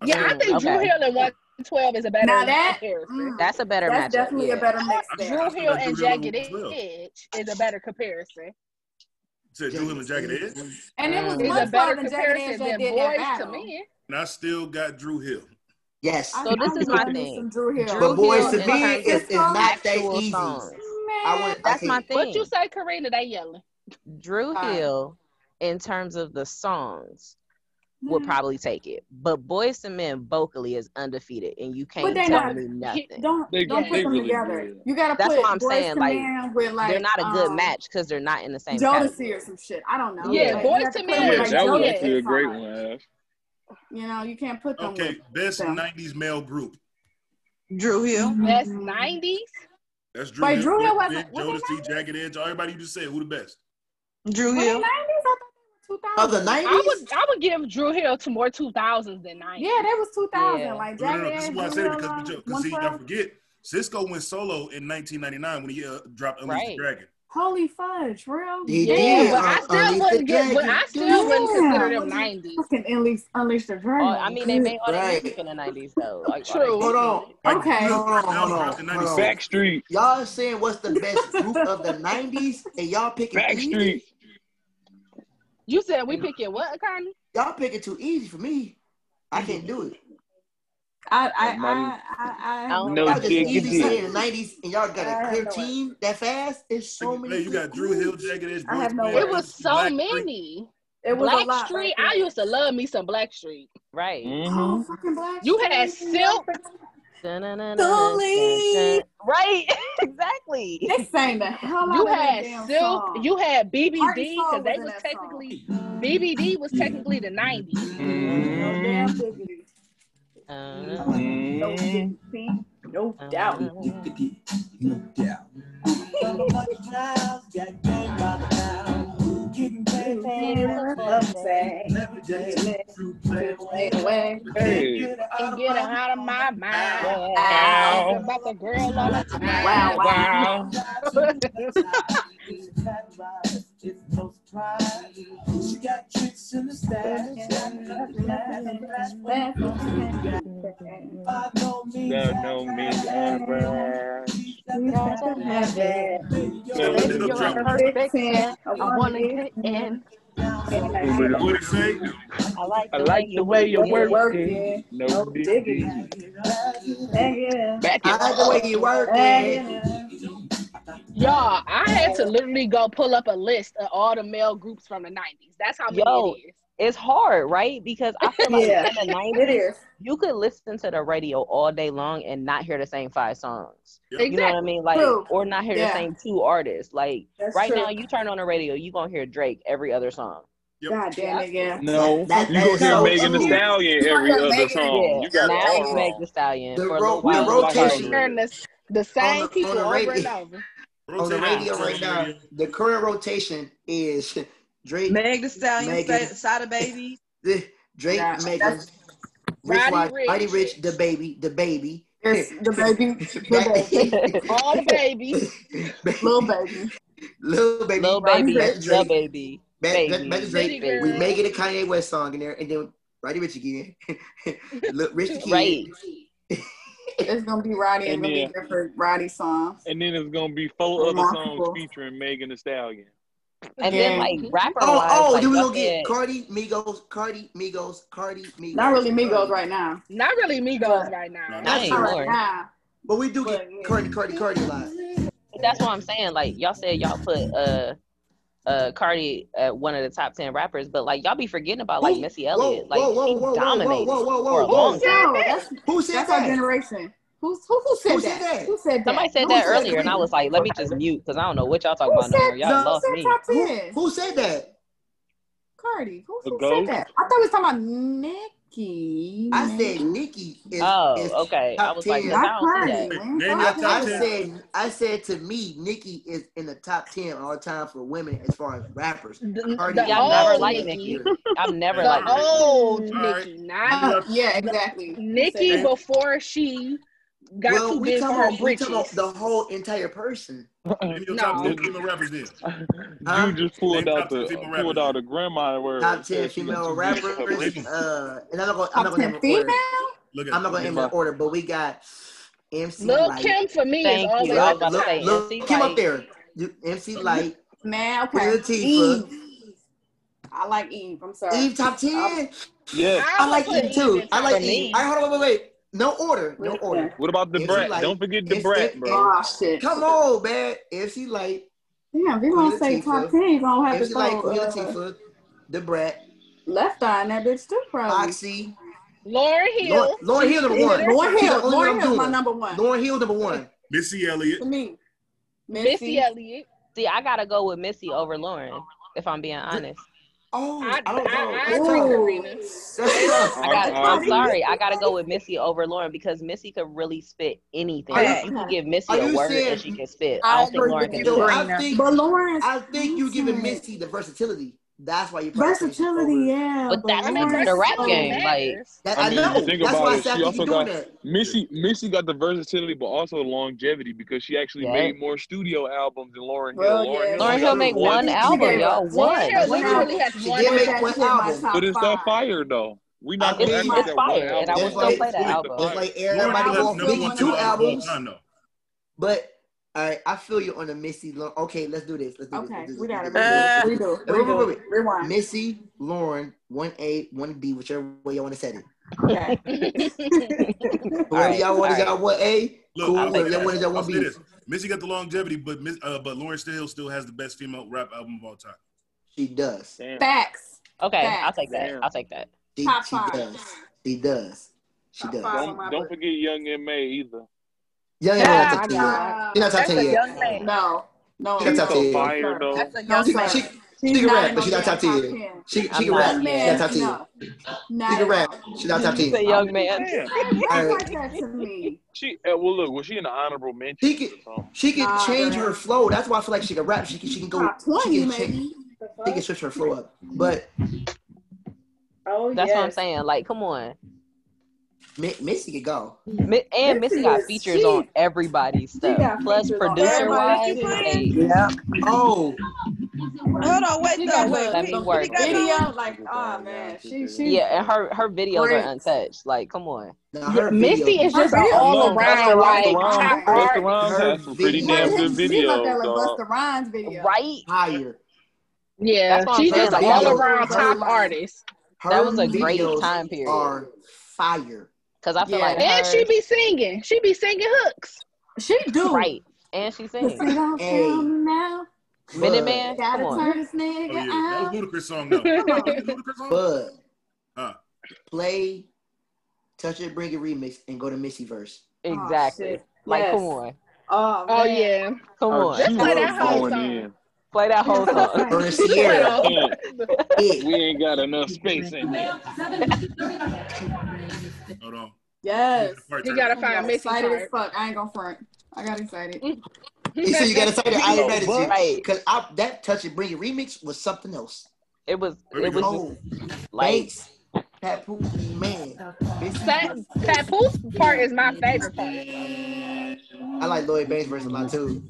[SPEAKER 3] I
[SPEAKER 6] Yeah,
[SPEAKER 3] think
[SPEAKER 6] I
[SPEAKER 10] Mm,
[SPEAKER 6] think Drew
[SPEAKER 10] okay,
[SPEAKER 6] Hill and 112 is a better
[SPEAKER 5] Now that,
[SPEAKER 6] comparison.
[SPEAKER 5] mm,
[SPEAKER 10] that's a better
[SPEAKER 5] that's
[SPEAKER 10] matchup.
[SPEAKER 5] definitely a
[SPEAKER 10] Yeah,
[SPEAKER 5] better
[SPEAKER 6] Or
[SPEAKER 5] mix there.
[SPEAKER 3] I still
[SPEAKER 6] Drew Hill
[SPEAKER 3] got Drew
[SPEAKER 6] and
[SPEAKER 3] Hill and
[SPEAKER 6] Jagged
[SPEAKER 3] 12.
[SPEAKER 6] Edge is a better comparison.
[SPEAKER 3] Said Drew Hill and
[SPEAKER 2] Jagged
[SPEAKER 3] Jagged
[SPEAKER 2] Edge.
[SPEAKER 3] Edge,
[SPEAKER 5] And it was
[SPEAKER 10] Mm.
[SPEAKER 6] Is a
[SPEAKER 5] One
[SPEAKER 6] better
[SPEAKER 5] Twelve and Jagged Edge that
[SPEAKER 6] comparison than
[SPEAKER 5] did that
[SPEAKER 6] boys to
[SPEAKER 5] battle.
[SPEAKER 6] men.
[SPEAKER 3] and I still got Drew Hill.
[SPEAKER 2] Yes,
[SPEAKER 5] I,
[SPEAKER 10] So this
[SPEAKER 5] I
[SPEAKER 10] is my
[SPEAKER 5] love me
[SPEAKER 10] thing.
[SPEAKER 5] some Drew Hill.
[SPEAKER 2] but
[SPEAKER 10] Drew
[SPEAKER 2] Boys
[SPEAKER 10] Hill
[SPEAKER 2] to
[SPEAKER 10] in
[SPEAKER 5] But
[SPEAKER 2] Men
[SPEAKER 10] terms of
[SPEAKER 2] is is
[SPEAKER 5] Cisco,
[SPEAKER 2] not that
[SPEAKER 10] actual
[SPEAKER 2] easy.
[SPEAKER 10] songs.
[SPEAKER 2] I
[SPEAKER 5] man,
[SPEAKER 2] want.
[SPEAKER 10] That's my
[SPEAKER 2] Okay.
[SPEAKER 6] What you
[SPEAKER 10] thing.
[SPEAKER 6] say, Karina? They yelling.
[SPEAKER 10] Drew
[SPEAKER 5] God,
[SPEAKER 10] Hill in terms of the songs would
[SPEAKER 5] man.
[SPEAKER 10] probably take it. But Boys and Men vocally is undefeated and you
[SPEAKER 5] But
[SPEAKER 10] can't
[SPEAKER 5] they
[SPEAKER 10] tell
[SPEAKER 5] not.
[SPEAKER 10] me
[SPEAKER 6] He-
[SPEAKER 10] nothing.
[SPEAKER 5] Don't
[SPEAKER 9] They
[SPEAKER 5] don't
[SPEAKER 6] yeah.
[SPEAKER 5] put
[SPEAKER 9] they
[SPEAKER 5] them
[SPEAKER 9] really
[SPEAKER 5] together.
[SPEAKER 9] good.
[SPEAKER 5] You gotta
[SPEAKER 10] That's why
[SPEAKER 5] put
[SPEAKER 10] I'm
[SPEAKER 5] Boys
[SPEAKER 10] saying
[SPEAKER 5] to
[SPEAKER 10] like
[SPEAKER 5] Man with
[SPEAKER 10] they're
[SPEAKER 5] like
[SPEAKER 10] not a good
[SPEAKER 5] um
[SPEAKER 10] match because they're not in the same
[SPEAKER 5] Jodeci or
[SPEAKER 10] category.
[SPEAKER 5] some shit. I don't know.
[SPEAKER 6] Yeah,
[SPEAKER 10] Yeah.
[SPEAKER 5] Like you
[SPEAKER 6] boys
[SPEAKER 5] have to
[SPEAKER 6] to
[SPEAKER 5] put them with
[SPEAKER 6] men.
[SPEAKER 9] Yeah,
[SPEAKER 5] like
[SPEAKER 9] that was
[SPEAKER 6] Yeah.
[SPEAKER 9] actually
[SPEAKER 5] Jodeci or
[SPEAKER 9] a great one.
[SPEAKER 5] somebody.
[SPEAKER 9] Ash.
[SPEAKER 5] You know, you can't put them with
[SPEAKER 3] Okay, best
[SPEAKER 5] them.
[SPEAKER 3] 90s male group.
[SPEAKER 1] Drew Hill.
[SPEAKER 6] That's
[SPEAKER 5] Mm.
[SPEAKER 6] 90s.
[SPEAKER 3] That's Drew
[SPEAKER 5] Wait,
[SPEAKER 3] Hill,
[SPEAKER 5] Drew
[SPEAKER 3] Boys
[SPEAKER 5] Hill
[SPEAKER 3] to
[SPEAKER 5] wasn't
[SPEAKER 3] Men,
[SPEAKER 5] were they
[SPEAKER 3] Jodeci,
[SPEAKER 5] nineties?
[SPEAKER 3] Jagged Edge. Everybody you just said, who the best?
[SPEAKER 1] Drew
[SPEAKER 5] Were they
[SPEAKER 1] Hill.
[SPEAKER 5] nineties? I thought they
[SPEAKER 2] Of
[SPEAKER 5] were two
[SPEAKER 2] the
[SPEAKER 5] thousands.
[SPEAKER 6] I
[SPEAKER 2] nineties,
[SPEAKER 6] would I would give Drew Hill to more 2000s than
[SPEAKER 5] Yeah,
[SPEAKER 6] 90s.
[SPEAKER 5] they was two thousand.
[SPEAKER 10] Yeah.
[SPEAKER 5] Like
[SPEAKER 3] No, no,
[SPEAKER 5] Jagged
[SPEAKER 3] no. This is
[SPEAKER 5] Edge,
[SPEAKER 3] why I
[SPEAKER 5] Drew
[SPEAKER 3] said it
[SPEAKER 5] Hill,
[SPEAKER 3] because
[SPEAKER 5] line,
[SPEAKER 3] because
[SPEAKER 5] one
[SPEAKER 3] see, y'all
[SPEAKER 5] twelve.
[SPEAKER 3] forget Cisco went solo in 1999 when he uh, dropped Unleash the
[SPEAKER 10] Right.
[SPEAKER 3] Dragon.
[SPEAKER 5] Holy fudge, real?
[SPEAKER 2] he
[SPEAKER 6] Yeah,
[SPEAKER 2] did
[SPEAKER 6] but
[SPEAKER 2] on
[SPEAKER 6] I
[SPEAKER 5] Damn.
[SPEAKER 6] still
[SPEAKER 2] Unleash the
[SPEAKER 6] wouldn't get but
[SPEAKER 2] Dragon.
[SPEAKER 6] I still wouldn't consider
[SPEAKER 5] Yeah.
[SPEAKER 2] Dude.
[SPEAKER 6] them 90s.
[SPEAKER 5] Fucking unleash, unleash
[SPEAKER 6] Oh,
[SPEAKER 5] the
[SPEAKER 10] All,
[SPEAKER 5] dragon
[SPEAKER 10] Oh, I
[SPEAKER 5] was
[SPEAKER 10] mean they
[SPEAKER 5] good.
[SPEAKER 10] made all that music
[SPEAKER 2] Right.
[SPEAKER 10] in the nineties though. Like all that
[SPEAKER 6] True.
[SPEAKER 10] good
[SPEAKER 2] Hold on.
[SPEAKER 10] music.
[SPEAKER 3] Like Drew
[SPEAKER 5] Okay.
[SPEAKER 3] Hill
[SPEAKER 2] Hold on. Hold
[SPEAKER 3] sound dropped
[SPEAKER 2] on.
[SPEAKER 3] in
[SPEAKER 2] Hold on.
[SPEAKER 3] 96.
[SPEAKER 9] Backstreet,
[SPEAKER 2] Y'all saying what's the best group of the nineties, and y'all picking
[SPEAKER 9] Backstreet.
[SPEAKER 2] easy.
[SPEAKER 6] You said we picking what, Connie?
[SPEAKER 2] Y'all picking too easy for me. I can't do it.
[SPEAKER 5] I I
[SPEAKER 9] Like money,
[SPEAKER 5] I I, I have
[SPEAKER 10] I
[SPEAKER 5] no
[SPEAKER 10] don't
[SPEAKER 9] no
[SPEAKER 2] Y'all
[SPEAKER 5] answer
[SPEAKER 2] just
[SPEAKER 5] for
[SPEAKER 9] jigga
[SPEAKER 2] easy
[SPEAKER 5] you.
[SPEAKER 2] saying the
[SPEAKER 9] jig.
[SPEAKER 2] nineties, and y'all got a
[SPEAKER 5] I have
[SPEAKER 2] clear
[SPEAKER 5] no answer.
[SPEAKER 2] team that fast. It's so
[SPEAKER 3] Hey,
[SPEAKER 2] many
[SPEAKER 3] you
[SPEAKER 2] good
[SPEAKER 3] got Drew Hill,
[SPEAKER 2] groups.
[SPEAKER 3] Jagged Edge,
[SPEAKER 5] I
[SPEAKER 3] Boys
[SPEAKER 5] have
[SPEAKER 3] to
[SPEAKER 5] no
[SPEAKER 3] Men,
[SPEAKER 6] It
[SPEAKER 5] answer.
[SPEAKER 6] was
[SPEAKER 3] Jodeci,
[SPEAKER 6] so
[SPEAKER 3] Blackstreet.
[SPEAKER 6] many.
[SPEAKER 5] It was a lot
[SPEAKER 6] Blackstreet.
[SPEAKER 5] right
[SPEAKER 6] I
[SPEAKER 5] there.
[SPEAKER 6] used to love me some Blackstreet.
[SPEAKER 10] Right.
[SPEAKER 5] Oh,
[SPEAKER 9] Mm-hmm.
[SPEAKER 5] fucking Black
[SPEAKER 6] You had
[SPEAKER 5] Street, New York.
[SPEAKER 6] Silk.
[SPEAKER 10] Dun, dun, dun, dun, dun, dun,
[SPEAKER 5] Dolly.
[SPEAKER 10] dun. Right. exactly.
[SPEAKER 5] They sang the hell out
[SPEAKER 6] You
[SPEAKER 5] of that
[SPEAKER 6] had
[SPEAKER 5] damn
[SPEAKER 6] Silk.
[SPEAKER 5] song.
[SPEAKER 6] You had
[SPEAKER 5] Heart and
[SPEAKER 6] BBD
[SPEAKER 5] Soul
[SPEAKER 6] because
[SPEAKER 5] was
[SPEAKER 6] they
[SPEAKER 5] in
[SPEAKER 6] was
[SPEAKER 5] that song.
[SPEAKER 6] technically BBD was technically the 90s.
[SPEAKER 5] No damn
[SPEAKER 9] Mm-hmm.
[SPEAKER 5] diggity. No, no
[SPEAKER 9] Mm-hmm.
[SPEAKER 5] diggity. See? No doubt.
[SPEAKER 10] Mm.
[SPEAKER 5] You can love say, you play away.
[SPEAKER 9] Hey,
[SPEAKER 6] And get her out of my mind. Think
[SPEAKER 5] Ow.
[SPEAKER 6] about the girl all the
[SPEAKER 5] Wow, wow.
[SPEAKER 6] time.
[SPEAKER 9] wow. No, no means unfair.
[SPEAKER 5] You got to have it.
[SPEAKER 9] No,
[SPEAKER 3] Turn
[SPEAKER 9] no,
[SPEAKER 3] it
[SPEAKER 6] Baby,
[SPEAKER 3] up,
[SPEAKER 6] you're a
[SPEAKER 3] Joe.
[SPEAKER 5] Perfect
[SPEAKER 6] perfect
[SPEAKER 5] ten.
[SPEAKER 6] 10.
[SPEAKER 5] I
[SPEAKER 6] I
[SPEAKER 5] want to
[SPEAKER 6] wanna
[SPEAKER 5] get
[SPEAKER 6] get
[SPEAKER 5] in. And
[SPEAKER 6] in.
[SPEAKER 5] I
[SPEAKER 9] But
[SPEAKER 5] had
[SPEAKER 9] it
[SPEAKER 3] What it say?
[SPEAKER 9] I like the way you
[SPEAKER 5] way you
[SPEAKER 9] work
[SPEAKER 5] work
[SPEAKER 9] it.
[SPEAKER 5] it.
[SPEAKER 9] No
[SPEAKER 5] No diggity.
[SPEAKER 9] diggity.
[SPEAKER 5] Thank you.
[SPEAKER 9] Back
[SPEAKER 2] I
[SPEAKER 9] it
[SPEAKER 2] like the way
[SPEAKER 9] up.
[SPEAKER 2] you work it.
[SPEAKER 5] Thank you.
[SPEAKER 6] Y'all, I had to literally go pull up a list of all the male groups from the 90s. That's how many it
[SPEAKER 10] Yo,
[SPEAKER 6] is.
[SPEAKER 10] it's hard, right? Because I feel like
[SPEAKER 5] Yeah,
[SPEAKER 10] in the
[SPEAKER 5] it
[SPEAKER 10] nineties
[SPEAKER 5] is.
[SPEAKER 10] you could listen to the radio all day long and not hear the same five songs.
[SPEAKER 3] Yep.
[SPEAKER 10] You know what I
[SPEAKER 6] Exactly.
[SPEAKER 10] mean? Like,
[SPEAKER 5] True.
[SPEAKER 10] or not hear the
[SPEAKER 5] Yeah,
[SPEAKER 10] same two artists. Like
[SPEAKER 5] that's
[SPEAKER 10] right
[SPEAKER 5] true.
[SPEAKER 10] now, you turn on the radio, you gonna hear Drake every other song.
[SPEAKER 3] Yep.
[SPEAKER 5] God damn
[SPEAKER 10] That's
[SPEAKER 5] it, yeah.
[SPEAKER 2] That
[SPEAKER 9] No,
[SPEAKER 2] that
[SPEAKER 9] you
[SPEAKER 2] that
[SPEAKER 9] gonna
[SPEAKER 2] is
[SPEAKER 9] hear
[SPEAKER 2] so
[SPEAKER 5] Oh,
[SPEAKER 9] Megan the
[SPEAKER 2] true.
[SPEAKER 5] yeah.
[SPEAKER 9] Stallion
[SPEAKER 5] You want
[SPEAKER 9] every
[SPEAKER 5] that
[SPEAKER 9] other
[SPEAKER 5] Megan and
[SPEAKER 9] song.
[SPEAKER 10] Yeah,
[SPEAKER 9] Oh, You got it
[SPEAKER 10] now
[SPEAKER 9] all
[SPEAKER 10] you make
[SPEAKER 9] wrong.
[SPEAKER 10] the stallion
[SPEAKER 2] The
[SPEAKER 10] for a
[SPEAKER 2] ro-
[SPEAKER 10] little
[SPEAKER 2] the
[SPEAKER 10] while.
[SPEAKER 9] That's
[SPEAKER 10] It was
[SPEAKER 9] Black
[SPEAKER 6] You was
[SPEAKER 10] like
[SPEAKER 2] rotation
[SPEAKER 6] hearing
[SPEAKER 9] Hollywood.
[SPEAKER 6] this, the
[SPEAKER 2] on
[SPEAKER 6] same
[SPEAKER 2] the on
[SPEAKER 6] people
[SPEAKER 2] the
[SPEAKER 6] over and
[SPEAKER 2] radio
[SPEAKER 6] over.
[SPEAKER 2] on the radio
[SPEAKER 3] Rotate it. Turn
[SPEAKER 2] right
[SPEAKER 3] on the radio.
[SPEAKER 2] now. The current rotation is Drake,
[SPEAKER 1] Meg the Stallion,
[SPEAKER 2] Megan,
[SPEAKER 1] Sada Baby.
[SPEAKER 2] the Drake,
[SPEAKER 5] God,
[SPEAKER 2] Megan,
[SPEAKER 5] that's
[SPEAKER 2] Rich
[SPEAKER 6] Roddy
[SPEAKER 2] Watch, Mighty
[SPEAKER 6] Rich,
[SPEAKER 2] Rich, the baby, the baby,
[SPEAKER 5] it's the baby, the baby,
[SPEAKER 6] all the
[SPEAKER 2] that
[SPEAKER 6] babies.
[SPEAKER 5] little baby,
[SPEAKER 2] little baby,
[SPEAKER 10] Lil
[SPEAKER 5] Roddy
[SPEAKER 10] Baby,
[SPEAKER 2] best
[SPEAKER 5] Rich,
[SPEAKER 10] the
[SPEAKER 2] Drake,
[SPEAKER 10] baby,
[SPEAKER 2] best, best, best
[SPEAKER 10] baby,
[SPEAKER 6] City
[SPEAKER 2] Drake. We
[SPEAKER 10] baby.
[SPEAKER 2] make
[SPEAKER 6] girl.
[SPEAKER 2] it a Kanye West song in there, and then Roddy Rich again, Lil, Rich the Kid.
[SPEAKER 10] Right.
[SPEAKER 5] it's gonna be Roddy and
[SPEAKER 9] And
[SPEAKER 5] gonna be
[SPEAKER 9] then
[SPEAKER 5] different Roddy songs.
[SPEAKER 9] and then it's gonna be four other songs
[SPEAKER 5] Remarkable.
[SPEAKER 9] featuring Megan the Stallion.
[SPEAKER 10] And then
[SPEAKER 5] Yeah.
[SPEAKER 10] like rapper
[SPEAKER 2] Oh,
[SPEAKER 10] wise,
[SPEAKER 2] oh,
[SPEAKER 10] like
[SPEAKER 2] then we
[SPEAKER 10] y'all
[SPEAKER 2] gonna get
[SPEAKER 10] said,
[SPEAKER 2] Cardi, Migos, Cardi, Migos, Cardi,
[SPEAKER 5] Not
[SPEAKER 2] Migos,
[SPEAKER 5] really Migos
[SPEAKER 2] Cardi.
[SPEAKER 5] right now,
[SPEAKER 6] Not really Migos
[SPEAKER 5] but
[SPEAKER 6] right
[SPEAKER 3] No,
[SPEAKER 6] now.
[SPEAKER 3] not
[SPEAKER 10] not
[SPEAKER 2] That's
[SPEAKER 3] anymore.
[SPEAKER 5] not
[SPEAKER 2] true.
[SPEAKER 5] right
[SPEAKER 10] anymore.
[SPEAKER 5] now.
[SPEAKER 2] But we do
[SPEAKER 5] But
[SPEAKER 2] get
[SPEAKER 5] yeah.
[SPEAKER 2] Cardi, Cardi, Cardi a lot.
[SPEAKER 10] But that's what I'm saying. Like y'all said, y'all put uh uh Cardi uh, one of the top ten rappers, but like y'all be forgetting about like Missy Elliott. Like
[SPEAKER 2] whoa, whoa,
[SPEAKER 10] she
[SPEAKER 2] whoa, whoa,
[SPEAKER 10] dominated
[SPEAKER 2] whoa, whoa, whoa,
[SPEAKER 10] for a
[SPEAKER 2] whoa.
[SPEAKER 10] long
[SPEAKER 2] Who
[SPEAKER 10] time.
[SPEAKER 2] said that? Who said
[SPEAKER 5] That's
[SPEAKER 2] that?
[SPEAKER 5] our generation. Who's who? Who said,
[SPEAKER 2] Who said
[SPEAKER 5] that?
[SPEAKER 2] that?
[SPEAKER 5] Who said that?
[SPEAKER 10] Somebody said
[SPEAKER 5] Who
[SPEAKER 10] that
[SPEAKER 5] said
[SPEAKER 10] earlier, and I
[SPEAKER 5] that?
[SPEAKER 10] was like, let me just mute because I don't know what y'all talking
[SPEAKER 5] Who
[SPEAKER 10] about no more.
[SPEAKER 5] said-
[SPEAKER 10] Y'all
[SPEAKER 5] who
[SPEAKER 10] lost
[SPEAKER 5] said
[SPEAKER 10] me.
[SPEAKER 5] top
[SPEAKER 2] Who,
[SPEAKER 5] ten?
[SPEAKER 2] who said that?
[SPEAKER 5] Cardi. Who,
[SPEAKER 10] The
[SPEAKER 5] who
[SPEAKER 10] GOAT?
[SPEAKER 5] said that? I thought we was talking about Nikki.
[SPEAKER 2] I said Nikki is, is
[SPEAKER 10] Oh, okay. I
[SPEAKER 2] top
[SPEAKER 10] was like,
[SPEAKER 2] ten.
[SPEAKER 10] because I
[SPEAKER 5] Not
[SPEAKER 10] don't see
[SPEAKER 5] Cardi.
[SPEAKER 10] that.
[SPEAKER 5] We ain't
[SPEAKER 3] Name
[SPEAKER 5] talking
[SPEAKER 3] your
[SPEAKER 5] about
[SPEAKER 2] I,
[SPEAKER 3] top
[SPEAKER 2] I
[SPEAKER 5] Cardi.
[SPEAKER 3] ten.
[SPEAKER 2] said I said to me, Nikki is in the top ten all time for women as far as rappers.
[SPEAKER 6] The,
[SPEAKER 2] Cardi
[SPEAKER 6] the
[SPEAKER 10] Yeah, I've
[SPEAKER 2] is not
[SPEAKER 10] never
[SPEAKER 6] old
[SPEAKER 2] in
[SPEAKER 10] liked
[SPEAKER 2] that
[SPEAKER 6] Nikki.
[SPEAKER 10] Nikki.
[SPEAKER 2] tier.
[SPEAKER 10] I've
[SPEAKER 3] Yeah,
[SPEAKER 10] never
[SPEAKER 6] The
[SPEAKER 10] liked Nikki.
[SPEAKER 3] All
[SPEAKER 6] old
[SPEAKER 3] right.
[SPEAKER 6] Nikki,
[SPEAKER 3] Name
[SPEAKER 6] not
[SPEAKER 5] Uh,
[SPEAKER 3] your
[SPEAKER 5] yeah, exactly. Who said
[SPEAKER 6] Nikki
[SPEAKER 5] that?
[SPEAKER 3] name.
[SPEAKER 6] before she got
[SPEAKER 2] Well,
[SPEAKER 6] too
[SPEAKER 2] we
[SPEAKER 6] big
[SPEAKER 2] talking
[SPEAKER 6] for her
[SPEAKER 2] about we talking about
[SPEAKER 6] britches.
[SPEAKER 2] the whole entire person,
[SPEAKER 3] Name your top
[SPEAKER 6] No,
[SPEAKER 3] ten
[SPEAKER 9] Dude,
[SPEAKER 3] female rappers then.
[SPEAKER 2] huh?
[SPEAKER 9] dude just pulled
[SPEAKER 3] Name
[SPEAKER 9] out
[SPEAKER 3] top ten
[SPEAKER 9] the
[SPEAKER 3] female
[SPEAKER 9] pulled
[SPEAKER 3] rappers
[SPEAKER 9] out
[SPEAKER 3] then.
[SPEAKER 9] a grandma word
[SPEAKER 2] Top ten
[SPEAKER 9] and said she was
[SPEAKER 2] female
[SPEAKER 9] too big for her
[SPEAKER 2] rappers.
[SPEAKER 3] Look
[SPEAKER 9] britches.
[SPEAKER 2] Uh, and I'm not gonna I'm
[SPEAKER 5] Top
[SPEAKER 2] not gonna
[SPEAKER 5] ten
[SPEAKER 2] name an
[SPEAKER 5] female.
[SPEAKER 2] order.
[SPEAKER 3] at
[SPEAKER 2] I'm not
[SPEAKER 3] it.
[SPEAKER 2] gonna name
[SPEAKER 9] If
[SPEAKER 2] an
[SPEAKER 9] I
[SPEAKER 2] order, but we got MC
[SPEAKER 6] Lil
[SPEAKER 2] Light.
[SPEAKER 6] Kim for me is
[SPEAKER 10] Thank you.
[SPEAKER 6] always
[SPEAKER 10] I
[SPEAKER 6] at
[SPEAKER 10] was
[SPEAKER 2] Look,
[SPEAKER 6] the
[SPEAKER 10] about to
[SPEAKER 2] look,
[SPEAKER 6] top.
[SPEAKER 10] say MC
[SPEAKER 2] look him up
[SPEAKER 10] Light.
[SPEAKER 2] there. You, MC
[SPEAKER 5] You-
[SPEAKER 2] Light,
[SPEAKER 5] Man,
[SPEAKER 2] Queen
[SPEAKER 5] okay.
[SPEAKER 2] Latifah,
[SPEAKER 5] Eve. I like Eve. I'm sorry.
[SPEAKER 2] Eve top
[SPEAKER 5] Um,
[SPEAKER 2] ten.
[SPEAKER 9] yeah,
[SPEAKER 6] I
[SPEAKER 2] I
[SPEAKER 6] would
[SPEAKER 2] like
[SPEAKER 6] put
[SPEAKER 2] Eve
[SPEAKER 6] Eve
[SPEAKER 2] too.
[SPEAKER 6] in
[SPEAKER 2] I
[SPEAKER 6] top
[SPEAKER 10] For
[SPEAKER 2] like
[SPEAKER 6] ten.
[SPEAKER 2] Eve.
[SPEAKER 10] me,
[SPEAKER 2] I hold on, wait, wait, wait. No order, no
[SPEAKER 5] listen.
[SPEAKER 2] order.
[SPEAKER 9] what about the
[SPEAKER 2] MC
[SPEAKER 9] brat?
[SPEAKER 2] Light,
[SPEAKER 9] Don't forget the
[SPEAKER 2] MC,
[SPEAKER 9] brat, bro.
[SPEAKER 5] Oh shit.
[SPEAKER 2] come on, man. MC Light,
[SPEAKER 5] Damn, if
[SPEAKER 2] Queen
[SPEAKER 5] you gonna say top
[SPEAKER 2] Latifah,
[SPEAKER 5] ten, you gonna have to
[SPEAKER 2] MC Light,
[SPEAKER 5] throw
[SPEAKER 2] Queen
[SPEAKER 5] uh,
[SPEAKER 2] Latifah, the brat,
[SPEAKER 5] left eye in that bitch too, probably.
[SPEAKER 2] Foxy,
[SPEAKER 6] Lauren
[SPEAKER 2] Lauren,
[SPEAKER 6] Hill,
[SPEAKER 2] Lauren
[SPEAKER 6] she's
[SPEAKER 2] Hill number
[SPEAKER 6] considered
[SPEAKER 2] one. She
[SPEAKER 5] Lauren
[SPEAKER 2] the
[SPEAKER 5] Hill.
[SPEAKER 2] only one
[SPEAKER 5] Lauren
[SPEAKER 2] I'm
[SPEAKER 5] Hill is my
[SPEAKER 2] doing.
[SPEAKER 5] number one
[SPEAKER 2] Lauren Hill number one.
[SPEAKER 3] Missy Elliott.
[SPEAKER 5] to me.
[SPEAKER 6] Missy
[SPEAKER 5] Missy.
[SPEAKER 6] Elliott.
[SPEAKER 10] see, I gotta go with Missy over Lauren. If I'm being honest,
[SPEAKER 2] Oh,
[SPEAKER 6] I
[SPEAKER 2] I don't know.
[SPEAKER 6] I, I
[SPEAKER 2] That's
[SPEAKER 6] agree
[SPEAKER 2] tough.
[SPEAKER 6] with
[SPEAKER 5] Ooh.
[SPEAKER 6] Serena.
[SPEAKER 2] That's
[SPEAKER 6] It's
[SPEAKER 2] tough.
[SPEAKER 10] I
[SPEAKER 9] I,
[SPEAKER 10] got.
[SPEAKER 9] I
[SPEAKER 10] I'm
[SPEAKER 9] agree.
[SPEAKER 10] sorry. I gotta go with Missy over Lauren because Missy could really spit
[SPEAKER 2] Are
[SPEAKER 10] anything.
[SPEAKER 2] you
[SPEAKER 10] Like
[SPEAKER 5] Fact.
[SPEAKER 10] you could
[SPEAKER 5] Okay.
[SPEAKER 10] give Missy
[SPEAKER 2] are
[SPEAKER 10] a
[SPEAKER 2] you
[SPEAKER 10] word and she
[SPEAKER 2] saying
[SPEAKER 10] can spit. I
[SPEAKER 7] I
[SPEAKER 10] don't think
[SPEAKER 7] agree with
[SPEAKER 10] Lauren can
[SPEAKER 7] you,
[SPEAKER 10] do
[SPEAKER 2] though?
[SPEAKER 10] that.
[SPEAKER 2] I
[SPEAKER 7] Serena.
[SPEAKER 2] think
[SPEAKER 5] But Lauren's
[SPEAKER 2] I think you giving
[SPEAKER 5] talented.
[SPEAKER 2] Missy the versatility. That's why you probably place her
[SPEAKER 5] Versatility,
[SPEAKER 2] over.
[SPEAKER 5] yeah, Oh,
[SPEAKER 10] But
[SPEAKER 5] but
[SPEAKER 10] that's
[SPEAKER 6] I mean,
[SPEAKER 10] the
[SPEAKER 5] Lauren's so
[SPEAKER 10] rap
[SPEAKER 6] versatility
[SPEAKER 10] game. Like
[SPEAKER 6] matters.
[SPEAKER 2] That
[SPEAKER 9] I
[SPEAKER 2] I
[SPEAKER 9] mean, if you
[SPEAKER 2] know.
[SPEAKER 9] think
[SPEAKER 2] That's
[SPEAKER 9] about
[SPEAKER 2] why I
[SPEAKER 9] it,
[SPEAKER 2] said I
[SPEAKER 9] she
[SPEAKER 2] think you're
[SPEAKER 9] also
[SPEAKER 2] doing
[SPEAKER 9] got
[SPEAKER 2] that.
[SPEAKER 3] Yeah.
[SPEAKER 9] Missy. Missy got the versatility, but also longevity because she actually
[SPEAKER 10] yeah,
[SPEAKER 9] made more studio albums than Lauren Hill.
[SPEAKER 5] well,
[SPEAKER 9] Lauren
[SPEAKER 5] yeah,
[SPEAKER 9] Hill
[SPEAKER 10] Lauren
[SPEAKER 9] only
[SPEAKER 5] that's
[SPEAKER 10] Hill
[SPEAKER 9] got the
[SPEAKER 10] made
[SPEAKER 5] true.
[SPEAKER 9] one and
[SPEAKER 10] one
[SPEAKER 5] She
[SPEAKER 9] two.
[SPEAKER 10] albem,
[SPEAKER 5] gave
[SPEAKER 10] y'all.
[SPEAKER 5] up. She
[SPEAKER 6] Lauren
[SPEAKER 10] One.
[SPEAKER 5] gave up
[SPEAKER 2] That's true.
[SPEAKER 5] one
[SPEAKER 6] Hill literally
[SPEAKER 5] album.
[SPEAKER 6] has
[SPEAKER 2] She
[SPEAKER 6] one
[SPEAKER 2] did
[SPEAKER 5] With
[SPEAKER 2] make one
[SPEAKER 5] that, she
[SPEAKER 6] album.
[SPEAKER 5] in my
[SPEAKER 2] album.
[SPEAKER 9] But
[SPEAKER 5] top
[SPEAKER 9] it's that
[SPEAKER 5] five.
[SPEAKER 9] fire though. We
[SPEAKER 3] I
[SPEAKER 9] not
[SPEAKER 5] It's
[SPEAKER 3] put
[SPEAKER 9] gonna act like that one
[SPEAKER 5] my
[SPEAKER 10] It's fire, and I
[SPEAKER 9] album
[SPEAKER 2] That's
[SPEAKER 9] is
[SPEAKER 10] was still
[SPEAKER 2] like
[SPEAKER 10] play
[SPEAKER 2] Queen,
[SPEAKER 9] what is
[SPEAKER 10] that
[SPEAKER 9] the
[SPEAKER 2] that's
[SPEAKER 10] album.
[SPEAKER 9] fire.
[SPEAKER 2] like Aaron
[SPEAKER 3] Lauren
[SPEAKER 2] about to
[SPEAKER 3] Hill
[SPEAKER 2] go off
[SPEAKER 3] has
[SPEAKER 5] albums
[SPEAKER 2] making
[SPEAKER 3] number one
[SPEAKER 5] still one
[SPEAKER 2] two
[SPEAKER 3] albums
[SPEAKER 2] albums.
[SPEAKER 3] of all
[SPEAKER 5] album.
[SPEAKER 3] time though.
[SPEAKER 2] But all right, I feel you on the Missy. Lo- Okay, let's do this. Let's do this. Let's
[SPEAKER 5] Okay,
[SPEAKER 2] do this.
[SPEAKER 5] we
[SPEAKER 2] Let's
[SPEAKER 5] gotta
[SPEAKER 2] do this. Let's do this.
[SPEAKER 5] redo,
[SPEAKER 2] Let's
[SPEAKER 7] Uh,
[SPEAKER 2] do this. Wait,
[SPEAKER 5] redo,
[SPEAKER 2] wait, wait,
[SPEAKER 5] redo,
[SPEAKER 2] wait.
[SPEAKER 5] rewind.
[SPEAKER 2] Missy, Lauren, one A, one B, whichever way y'all want to set it.
[SPEAKER 5] Okay.
[SPEAKER 10] all
[SPEAKER 2] Whoever
[SPEAKER 10] right,
[SPEAKER 2] y'all want
[SPEAKER 10] all
[SPEAKER 2] is
[SPEAKER 10] right.
[SPEAKER 2] y'all one A.
[SPEAKER 3] Look,
[SPEAKER 2] Cool.
[SPEAKER 10] I'll
[SPEAKER 3] I'll
[SPEAKER 10] take
[SPEAKER 2] Whoever y'all want is
[SPEAKER 3] say this.
[SPEAKER 10] that.
[SPEAKER 2] y'all
[SPEAKER 3] I'll
[SPEAKER 2] one
[SPEAKER 3] say
[SPEAKER 2] B.
[SPEAKER 3] this. Missy got the longevity, but Miss, uh, but Lauren Hill still has the best female rap album of all time.
[SPEAKER 2] She does.
[SPEAKER 9] Damn,
[SPEAKER 5] Facts.
[SPEAKER 10] Okay, I'll
[SPEAKER 5] Facts.
[SPEAKER 10] take that.
[SPEAKER 9] damn.
[SPEAKER 10] I'll take that.
[SPEAKER 2] She
[SPEAKER 5] Top
[SPEAKER 2] she
[SPEAKER 5] five.
[SPEAKER 2] does. She does. She
[SPEAKER 5] Top five
[SPEAKER 2] does.
[SPEAKER 5] in
[SPEAKER 9] Don't
[SPEAKER 5] my
[SPEAKER 9] don't
[SPEAKER 5] book.
[SPEAKER 9] forget Young M A either.
[SPEAKER 2] Young ain't
[SPEAKER 6] Oh
[SPEAKER 2] not top
[SPEAKER 6] my
[SPEAKER 2] ten yet. She
[SPEAKER 6] God,
[SPEAKER 5] Uh,
[SPEAKER 2] not top
[SPEAKER 6] that's
[SPEAKER 2] ten
[SPEAKER 6] a
[SPEAKER 2] yet.
[SPEAKER 6] young man.
[SPEAKER 5] no, no,
[SPEAKER 2] She not
[SPEAKER 9] She's
[SPEAKER 2] top ten
[SPEAKER 5] no,
[SPEAKER 9] so
[SPEAKER 2] yet.
[SPEAKER 5] no,
[SPEAKER 9] fire
[SPEAKER 5] sir.
[SPEAKER 9] though.
[SPEAKER 6] That's a
[SPEAKER 5] No,
[SPEAKER 6] young
[SPEAKER 2] She can
[SPEAKER 5] sir.
[SPEAKER 2] she
[SPEAKER 6] man.
[SPEAKER 2] she
[SPEAKER 5] She's
[SPEAKER 2] can
[SPEAKER 5] not
[SPEAKER 2] rap,
[SPEAKER 5] in
[SPEAKER 2] but
[SPEAKER 5] no
[SPEAKER 2] she not
[SPEAKER 5] damn
[SPEAKER 2] top ten
[SPEAKER 5] top
[SPEAKER 2] yet.
[SPEAKER 5] ten.
[SPEAKER 2] She she
[SPEAKER 10] I'm
[SPEAKER 2] can
[SPEAKER 10] not.
[SPEAKER 5] Young
[SPEAKER 2] rap. She not
[SPEAKER 5] man,
[SPEAKER 2] top ten.
[SPEAKER 5] no,
[SPEAKER 2] She
[SPEAKER 5] not
[SPEAKER 2] can
[SPEAKER 5] at
[SPEAKER 2] rap.
[SPEAKER 5] all.
[SPEAKER 2] She not top
[SPEAKER 10] She
[SPEAKER 2] ten.
[SPEAKER 10] said
[SPEAKER 9] I
[SPEAKER 10] young
[SPEAKER 9] mean,
[SPEAKER 10] man.
[SPEAKER 5] She
[SPEAKER 9] damn.
[SPEAKER 5] ain't
[SPEAKER 2] All
[SPEAKER 5] rap
[SPEAKER 2] right.
[SPEAKER 5] like that to me.
[SPEAKER 9] She eh, well look, was she in the honorable mentions
[SPEAKER 2] She could
[SPEAKER 9] or something?
[SPEAKER 2] she could
[SPEAKER 5] Nah,
[SPEAKER 2] change
[SPEAKER 5] bruh.
[SPEAKER 2] her flow. That's why I feel like she can rap. She can she can go.
[SPEAKER 5] Top
[SPEAKER 2] She
[SPEAKER 5] twenty
[SPEAKER 2] can change.
[SPEAKER 5] maybe. The
[SPEAKER 2] She can
[SPEAKER 5] fuck?
[SPEAKER 2] switch her flow up. But
[SPEAKER 5] Oh
[SPEAKER 10] That's what I'm
[SPEAKER 5] yes.
[SPEAKER 10] saying. Like, come on.
[SPEAKER 2] Mi- Missy could go.
[SPEAKER 10] Mi- And Missy
[SPEAKER 5] Mm-hmm. Missy
[SPEAKER 10] got
[SPEAKER 5] is
[SPEAKER 10] features on
[SPEAKER 5] she
[SPEAKER 10] everybody's
[SPEAKER 5] she
[SPEAKER 10] stuff.
[SPEAKER 5] got
[SPEAKER 10] Plus,
[SPEAKER 5] features on
[SPEAKER 10] producer
[SPEAKER 5] everybody's
[SPEAKER 1] Everybody
[SPEAKER 10] wise,
[SPEAKER 1] keep
[SPEAKER 5] shit.
[SPEAKER 1] playing.
[SPEAKER 10] like,
[SPEAKER 7] yeah.
[SPEAKER 2] Oh,
[SPEAKER 1] Hold on, wait
[SPEAKER 5] She
[SPEAKER 1] though,
[SPEAKER 5] got
[SPEAKER 1] wait.
[SPEAKER 5] the
[SPEAKER 10] let
[SPEAKER 1] We
[SPEAKER 10] me
[SPEAKER 5] the
[SPEAKER 1] we
[SPEAKER 10] work
[SPEAKER 1] got
[SPEAKER 10] with it.
[SPEAKER 5] video
[SPEAKER 1] Lauren.
[SPEAKER 5] like oh man, she she's
[SPEAKER 10] Yeah, and her her videos are
[SPEAKER 5] great.
[SPEAKER 10] untouched. Like, come on.
[SPEAKER 2] now
[SPEAKER 6] Yeah,
[SPEAKER 2] her
[SPEAKER 6] Missy
[SPEAKER 2] videos be
[SPEAKER 6] is
[SPEAKER 5] Her
[SPEAKER 6] just an
[SPEAKER 2] fire.
[SPEAKER 5] videos
[SPEAKER 6] all
[SPEAKER 5] is
[SPEAKER 9] No,
[SPEAKER 5] fire.
[SPEAKER 6] around
[SPEAKER 9] Busta
[SPEAKER 5] Busta
[SPEAKER 6] like
[SPEAKER 9] Rhymes
[SPEAKER 5] Rhymes.
[SPEAKER 6] top
[SPEAKER 9] Busta
[SPEAKER 6] artist.
[SPEAKER 9] Rhymes
[SPEAKER 2] Her
[SPEAKER 9] has some pretty
[SPEAKER 5] Her
[SPEAKER 9] damn
[SPEAKER 2] videos
[SPEAKER 5] his
[SPEAKER 9] good
[SPEAKER 2] be
[SPEAKER 5] shit up there
[SPEAKER 9] videos,
[SPEAKER 5] like
[SPEAKER 9] dog.
[SPEAKER 5] Busta Rhymes video.
[SPEAKER 10] Right?
[SPEAKER 2] fire.
[SPEAKER 6] Yeah,
[SPEAKER 10] That's what I'm
[SPEAKER 6] she's
[SPEAKER 2] Her
[SPEAKER 10] saying.
[SPEAKER 6] just an
[SPEAKER 10] Like, that
[SPEAKER 6] all
[SPEAKER 10] was
[SPEAKER 2] videos, her
[SPEAKER 6] around top
[SPEAKER 5] Versatility.
[SPEAKER 6] artist.
[SPEAKER 10] that
[SPEAKER 2] her
[SPEAKER 10] was a great
[SPEAKER 2] videos
[SPEAKER 10] time period.
[SPEAKER 2] are fire.
[SPEAKER 10] Cause I feel like
[SPEAKER 5] Yeah.
[SPEAKER 6] And she
[SPEAKER 10] her
[SPEAKER 6] be singing. She be singing hooks.
[SPEAKER 5] She do.
[SPEAKER 10] right, and she
[SPEAKER 5] Cause
[SPEAKER 10] sings.
[SPEAKER 5] see don't tell
[SPEAKER 2] Hey,
[SPEAKER 5] me now.
[SPEAKER 10] Minute
[SPEAKER 2] bud,
[SPEAKER 10] Man, come
[SPEAKER 5] Gotta
[SPEAKER 10] on.
[SPEAKER 5] turn this
[SPEAKER 3] Oh
[SPEAKER 5] nigga
[SPEAKER 3] yeah, that was
[SPEAKER 6] Uh-huh.
[SPEAKER 5] out.
[SPEAKER 3] Ludacris song though.
[SPEAKER 5] Come
[SPEAKER 3] That
[SPEAKER 5] on.
[SPEAKER 3] was Ludacris song.
[SPEAKER 2] bud,
[SPEAKER 3] Huh.
[SPEAKER 2] play Touch It, Bring It remix and go to Missy verse.
[SPEAKER 5] Oh
[SPEAKER 10] Exactly.
[SPEAKER 5] shit.
[SPEAKER 10] Like, come
[SPEAKER 5] Yes.
[SPEAKER 10] on,
[SPEAKER 5] Oh
[SPEAKER 6] oh
[SPEAKER 5] man.
[SPEAKER 6] yeah,
[SPEAKER 10] come
[SPEAKER 9] Uh,
[SPEAKER 10] on.
[SPEAKER 6] just
[SPEAKER 9] she
[SPEAKER 6] play
[SPEAKER 9] was
[SPEAKER 6] that whole
[SPEAKER 9] going
[SPEAKER 6] song.
[SPEAKER 9] in.
[SPEAKER 10] Play that
[SPEAKER 5] Yeah,
[SPEAKER 10] whole
[SPEAKER 5] that's
[SPEAKER 10] song.
[SPEAKER 5] right.
[SPEAKER 2] Burn
[SPEAKER 6] Just play
[SPEAKER 2] Sierra,
[SPEAKER 6] the whole.
[SPEAKER 9] Can't
[SPEAKER 2] it.
[SPEAKER 9] we ain't got enough space in here.
[SPEAKER 3] Hold on. I'm looking
[SPEAKER 5] Yes.
[SPEAKER 3] at the part
[SPEAKER 6] You
[SPEAKER 3] title.
[SPEAKER 6] gotta
[SPEAKER 5] I got
[SPEAKER 6] find Missy
[SPEAKER 5] excited as
[SPEAKER 6] part.
[SPEAKER 5] fuck. I ain't gonna front. I got excited.
[SPEAKER 2] You see, you gotta say that.
[SPEAKER 9] You
[SPEAKER 2] I ain't
[SPEAKER 9] know
[SPEAKER 2] mad at you,
[SPEAKER 9] what?
[SPEAKER 10] right.
[SPEAKER 2] cause I, that Touch It, Bring It remix was something else.
[SPEAKER 10] It was.
[SPEAKER 3] Here we
[SPEAKER 10] It was
[SPEAKER 3] go.
[SPEAKER 10] just
[SPEAKER 2] Oh,
[SPEAKER 10] like
[SPEAKER 2] Banks, Papoose, man, Missy.
[SPEAKER 6] Fat Fat Poof's part is my favorite part.
[SPEAKER 2] I like Lloyd Banks verse a lot too.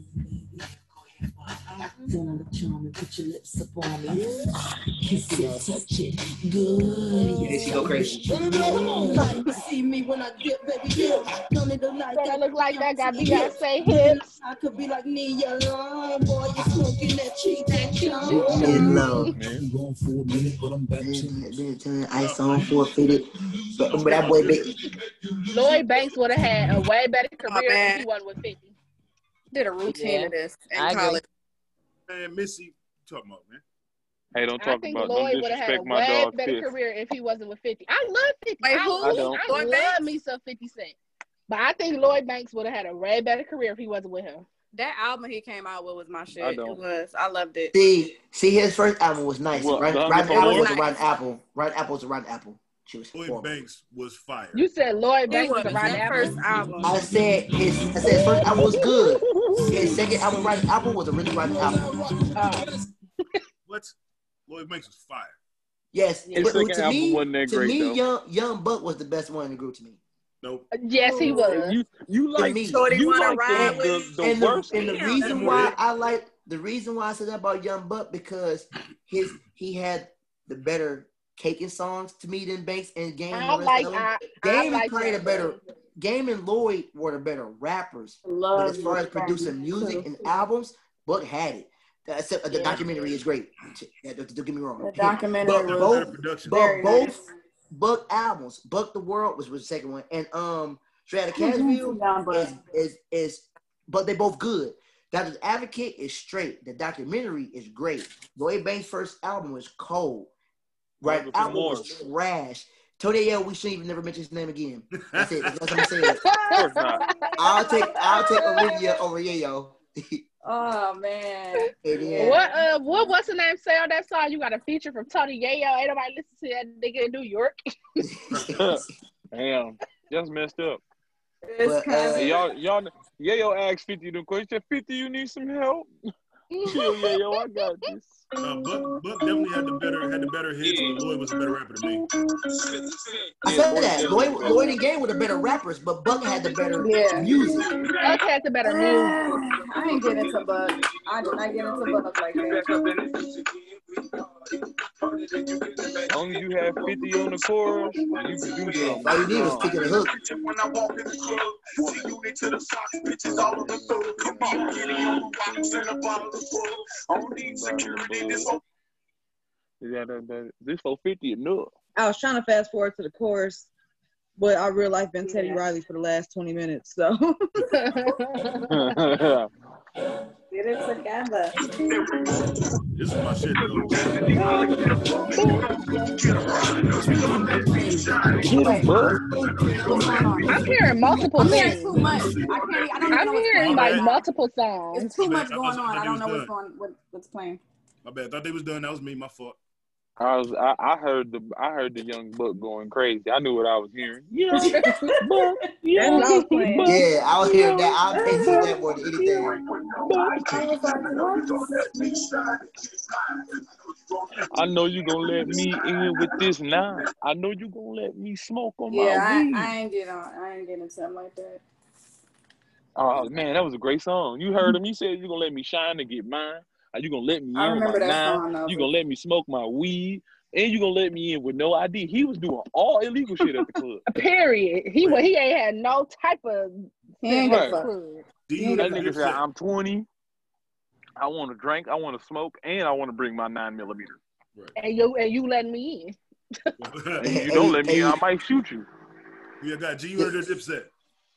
[SPEAKER 2] And then she go crazy.
[SPEAKER 6] Gonna look like that got Beyonce hips.
[SPEAKER 2] Meet me in love.
[SPEAKER 9] Man,
[SPEAKER 2] Then, then turn the
[SPEAKER 3] Hold
[SPEAKER 2] ice
[SPEAKER 3] on.
[SPEAKER 2] on forfeited. But, but that boy, big,
[SPEAKER 6] Lloyd Banks would have had a way better
[SPEAKER 5] Oh
[SPEAKER 6] career if
[SPEAKER 5] man.
[SPEAKER 6] he wasn't with Fifty.
[SPEAKER 5] Did a routine
[SPEAKER 10] yeah.
[SPEAKER 5] of this in
[SPEAKER 10] I agree.
[SPEAKER 5] college.
[SPEAKER 3] Man, Missy. you talking about, man?
[SPEAKER 9] Hey, don't
[SPEAKER 6] I
[SPEAKER 9] talk
[SPEAKER 6] think
[SPEAKER 9] about
[SPEAKER 6] Lloyd
[SPEAKER 9] don't
[SPEAKER 6] would have had a
[SPEAKER 9] disrespect my
[SPEAKER 6] way
[SPEAKER 9] dog
[SPEAKER 6] better
[SPEAKER 9] Piff.
[SPEAKER 6] career if he wasn't with 50. I love 50.
[SPEAKER 11] Wait,
[SPEAKER 6] I,
[SPEAKER 11] who?
[SPEAKER 9] I don't.
[SPEAKER 6] I
[SPEAKER 11] Lloyd
[SPEAKER 6] love
[SPEAKER 11] Banks?
[SPEAKER 6] me some 50 Cent. But I think Lloyd Banks would have had a way better career if he wasn't with him.
[SPEAKER 11] That album he came out with was my shit. It
[SPEAKER 2] don't.
[SPEAKER 11] was. I loved it.
[SPEAKER 2] See, see, his first album was nice.
[SPEAKER 3] What,
[SPEAKER 2] Rotten,
[SPEAKER 3] the other
[SPEAKER 2] Rotten
[SPEAKER 3] four?
[SPEAKER 2] Apple was
[SPEAKER 3] It
[SPEAKER 2] a
[SPEAKER 3] was
[SPEAKER 2] Rotten Apple. Rotten Apple was a Rotten Apple. She was
[SPEAKER 3] Lloyd
[SPEAKER 2] horrible.
[SPEAKER 3] Banks was fire.
[SPEAKER 6] You said Lloyd
[SPEAKER 11] Banks was
[SPEAKER 6] was a
[SPEAKER 11] that
[SPEAKER 6] rotten apple.
[SPEAKER 11] first album.
[SPEAKER 2] I said his, I said his first album was good. His second album, Rotten Apple, was a really Rotten Apple.
[SPEAKER 6] Uh,
[SPEAKER 3] What? Lloyd Banks was fire.
[SPEAKER 2] Yes,
[SPEAKER 3] His
[SPEAKER 2] but
[SPEAKER 3] second
[SPEAKER 2] to
[SPEAKER 3] album
[SPEAKER 2] me,
[SPEAKER 3] wasn't that
[SPEAKER 2] to
[SPEAKER 3] great,
[SPEAKER 2] me,
[SPEAKER 3] though.
[SPEAKER 2] Young Young Buck was the best one in the group to me.
[SPEAKER 3] Nope.
[SPEAKER 6] Yes, he was.
[SPEAKER 9] You you
[SPEAKER 2] To
[SPEAKER 9] like
[SPEAKER 2] me.
[SPEAKER 9] you like the, the, the
[SPEAKER 2] and
[SPEAKER 9] worst.
[SPEAKER 2] The, and the reason why I like the reason why I said that about Young Buck because his he had the better caking songs to me than Banks and Game. and
[SPEAKER 6] I
[SPEAKER 2] the rest of them.
[SPEAKER 6] like- I- I
[SPEAKER 2] Game
[SPEAKER 6] like
[SPEAKER 2] is probably
[SPEAKER 6] Young
[SPEAKER 2] the better. Game and Lloyd were the better rappers,
[SPEAKER 6] Love
[SPEAKER 2] but as far
[SPEAKER 6] Young
[SPEAKER 2] as producing music and albums, Buck had it. The- Except uh, the
[SPEAKER 11] Yeah.
[SPEAKER 2] documentary is great. Yeah, don't, don't get me wrong.
[SPEAKER 11] The documentary
[SPEAKER 2] but
[SPEAKER 11] was
[SPEAKER 2] both, but
[SPEAKER 11] very nice.
[SPEAKER 2] both Buck albums, Buck the World was, was the second one, and um Stratocaster is, is is but they both good. Doctor's Advocate is straight. The documentary is great. Lloyd Banks' first album was cold. Right,
[SPEAKER 9] Love with
[SPEAKER 2] album was
[SPEAKER 9] Remorse.
[SPEAKER 2] trash. Tony L, we shouldn't even never mention his name again. That's it. That's what I'm saying.
[SPEAKER 9] Of course not.
[SPEAKER 2] I'll take I'll take Olivia over Yayo.
[SPEAKER 11] Oh man.
[SPEAKER 2] And then-
[SPEAKER 6] What uh what what's the name say on that song? You got a feature from Tony Yayo. Ain't nobody listen to that nigga in New York.
[SPEAKER 9] Damn, that's messed up.
[SPEAKER 2] uh,
[SPEAKER 11] It's
[SPEAKER 9] Hey,
[SPEAKER 11] crazy.
[SPEAKER 9] y'all, y'all, Yayo asked 50 the question. 50, you need some help? Chill, Yayo, I got this.
[SPEAKER 3] Uh, Buck, Buck definitely had the better had the better hits, but Lloyd was a better rapper than me.
[SPEAKER 2] I said that. Lloyd, Lloyd and Game were the better rappers, but Buck had the better
[SPEAKER 11] Yeah.
[SPEAKER 2] music.
[SPEAKER 6] Buck had the better music.
[SPEAKER 11] I ain't getting into Buck. I did not get into Buck like that.
[SPEAKER 9] As long as you have 50 on the chorus, you can do something.
[SPEAKER 2] All you need was picking the hook.
[SPEAKER 8] When I walk in the club, see unit to the socks, bitches all on the thug. Come on, get it on the rocks and a bottle of bug. I don't need security, this whole
[SPEAKER 9] Yeah, that, that, this for 50 and up.
[SPEAKER 1] I was trying to fast forward to the chorus, but I real life been Teddy Riley for the last 20 minutes. So
[SPEAKER 11] Get it together.
[SPEAKER 3] This is my shit though.
[SPEAKER 9] Get him, Buck.
[SPEAKER 6] I'm hearing multiple
[SPEAKER 11] I'm hearing
[SPEAKER 6] things.
[SPEAKER 11] too much. I can't. I don't even
[SPEAKER 6] I'm
[SPEAKER 11] know what's
[SPEAKER 6] hearing
[SPEAKER 11] playing.
[SPEAKER 6] like
[SPEAKER 11] right now.
[SPEAKER 6] multiple songs.
[SPEAKER 11] It's too
[SPEAKER 3] Man,
[SPEAKER 11] much
[SPEAKER 3] I
[SPEAKER 11] going
[SPEAKER 3] thought- I
[SPEAKER 11] on.
[SPEAKER 3] thought
[SPEAKER 11] I
[SPEAKER 3] they
[SPEAKER 11] don't
[SPEAKER 3] was
[SPEAKER 11] know what's
[SPEAKER 3] done.
[SPEAKER 11] going. What, what's playing?
[SPEAKER 3] My bad. thought they was done. That was me. My fault.
[SPEAKER 9] I was I, I heard the I heard the young buck going crazy. I knew what I was hearing.
[SPEAKER 1] that's
[SPEAKER 9] Yeah, buck, yeah,
[SPEAKER 1] what I was playing.
[SPEAKER 9] buck.
[SPEAKER 2] Yeah, I was hearing that. I was pacing that more than anything.
[SPEAKER 9] I know you gonna let me in with this now. I know you gonna let me smoke on
[SPEAKER 11] Yeah,
[SPEAKER 9] my
[SPEAKER 11] I,
[SPEAKER 9] weed.
[SPEAKER 11] I ain't get on. I ain't getting into something like that.
[SPEAKER 9] Oh man, that was a great song. You heard him. He said you gonna let me shine to get mine. Are you gonna let me
[SPEAKER 11] I
[SPEAKER 9] in with
[SPEAKER 11] remember
[SPEAKER 9] my
[SPEAKER 11] that
[SPEAKER 9] nine?
[SPEAKER 11] song. though.
[SPEAKER 9] You gonna let me smoke my weed? And you gonna let me in with no ID? He was doing all illegal shit at the club.
[SPEAKER 6] Period. He wa- he ain't had no type of
[SPEAKER 11] He ain't
[SPEAKER 9] give a
[SPEAKER 6] sense.
[SPEAKER 9] fuck.
[SPEAKER 3] Do
[SPEAKER 11] you
[SPEAKER 9] that
[SPEAKER 11] know
[SPEAKER 9] nigga
[SPEAKER 11] that?
[SPEAKER 9] said, "I'm 20. I want to drink. I want to smoke, and I want to bring my nine millimeter.
[SPEAKER 6] And you and you letting me in.
[SPEAKER 9] And if you don't let me in, I might shoot you."
[SPEAKER 3] Yeah, got G. You heard the Dipset.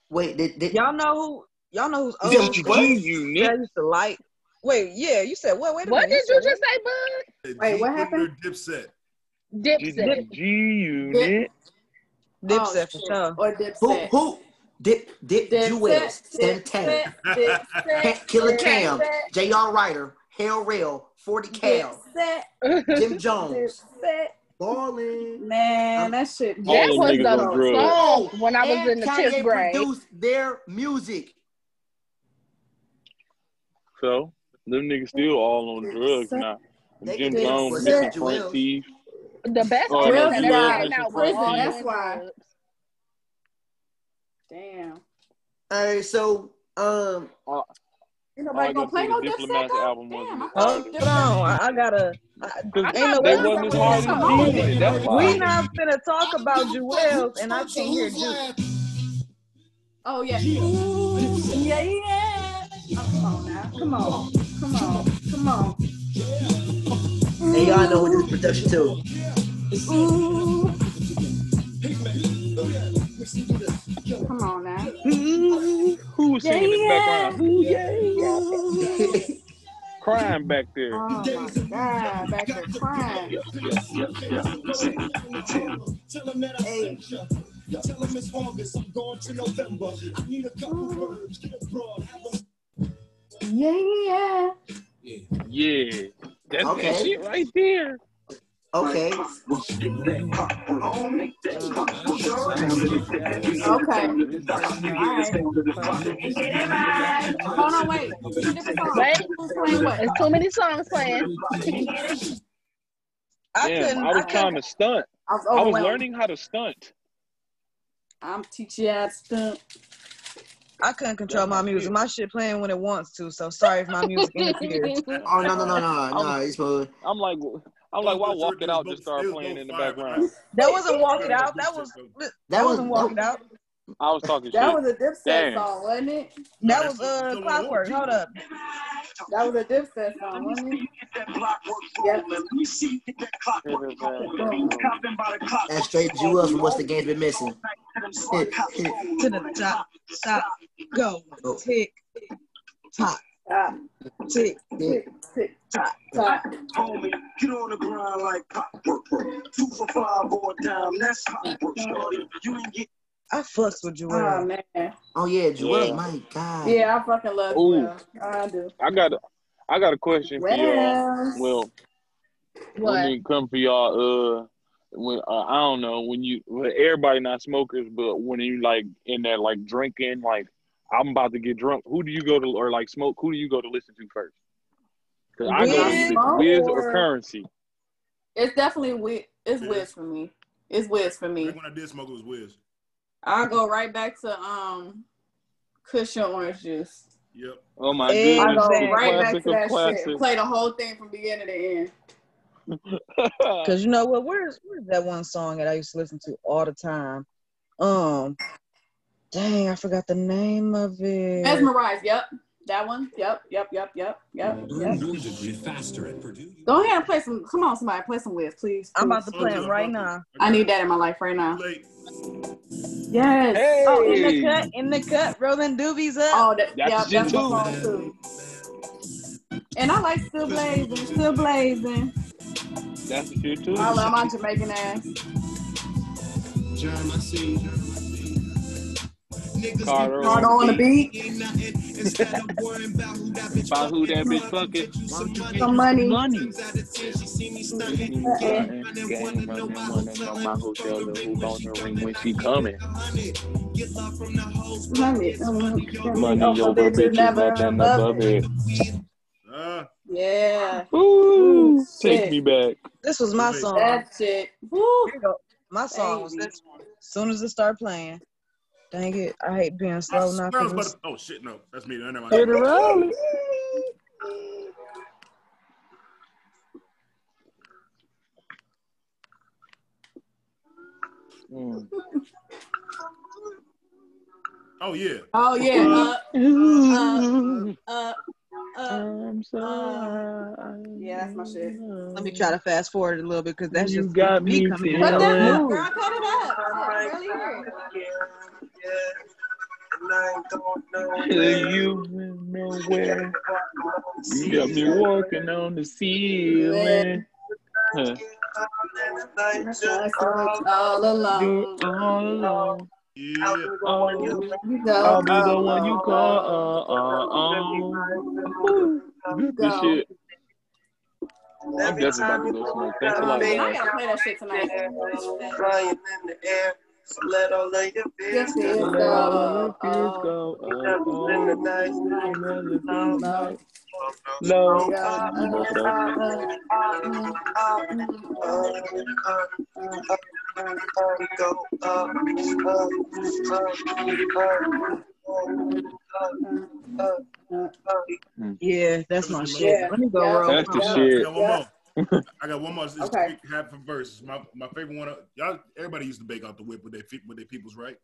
[SPEAKER 2] Wait, did, did
[SPEAKER 1] y'all know who y'all know who's
[SPEAKER 2] You said
[SPEAKER 1] old school
[SPEAKER 2] what?
[SPEAKER 1] that I used to like. Wait, yeah, you said what? Wait a
[SPEAKER 6] What
[SPEAKER 1] minute.
[SPEAKER 6] did you
[SPEAKER 1] said
[SPEAKER 6] just say, Bud?
[SPEAKER 3] Wait, what happened? Dipset.
[SPEAKER 6] Dipset.
[SPEAKER 9] G unit.
[SPEAKER 1] what? Dipset for sure.
[SPEAKER 11] Oh, Or Dipset.
[SPEAKER 2] Who? Who? Dip, Dip,
[SPEAKER 11] Dipset,
[SPEAKER 2] Jewel,
[SPEAKER 11] Dipset,
[SPEAKER 2] Santana,
[SPEAKER 11] Dipset,
[SPEAKER 2] Pat Killer
[SPEAKER 11] Dipset,
[SPEAKER 2] Cam, J.R. Ryder, Hell Rail, 40 Cal,
[SPEAKER 11] Dipset,
[SPEAKER 2] Jim Jones,
[SPEAKER 11] Dipset.
[SPEAKER 2] Ballin.
[SPEAKER 11] Man, that shit.
[SPEAKER 9] All them
[SPEAKER 6] was
[SPEAKER 9] niggas
[SPEAKER 6] the
[SPEAKER 9] on drugs.
[SPEAKER 6] song when I was
[SPEAKER 2] and
[SPEAKER 6] in the
[SPEAKER 2] Oh, Kanye
[SPEAKER 6] tenth grade.
[SPEAKER 2] produced their music.
[SPEAKER 9] So them niggas still all on drugs now.
[SPEAKER 2] They
[SPEAKER 9] Jim
[SPEAKER 2] did.
[SPEAKER 9] Jones,
[SPEAKER 2] Was
[SPEAKER 9] missing
[SPEAKER 2] that
[SPEAKER 9] front
[SPEAKER 2] Jewel?
[SPEAKER 9] teeth.
[SPEAKER 6] The best
[SPEAKER 9] Oh,
[SPEAKER 6] artists
[SPEAKER 9] no, Jewel
[SPEAKER 6] that ever
[SPEAKER 9] missing
[SPEAKER 6] came out were
[SPEAKER 9] front
[SPEAKER 6] all
[SPEAKER 9] teeth.
[SPEAKER 6] on drugs.
[SPEAKER 11] Damn.
[SPEAKER 2] All right, so um,
[SPEAKER 9] All,
[SPEAKER 11] Ain't
[SPEAKER 9] all I
[SPEAKER 11] nobody
[SPEAKER 9] gotta
[SPEAKER 11] gonna
[SPEAKER 9] say,
[SPEAKER 11] play
[SPEAKER 9] the
[SPEAKER 11] no Dipset
[SPEAKER 9] Diplomat's
[SPEAKER 11] though.
[SPEAKER 9] album was good.
[SPEAKER 1] Hold on, I, I gotta. I,
[SPEAKER 9] Cause
[SPEAKER 1] ain't no
[SPEAKER 9] they
[SPEAKER 1] way.
[SPEAKER 9] wasn't as hard as G unit. That's
[SPEAKER 1] We
[SPEAKER 9] why.
[SPEAKER 1] not finna talk about Jewels, and I can't hear Duke.
[SPEAKER 11] Oh yeah. Yeah, yeah. Oh, Come on now. Come on. Come on. Come on.
[SPEAKER 2] and y'all know who did the production too.
[SPEAKER 11] Come on now.
[SPEAKER 9] Who's singing in the background? Ooh, yeah, yeah. crying back there.
[SPEAKER 5] Oh my God, back there crying.
[SPEAKER 8] Tell them that I sent ya. Tell them it's August. I'm going to November. I need a couple verbs. Get abroad. Have a
[SPEAKER 5] Yeah.
[SPEAKER 9] Yeah. That's
[SPEAKER 8] Okay.
[SPEAKER 9] that shit right there.
[SPEAKER 2] Okay.
[SPEAKER 5] Hold on, wait. Two different songs.
[SPEAKER 6] Wait,
[SPEAKER 5] Who's playing what?
[SPEAKER 6] there's too many songs playing.
[SPEAKER 9] Damn, I was trying to stunt.
[SPEAKER 5] I was
[SPEAKER 9] I was
[SPEAKER 5] overwhelmed.
[SPEAKER 9] learning how to stunt.
[SPEAKER 5] I'm teaching you how to stunt.
[SPEAKER 1] I couldn't control my music. My shit playing when it wants to, so sorry if my music interferes.
[SPEAKER 2] Oh no no no no no!
[SPEAKER 9] I'm-
[SPEAKER 2] It's supposed.
[SPEAKER 9] I'm like, I'm like, why walk it out? Just start playing in the background.
[SPEAKER 1] That wasn't walk it out. That was that wasn't walk it out.
[SPEAKER 9] I was talking
[SPEAKER 5] That
[SPEAKER 9] shit.
[SPEAKER 5] was a Dipset
[SPEAKER 9] Damn.
[SPEAKER 5] song, wasn't it?
[SPEAKER 1] That was uh clockwork. Hold up.
[SPEAKER 5] That was a Dipset song, wasn't it?
[SPEAKER 8] Yep. Let me see if that clock work. Copping by the clock.
[SPEAKER 2] That straight you up from what the game's been missing.
[SPEAKER 1] to the top, stop, go, tick, tock, tick, tick,
[SPEAKER 5] tick,
[SPEAKER 1] tock.
[SPEAKER 8] Homie, get on the grind like clockwork. Two for five or a dime. That's clockwork, shorty. You ain't get
[SPEAKER 1] I fucks with you.
[SPEAKER 5] Oh man.
[SPEAKER 2] Oh yeah, Joel.
[SPEAKER 9] Yeah.
[SPEAKER 2] My God.
[SPEAKER 5] Yeah, I fucking love
[SPEAKER 9] Ooh.
[SPEAKER 5] Joel. I do.
[SPEAKER 9] I got, a, I got a question for y'all. Well,
[SPEAKER 5] Well. What?
[SPEAKER 9] when it come for y'all, uh, when uh, I don't know when you, well, everybody not smokers, but when you like in that like drinking, like I'm about to get drunk. Who do you go to or like smoke? Who do you go to listen to first? 'Cause I go to
[SPEAKER 5] Wiz
[SPEAKER 9] either Wiz
[SPEAKER 5] or-
[SPEAKER 9] or Currency.
[SPEAKER 5] It's definitely Wiz. It's Wiz for me. It's Wiz for me.
[SPEAKER 3] When I did smoke, it was Wiz.
[SPEAKER 5] I'll go right back to um cushion orange juice.
[SPEAKER 3] Yep.
[SPEAKER 9] Oh my
[SPEAKER 5] I
[SPEAKER 9] goodness!
[SPEAKER 5] go
[SPEAKER 9] the
[SPEAKER 5] right back
[SPEAKER 9] classic
[SPEAKER 5] to
[SPEAKER 9] of
[SPEAKER 5] that shit
[SPEAKER 9] classics.
[SPEAKER 5] and play the whole thing from beginning to end.
[SPEAKER 1] Cause you know what? Where's where's that one song that I used to listen to all the time? Um, dang, I forgot the name of it.
[SPEAKER 5] Mesmerize, yep. That one. Yep, yep, yep, yep, yep, yep.
[SPEAKER 8] faster at Purdue.
[SPEAKER 5] Go ahead and play some come on somebody, play some Wiz, please.
[SPEAKER 1] I'm about
[SPEAKER 5] please.
[SPEAKER 1] to play him right now.
[SPEAKER 5] I need that in my life right now. Yes.
[SPEAKER 1] Oh, in the cut, in the cut, rolling doobies up.
[SPEAKER 5] Oh, that, yep, that's my song too. And I like still blazing, still blazing.
[SPEAKER 9] That's the shit too.
[SPEAKER 5] I love my Jamaican ass.
[SPEAKER 8] Germ, I see. Niggas
[SPEAKER 9] Carter.
[SPEAKER 8] get
[SPEAKER 9] Carter on the
[SPEAKER 5] beat.
[SPEAKER 8] Ain't nothing. Instead of worrying about who that bitch
[SPEAKER 9] By who that bitch
[SPEAKER 8] fucking,
[SPEAKER 9] fucking?
[SPEAKER 8] get you some money.
[SPEAKER 5] Some money.
[SPEAKER 8] Times out of ten, she see me stunting.
[SPEAKER 9] Game running, wanna know my hotel, the who gonna ring when she coming.
[SPEAKER 8] Get love from the hoes.
[SPEAKER 5] Money, money,
[SPEAKER 9] Money over bitches, nothing above it.
[SPEAKER 3] Uh,
[SPEAKER 5] Yeah.
[SPEAKER 9] Ooh,
[SPEAKER 5] shit.
[SPEAKER 9] take me back.
[SPEAKER 1] This was my song.
[SPEAKER 5] That shit.
[SPEAKER 1] Here go. My song was this one. As soon as it started playing, dang it, I hate being
[SPEAKER 3] I
[SPEAKER 1] slow now.
[SPEAKER 3] swear I
[SPEAKER 1] 'cause
[SPEAKER 3] was about
[SPEAKER 1] it's-
[SPEAKER 3] to- oh shit, no, that's me. Never mind.
[SPEAKER 1] Hit it rolling.
[SPEAKER 3] Oh yeah.
[SPEAKER 5] Oh yeah. Uh, uh, uh, uh,
[SPEAKER 9] uh,
[SPEAKER 5] yeah, that's my shit.
[SPEAKER 1] Let me try to fast forward a little bit because that's
[SPEAKER 9] You
[SPEAKER 1] just
[SPEAKER 9] got
[SPEAKER 1] me
[SPEAKER 9] me
[SPEAKER 1] coming in.
[SPEAKER 5] Cut that
[SPEAKER 1] Hello.
[SPEAKER 5] up, girl. Cut it up. Shit, really hear it.
[SPEAKER 9] You went nowhere. You got me walking on the ceiling. Huh.
[SPEAKER 5] All alone.
[SPEAKER 9] You're all alone. Oh,
[SPEAKER 5] You
[SPEAKER 9] I'll
[SPEAKER 5] go.
[SPEAKER 9] be the one you call. Uh, uh, uh. Ooh,
[SPEAKER 5] You
[SPEAKER 9] This
[SPEAKER 5] go.
[SPEAKER 9] shit. I'm definitely about to go smoke. Thanks a lot,
[SPEAKER 5] Man, I
[SPEAKER 9] guys.
[SPEAKER 5] gotta play that shit tonight.
[SPEAKER 8] Let all of your fears
[SPEAKER 5] go.
[SPEAKER 9] Let all the fears go. Uh,
[SPEAKER 8] in the
[SPEAKER 9] uh.
[SPEAKER 8] night.
[SPEAKER 9] Love.
[SPEAKER 1] Yeah, that's my shit. Let me go
[SPEAKER 5] Yeah.
[SPEAKER 1] roll.
[SPEAKER 9] That's the
[SPEAKER 1] Come on.
[SPEAKER 9] shit.
[SPEAKER 3] I got one more. I got one more. It's
[SPEAKER 5] Okay.
[SPEAKER 3] okay. half a verse. It's my my favorite one. Y'all, everybody used to bake out the whip with their fe- with their peoples, right?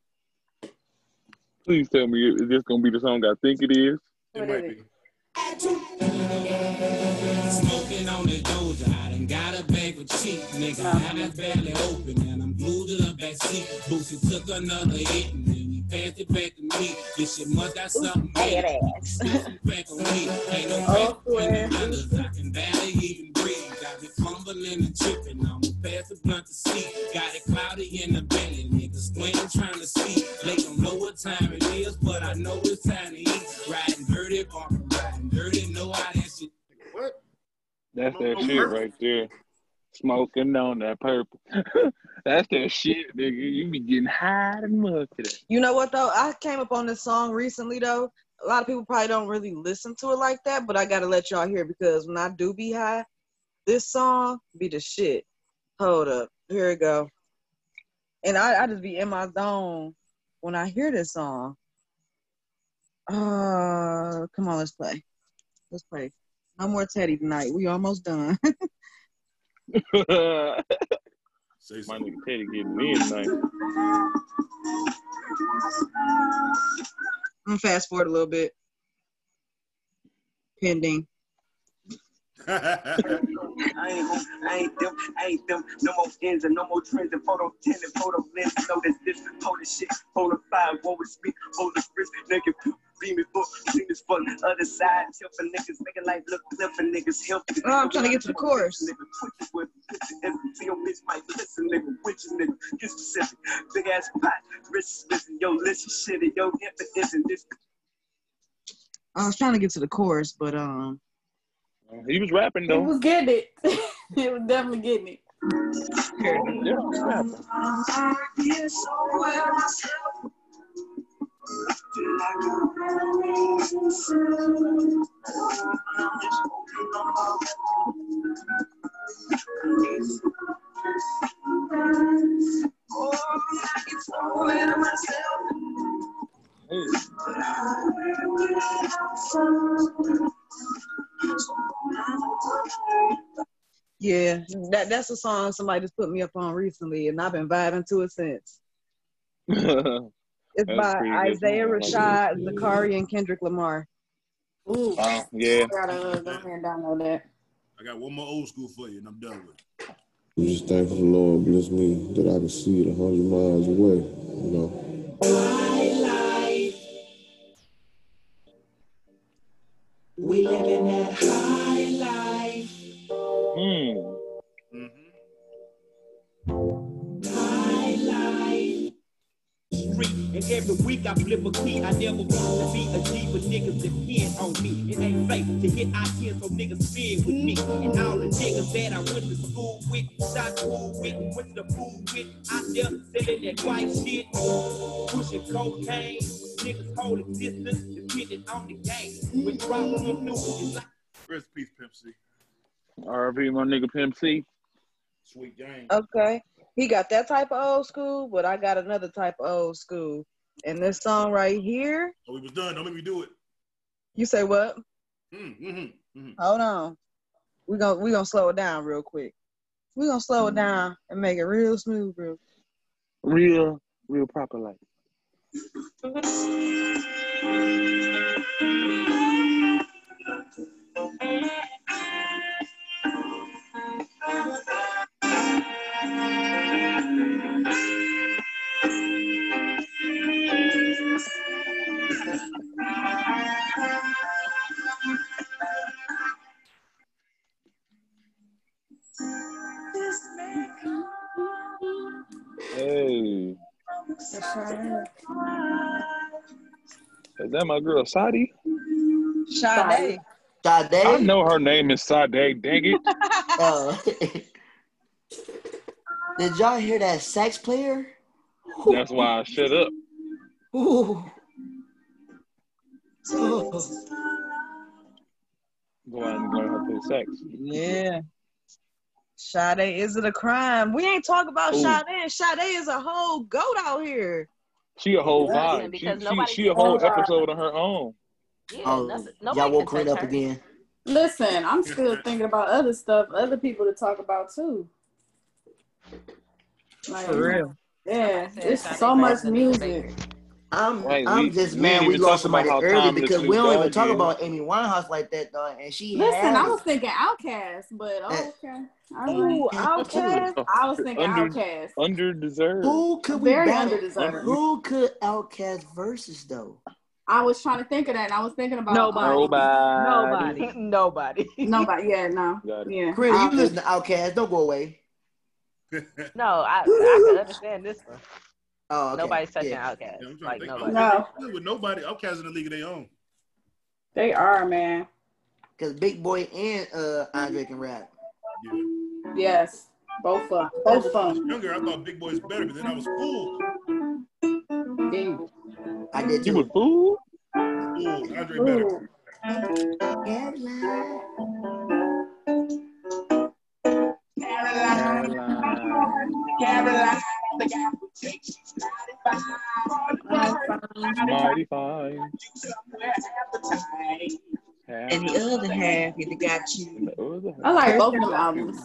[SPEAKER 9] Please tell me, is this gonna be the song I think it is?
[SPEAKER 3] It might be.
[SPEAKER 8] Smoking on the doja, I done got a bag of cheap nigga. I done barely open and I'm glued it up that seat. Boosie took another hit and then we
[SPEAKER 12] pass it back to me. Yes, you must got something
[SPEAKER 11] Hey,
[SPEAKER 12] bad. Pass it back on me. Ain't no back when I look back and barely even breathe. Got me fumbling and tripping. I'm going to pass the blunt to see. Got it cloudy in the belly. Niggas squinting trying to see. They don't know what time it is, but I know it's time to eat. Riding dirty, barking, riding dirty. Know how that shit. What?
[SPEAKER 9] That's that shit right there. Smoking on that purple. That's that shit, nigga. You be getting high and mug to that.
[SPEAKER 1] You know what though? I came up on this song recently though. A lot of people probably don't really listen to it like that, but I gotta let y'all hear it because when I do be high, this song be the shit. Hold up, here we go. And I, I just be in my zone when I hear this song. Uh, come on, let's play. Let's play. No more Teddy tonight. We almost done.
[SPEAKER 9] My nigga Teddy getting me tonight.
[SPEAKER 1] I'm gonna fast forward a little bit. Pending.
[SPEAKER 8] I ain't who, I ain't them, I ain't them. No more ends and no more trends and photo 10 and photo lens. No, this, this, hold this shit, hold the fire, woe is me, hold the wrist, nigga, beam it, book, seen this fuck, other side, chill for niggas, nigga, like, look, clip for niggas, help.
[SPEAKER 1] Oh, I'm trying to get to the chorus.
[SPEAKER 8] Nigga, twitches with bitches, and see your bitch might listen, nigga, witches, nigga, get specific, big ass pot, wrist, listen, yo, listen, shit, and yo, impotent, and this
[SPEAKER 1] I was trying to get to the chorus, but um.
[SPEAKER 9] He was rapping
[SPEAKER 5] It was getting it. it was definitely getting it.
[SPEAKER 9] Uh,
[SPEAKER 1] Yeah, that that's a song somebody just put me up on recently, and I've been vibing to it since. It's
[SPEAKER 9] That's
[SPEAKER 1] by
[SPEAKER 9] pretty good
[SPEAKER 1] Isaiah
[SPEAKER 9] song. I
[SPEAKER 1] Rashad,
[SPEAKER 9] like it.
[SPEAKER 1] Zakari, and Kendrick Lamar.
[SPEAKER 5] Ooh,
[SPEAKER 9] Oh, yeah.
[SPEAKER 5] gotta uh, go ahead and download that.
[SPEAKER 3] I got one more old school for you, and I'm done with it.
[SPEAKER 13] I'm just thankful the Lord bless me that I can see it a hundred miles away. You know,
[SPEAKER 12] We living that high life.
[SPEAKER 9] Mm.
[SPEAKER 3] Mm-hmm.
[SPEAKER 12] High life. Street, and every week I flip a key. I never want to be a G, but niggas depend on me. It ain't safe to hit out here, so niggas fear with me. And all the niggas that I went to school with, shot school with, went to the pool with, out there selling that white shit, pushing cocaine. Niggas holding distance, depending on the game. When drama come through, it's like
[SPEAKER 3] Rest in peace, Pimp C.
[SPEAKER 9] R.P. my nigga Pimp C.
[SPEAKER 3] Sweet gang.
[SPEAKER 5] Oh.
[SPEAKER 1] Okay, he got that type of old school, but I got another type of old school, and this song right here.
[SPEAKER 3] Oh, we was done. Don't make me do it.
[SPEAKER 1] You say what?
[SPEAKER 3] Mm, mm-hmm, mm-hmm.
[SPEAKER 1] Hold on. We gonna we gonna slow it down real quick. We gonna slow it down and make it real smooth, real.
[SPEAKER 9] Real, real proper like. Hey. Is that my girl Sadi?
[SPEAKER 1] Sade.
[SPEAKER 9] I know her name is Sade, dang it.
[SPEAKER 2] Uh, did y'all hear that sax player?
[SPEAKER 9] That's why I shut up.
[SPEAKER 2] Ooh.
[SPEAKER 9] Go out and learn how to play sax.
[SPEAKER 1] Yeah. Sade, is it a crime? We ain't talk about
[SPEAKER 9] Ooh.
[SPEAKER 1] Sade. Sade is a whole goat out here.
[SPEAKER 9] She a whole
[SPEAKER 10] Yeah,
[SPEAKER 9] vibe.
[SPEAKER 10] because
[SPEAKER 9] She,
[SPEAKER 10] nobody
[SPEAKER 9] she, she a
[SPEAKER 10] can
[SPEAKER 9] whole
[SPEAKER 10] touch her.
[SPEAKER 9] episode on her own.
[SPEAKER 10] Yeah,
[SPEAKER 2] Oh,
[SPEAKER 10] nothing,
[SPEAKER 2] y'all
[SPEAKER 10] nobody
[SPEAKER 2] woke
[SPEAKER 10] can
[SPEAKER 2] Corinne
[SPEAKER 10] touch
[SPEAKER 2] up
[SPEAKER 10] her.
[SPEAKER 2] again.
[SPEAKER 5] Listen, I'm still thinking about other stuff, other people to talk about too. Like,
[SPEAKER 1] For real.
[SPEAKER 5] yeah,
[SPEAKER 10] Somebody said
[SPEAKER 5] it's
[SPEAKER 10] Sade
[SPEAKER 5] so
[SPEAKER 10] better
[SPEAKER 5] much
[SPEAKER 10] than Lil
[SPEAKER 5] music.
[SPEAKER 10] Baby.
[SPEAKER 2] I'm,
[SPEAKER 9] Right,
[SPEAKER 2] I'm
[SPEAKER 9] we-
[SPEAKER 2] just
[SPEAKER 9] we
[SPEAKER 2] mad
[SPEAKER 9] ain't
[SPEAKER 2] we
[SPEAKER 9] even
[SPEAKER 2] lost
[SPEAKER 9] talking about
[SPEAKER 2] somebody
[SPEAKER 9] how
[SPEAKER 2] early
[SPEAKER 9] timeless
[SPEAKER 2] because we
[SPEAKER 9] Snoop
[SPEAKER 2] don't even
[SPEAKER 9] Dogg
[SPEAKER 2] talk
[SPEAKER 9] is.
[SPEAKER 2] about Amy Winehouse like that, though, and she
[SPEAKER 5] Listen,
[SPEAKER 2] had
[SPEAKER 5] I
[SPEAKER 2] it.
[SPEAKER 5] was thinking Outcast, but oh, okay. All right.
[SPEAKER 2] Ooh, Outkast?
[SPEAKER 5] I was thinking
[SPEAKER 9] Under-
[SPEAKER 5] Outcast.
[SPEAKER 9] Uh, Underdeserved.
[SPEAKER 2] Who could we
[SPEAKER 5] Very
[SPEAKER 2] battle?
[SPEAKER 5] underdeserved.
[SPEAKER 2] Who could Outcast versus though?
[SPEAKER 5] I was trying to think of that, and I was thinking about
[SPEAKER 2] Nobody. Nobody.
[SPEAKER 5] nobody, nobody, nobody. Yeah, no, yeah. Um,
[SPEAKER 2] Pretty, you
[SPEAKER 5] I-
[SPEAKER 2] listen to Outkast. Don't go away.
[SPEAKER 10] No, I I can understand this one.
[SPEAKER 2] Oh, okay.
[SPEAKER 10] Nobody's touching
[SPEAKER 2] Yeah.
[SPEAKER 10] Outcast. like
[SPEAKER 3] They
[SPEAKER 10] nobody.
[SPEAKER 5] No.
[SPEAKER 3] good with nobody. Outcast in the league of their own.
[SPEAKER 5] They are man.
[SPEAKER 2] Cause Big Boy and uh Andre can rap.
[SPEAKER 5] Yes, both of both of them.
[SPEAKER 3] Younger, I thought Big Boy's better, but then I was fooled.
[SPEAKER 2] I did
[SPEAKER 9] You
[SPEAKER 2] too.
[SPEAKER 9] was fooled.
[SPEAKER 3] Fooled. Andre better.
[SPEAKER 11] Caroline.
[SPEAKER 9] Mighty fine.
[SPEAKER 8] And the other half, it got you.
[SPEAKER 5] I like Oh. both of them albums.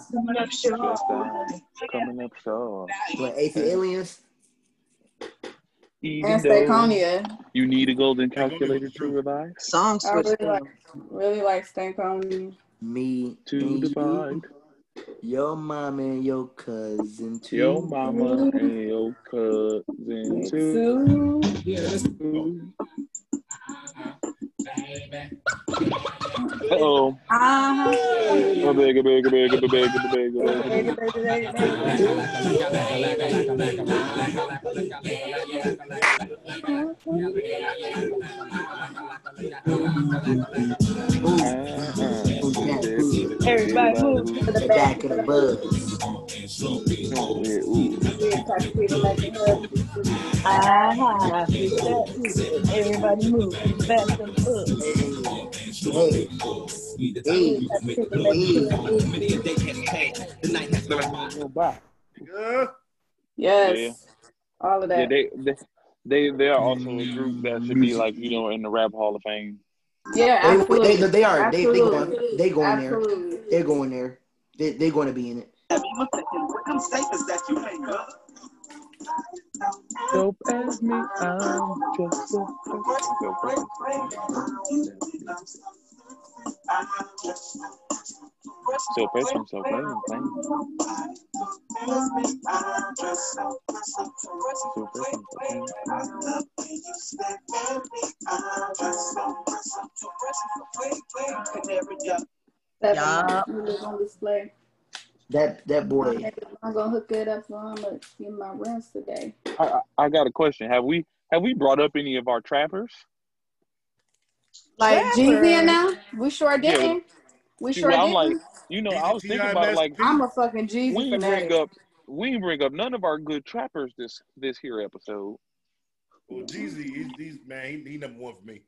[SPEAKER 9] Just uh, coming up short.
[SPEAKER 2] But Ace of Aliens.
[SPEAKER 9] Even
[SPEAKER 5] And
[SPEAKER 9] though
[SPEAKER 5] Stankonia.
[SPEAKER 9] you need a golden calculator to revive.
[SPEAKER 10] Songs
[SPEAKER 5] I really like, really like Stankonia.
[SPEAKER 2] Me
[SPEAKER 9] To
[SPEAKER 2] and
[SPEAKER 9] divide.
[SPEAKER 2] you, your mom and your cousin too.
[SPEAKER 9] Your mama and your cousin too.
[SPEAKER 5] Two.
[SPEAKER 9] oh.
[SPEAKER 5] Uh-huh.
[SPEAKER 9] Oh, bigger, bigger, bigger, bigger, bigger, bigger, bigger. Uh-uh.
[SPEAKER 11] Everybody move to the back of the
[SPEAKER 2] bus.
[SPEAKER 11] Ah, everybody move to the back of the bus.
[SPEAKER 2] Hey. Hey.
[SPEAKER 5] Yes.
[SPEAKER 9] Yeah.
[SPEAKER 5] All of that.
[SPEAKER 9] Yeah, they, they they they are also a group that should be like you know in the rap hall of fame.
[SPEAKER 5] Yeah,
[SPEAKER 2] They-
[SPEAKER 5] absolutely.
[SPEAKER 2] They, they are. They, they going.
[SPEAKER 5] Absolutely.
[SPEAKER 2] They going there.
[SPEAKER 5] Absolutely.
[SPEAKER 2] They're going there. They, they're going to be in it.
[SPEAKER 8] What I'm saying is that you ain't up.
[SPEAKER 9] Dope as me, I'm just a still pressing himself, playing, playing. Still pressing himself.
[SPEAKER 5] Seven minutes on display.
[SPEAKER 2] That that boy.
[SPEAKER 5] I'm gonna hook it up for him. Let's get my rims today.
[SPEAKER 9] I, I I got a question. Have we have we brought up any of our trappers?
[SPEAKER 5] Like Jeezy and now,
[SPEAKER 9] Trappers.
[SPEAKER 5] we sure
[SPEAKER 9] Yeah.
[SPEAKER 5] didn't. We
[SPEAKER 9] See,
[SPEAKER 5] sure
[SPEAKER 9] well, I'm
[SPEAKER 5] didn't.
[SPEAKER 9] like, you know, I was thinking about like
[SPEAKER 5] I'm a fucking Jeezy
[SPEAKER 9] we ain't
[SPEAKER 5] fanatic.
[SPEAKER 9] bring up we ain't bring up none of our good trappers this this here episode.
[SPEAKER 3] Well, Jeezy, he's, he's man, he, he number one for me.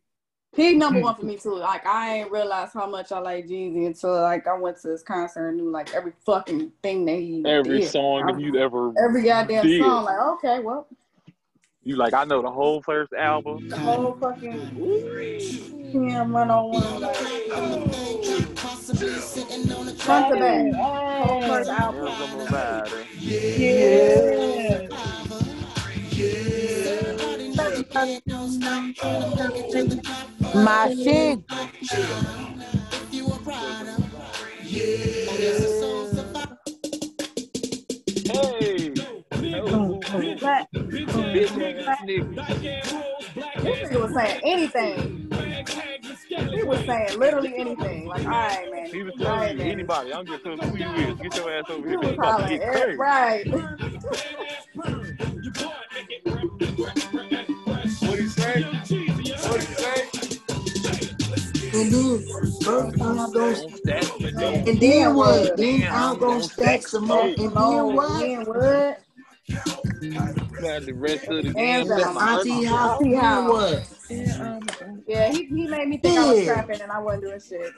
[SPEAKER 5] He number one for me too. Like I ain't realize how much I like Jeezy until like I went to his concert and knew like every fucking thing that he
[SPEAKER 9] Every
[SPEAKER 5] did.
[SPEAKER 9] song
[SPEAKER 5] I'm-
[SPEAKER 9] you'd ever
[SPEAKER 5] every goddamn
[SPEAKER 9] did.
[SPEAKER 5] song. Like okay, well,
[SPEAKER 9] You like I know the whole first album.
[SPEAKER 5] the whole fucking PM one on one. Like, front to back,
[SPEAKER 1] Oh,
[SPEAKER 5] whole first album.
[SPEAKER 9] Rhythm Rider.
[SPEAKER 11] Yeah.
[SPEAKER 7] My shit.
[SPEAKER 9] Hey.
[SPEAKER 5] Black-
[SPEAKER 9] Bitch ass nigga.
[SPEAKER 5] This nigga was saying anything. He was saying literally anything. Like, all right, man.
[SPEAKER 9] He was
[SPEAKER 5] all
[SPEAKER 9] telling
[SPEAKER 5] right,
[SPEAKER 9] you
[SPEAKER 5] man.
[SPEAKER 9] anybody. I'm just telling who you is. Get your ass over
[SPEAKER 5] He
[SPEAKER 9] here. Bitch
[SPEAKER 5] was
[SPEAKER 9] about to
[SPEAKER 5] hollering,
[SPEAKER 9] get
[SPEAKER 5] eh,
[SPEAKER 9] crazy.
[SPEAKER 5] right.
[SPEAKER 3] What he say? What he say?
[SPEAKER 2] And then first I'm gonna And
[SPEAKER 5] Then
[SPEAKER 2] then what?
[SPEAKER 5] what?
[SPEAKER 2] Then I'm gonna stack some more. And then
[SPEAKER 5] Lord,
[SPEAKER 2] what?
[SPEAKER 5] Then what?
[SPEAKER 9] Got the rest of the game
[SPEAKER 5] And the
[SPEAKER 9] at my
[SPEAKER 2] auntie
[SPEAKER 9] auntie
[SPEAKER 2] house.
[SPEAKER 9] house.
[SPEAKER 5] See
[SPEAKER 2] Then
[SPEAKER 5] how?
[SPEAKER 2] what?
[SPEAKER 5] Yeah, he, he made me think I was
[SPEAKER 2] Yeah.
[SPEAKER 5] trapping and I wasn't doing shit.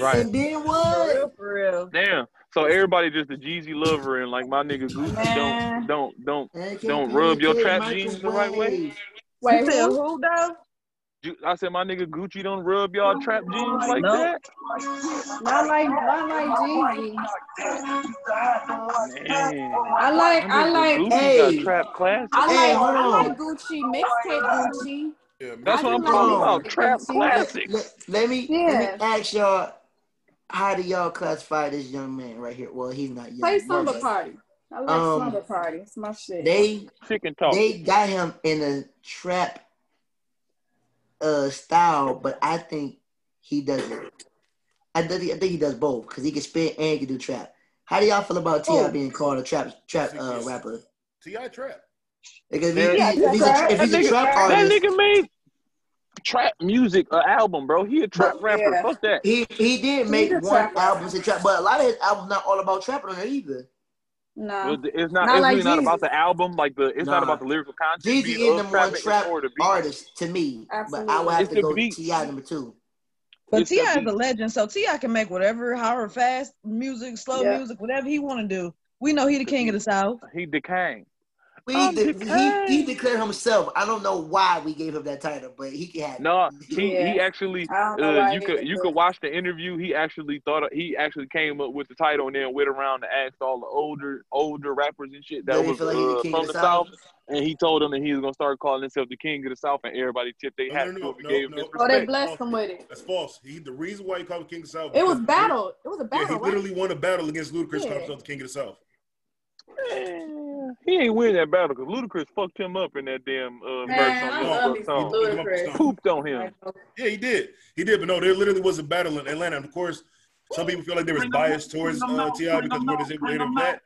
[SPEAKER 9] Right.
[SPEAKER 2] And then
[SPEAKER 5] For
[SPEAKER 2] what?
[SPEAKER 5] real, for real.
[SPEAKER 9] Damn. So everybody just a Jeezy lover and like my nigga Gucci
[SPEAKER 5] Man.
[SPEAKER 9] don't don't don't
[SPEAKER 2] AKA,
[SPEAKER 9] don't rub your trap
[SPEAKER 2] Michael
[SPEAKER 9] jeans the right way.
[SPEAKER 2] Way.
[SPEAKER 5] Wait,
[SPEAKER 1] You said
[SPEAKER 5] who?
[SPEAKER 1] who though?
[SPEAKER 9] you- I said my nigga Gucci don't rub y'all trap jeans like
[SPEAKER 11] No.
[SPEAKER 9] that.
[SPEAKER 5] Not like, not like Jeezy. I like, I like,
[SPEAKER 9] Gucci got trap classics.
[SPEAKER 5] I like,
[SPEAKER 9] Hey, hold
[SPEAKER 5] I
[SPEAKER 9] on.
[SPEAKER 5] like Gucci mixtape Gucci.
[SPEAKER 9] That's
[SPEAKER 5] I
[SPEAKER 9] what
[SPEAKER 5] do
[SPEAKER 9] I'm
[SPEAKER 5] like
[SPEAKER 9] talking
[SPEAKER 5] mixtape
[SPEAKER 9] about. Trap
[SPEAKER 5] Gucci.
[SPEAKER 9] classics.
[SPEAKER 2] Let, let me
[SPEAKER 5] Yeah.
[SPEAKER 2] let me ask y'all how do y'all classify this young man right here? Well, he's not young.
[SPEAKER 5] Play
[SPEAKER 2] my
[SPEAKER 5] Slumber
[SPEAKER 2] bad.
[SPEAKER 5] Party. I like
[SPEAKER 2] Um,
[SPEAKER 5] Slumber Party. It's my shit.
[SPEAKER 2] They
[SPEAKER 9] chicken
[SPEAKER 5] talk.
[SPEAKER 2] They got him in a trap uh style, but I think he does it. I think I think he does both because he can spit and he can do trap. How do y'all feel about Ti
[SPEAKER 3] Oh.
[SPEAKER 2] being called a trap trap uh, rapper?
[SPEAKER 3] Ti trap.
[SPEAKER 2] Because if,
[SPEAKER 9] Yeah.
[SPEAKER 2] he- if he's a, if
[SPEAKER 9] that,
[SPEAKER 2] he's a
[SPEAKER 9] nigga,
[SPEAKER 2] trap
[SPEAKER 9] that
[SPEAKER 2] artist,
[SPEAKER 9] nigga made trap music, an album, bro. He a trap rapper.
[SPEAKER 2] yeah.
[SPEAKER 9] Fuck that.
[SPEAKER 2] He he did make one album to trap, but a lot of his albums not all about trapping on it either.
[SPEAKER 5] Nah.
[SPEAKER 9] But It's not.
[SPEAKER 2] Not
[SPEAKER 9] it's
[SPEAKER 2] like
[SPEAKER 9] really not
[SPEAKER 2] Jeezy.
[SPEAKER 9] about the album. Like the. It's not
[SPEAKER 2] Nah.
[SPEAKER 9] about the lyrical content.
[SPEAKER 2] Jeezy
[SPEAKER 9] being
[SPEAKER 2] is number
[SPEAKER 9] of trap,
[SPEAKER 2] one
[SPEAKER 9] it's
[SPEAKER 2] trap
[SPEAKER 9] more the beat.
[SPEAKER 2] artist to me, but I would have
[SPEAKER 9] It's
[SPEAKER 2] to
[SPEAKER 9] the
[SPEAKER 2] go
[SPEAKER 9] beat.
[SPEAKER 2] Ti number two.
[SPEAKER 1] But
[SPEAKER 9] It's
[SPEAKER 1] Ti
[SPEAKER 9] the
[SPEAKER 1] is a legend, so Ti can make whatever, however fast music, slow
[SPEAKER 9] Yeah.
[SPEAKER 1] music, whatever he want to do. We know he the king of the south.
[SPEAKER 9] He decaying.
[SPEAKER 2] We de- he, he declared himself. I don't know why we gave him that title, but he can have it.
[SPEAKER 9] No, he, he actually
[SPEAKER 2] I don't know
[SPEAKER 9] uh,
[SPEAKER 2] why
[SPEAKER 9] you
[SPEAKER 2] he
[SPEAKER 9] could
[SPEAKER 2] did
[SPEAKER 9] you
[SPEAKER 2] that.
[SPEAKER 9] could watch the interview. He actually thought he actually came up with the title and then went around and asked all the older older rappers and shit that
[SPEAKER 2] Made it
[SPEAKER 9] was
[SPEAKER 2] feel like he the
[SPEAKER 9] uh,
[SPEAKER 2] king
[SPEAKER 9] from
[SPEAKER 2] of
[SPEAKER 9] the
[SPEAKER 2] the
[SPEAKER 9] south.
[SPEAKER 2] South?
[SPEAKER 9] And he told them that he was gonna start calling himself the king of the south, and everybody tipped their hat to him and gave him his
[SPEAKER 5] Oh, they
[SPEAKER 9] respect.
[SPEAKER 5] blessed him with it.
[SPEAKER 3] That's false. He the reason why he called him King of the South.
[SPEAKER 5] It was
[SPEAKER 3] because-
[SPEAKER 5] battle. It was a
[SPEAKER 3] Yeah, he
[SPEAKER 5] battle, right?
[SPEAKER 3] literally won a battle against Ludacris,
[SPEAKER 5] Yeah.
[SPEAKER 3] called himself the King of the South.
[SPEAKER 9] He ain't win that battle because Ludacris fucked him up in that damn uh, verse
[SPEAKER 3] Man,
[SPEAKER 9] on
[SPEAKER 3] I
[SPEAKER 9] Young
[SPEAKER 3] love
[SPEAKER 9] Buck
[SPEAKER 3] these
[SPEAKER 9] song.
[SPEAKER 3] Ludacris.
[SPEAKER 9] Pooped on him.
[SPEAKER 3] Yeah, he did. He did, but no, there literally was a battle in Atlanta. And of course, some people feel like there was bias towards uh, Ti because what is it related to that?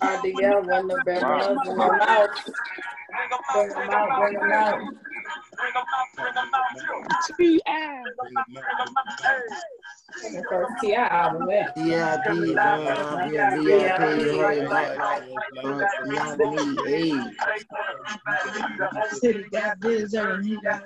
[SPEAKER 5] I did y'all run the bad
[SPEAKER 3] Wow.
[SPEAKER 5] ones in their mouth. Bring them out, bring them out. The first T.I. album, man.
[SPEAKER 2] DIP, I'll be uh, a VIP, hey, like, like, uh, but not me, hey.
[SPEAKER 1] City got biz, everything he got.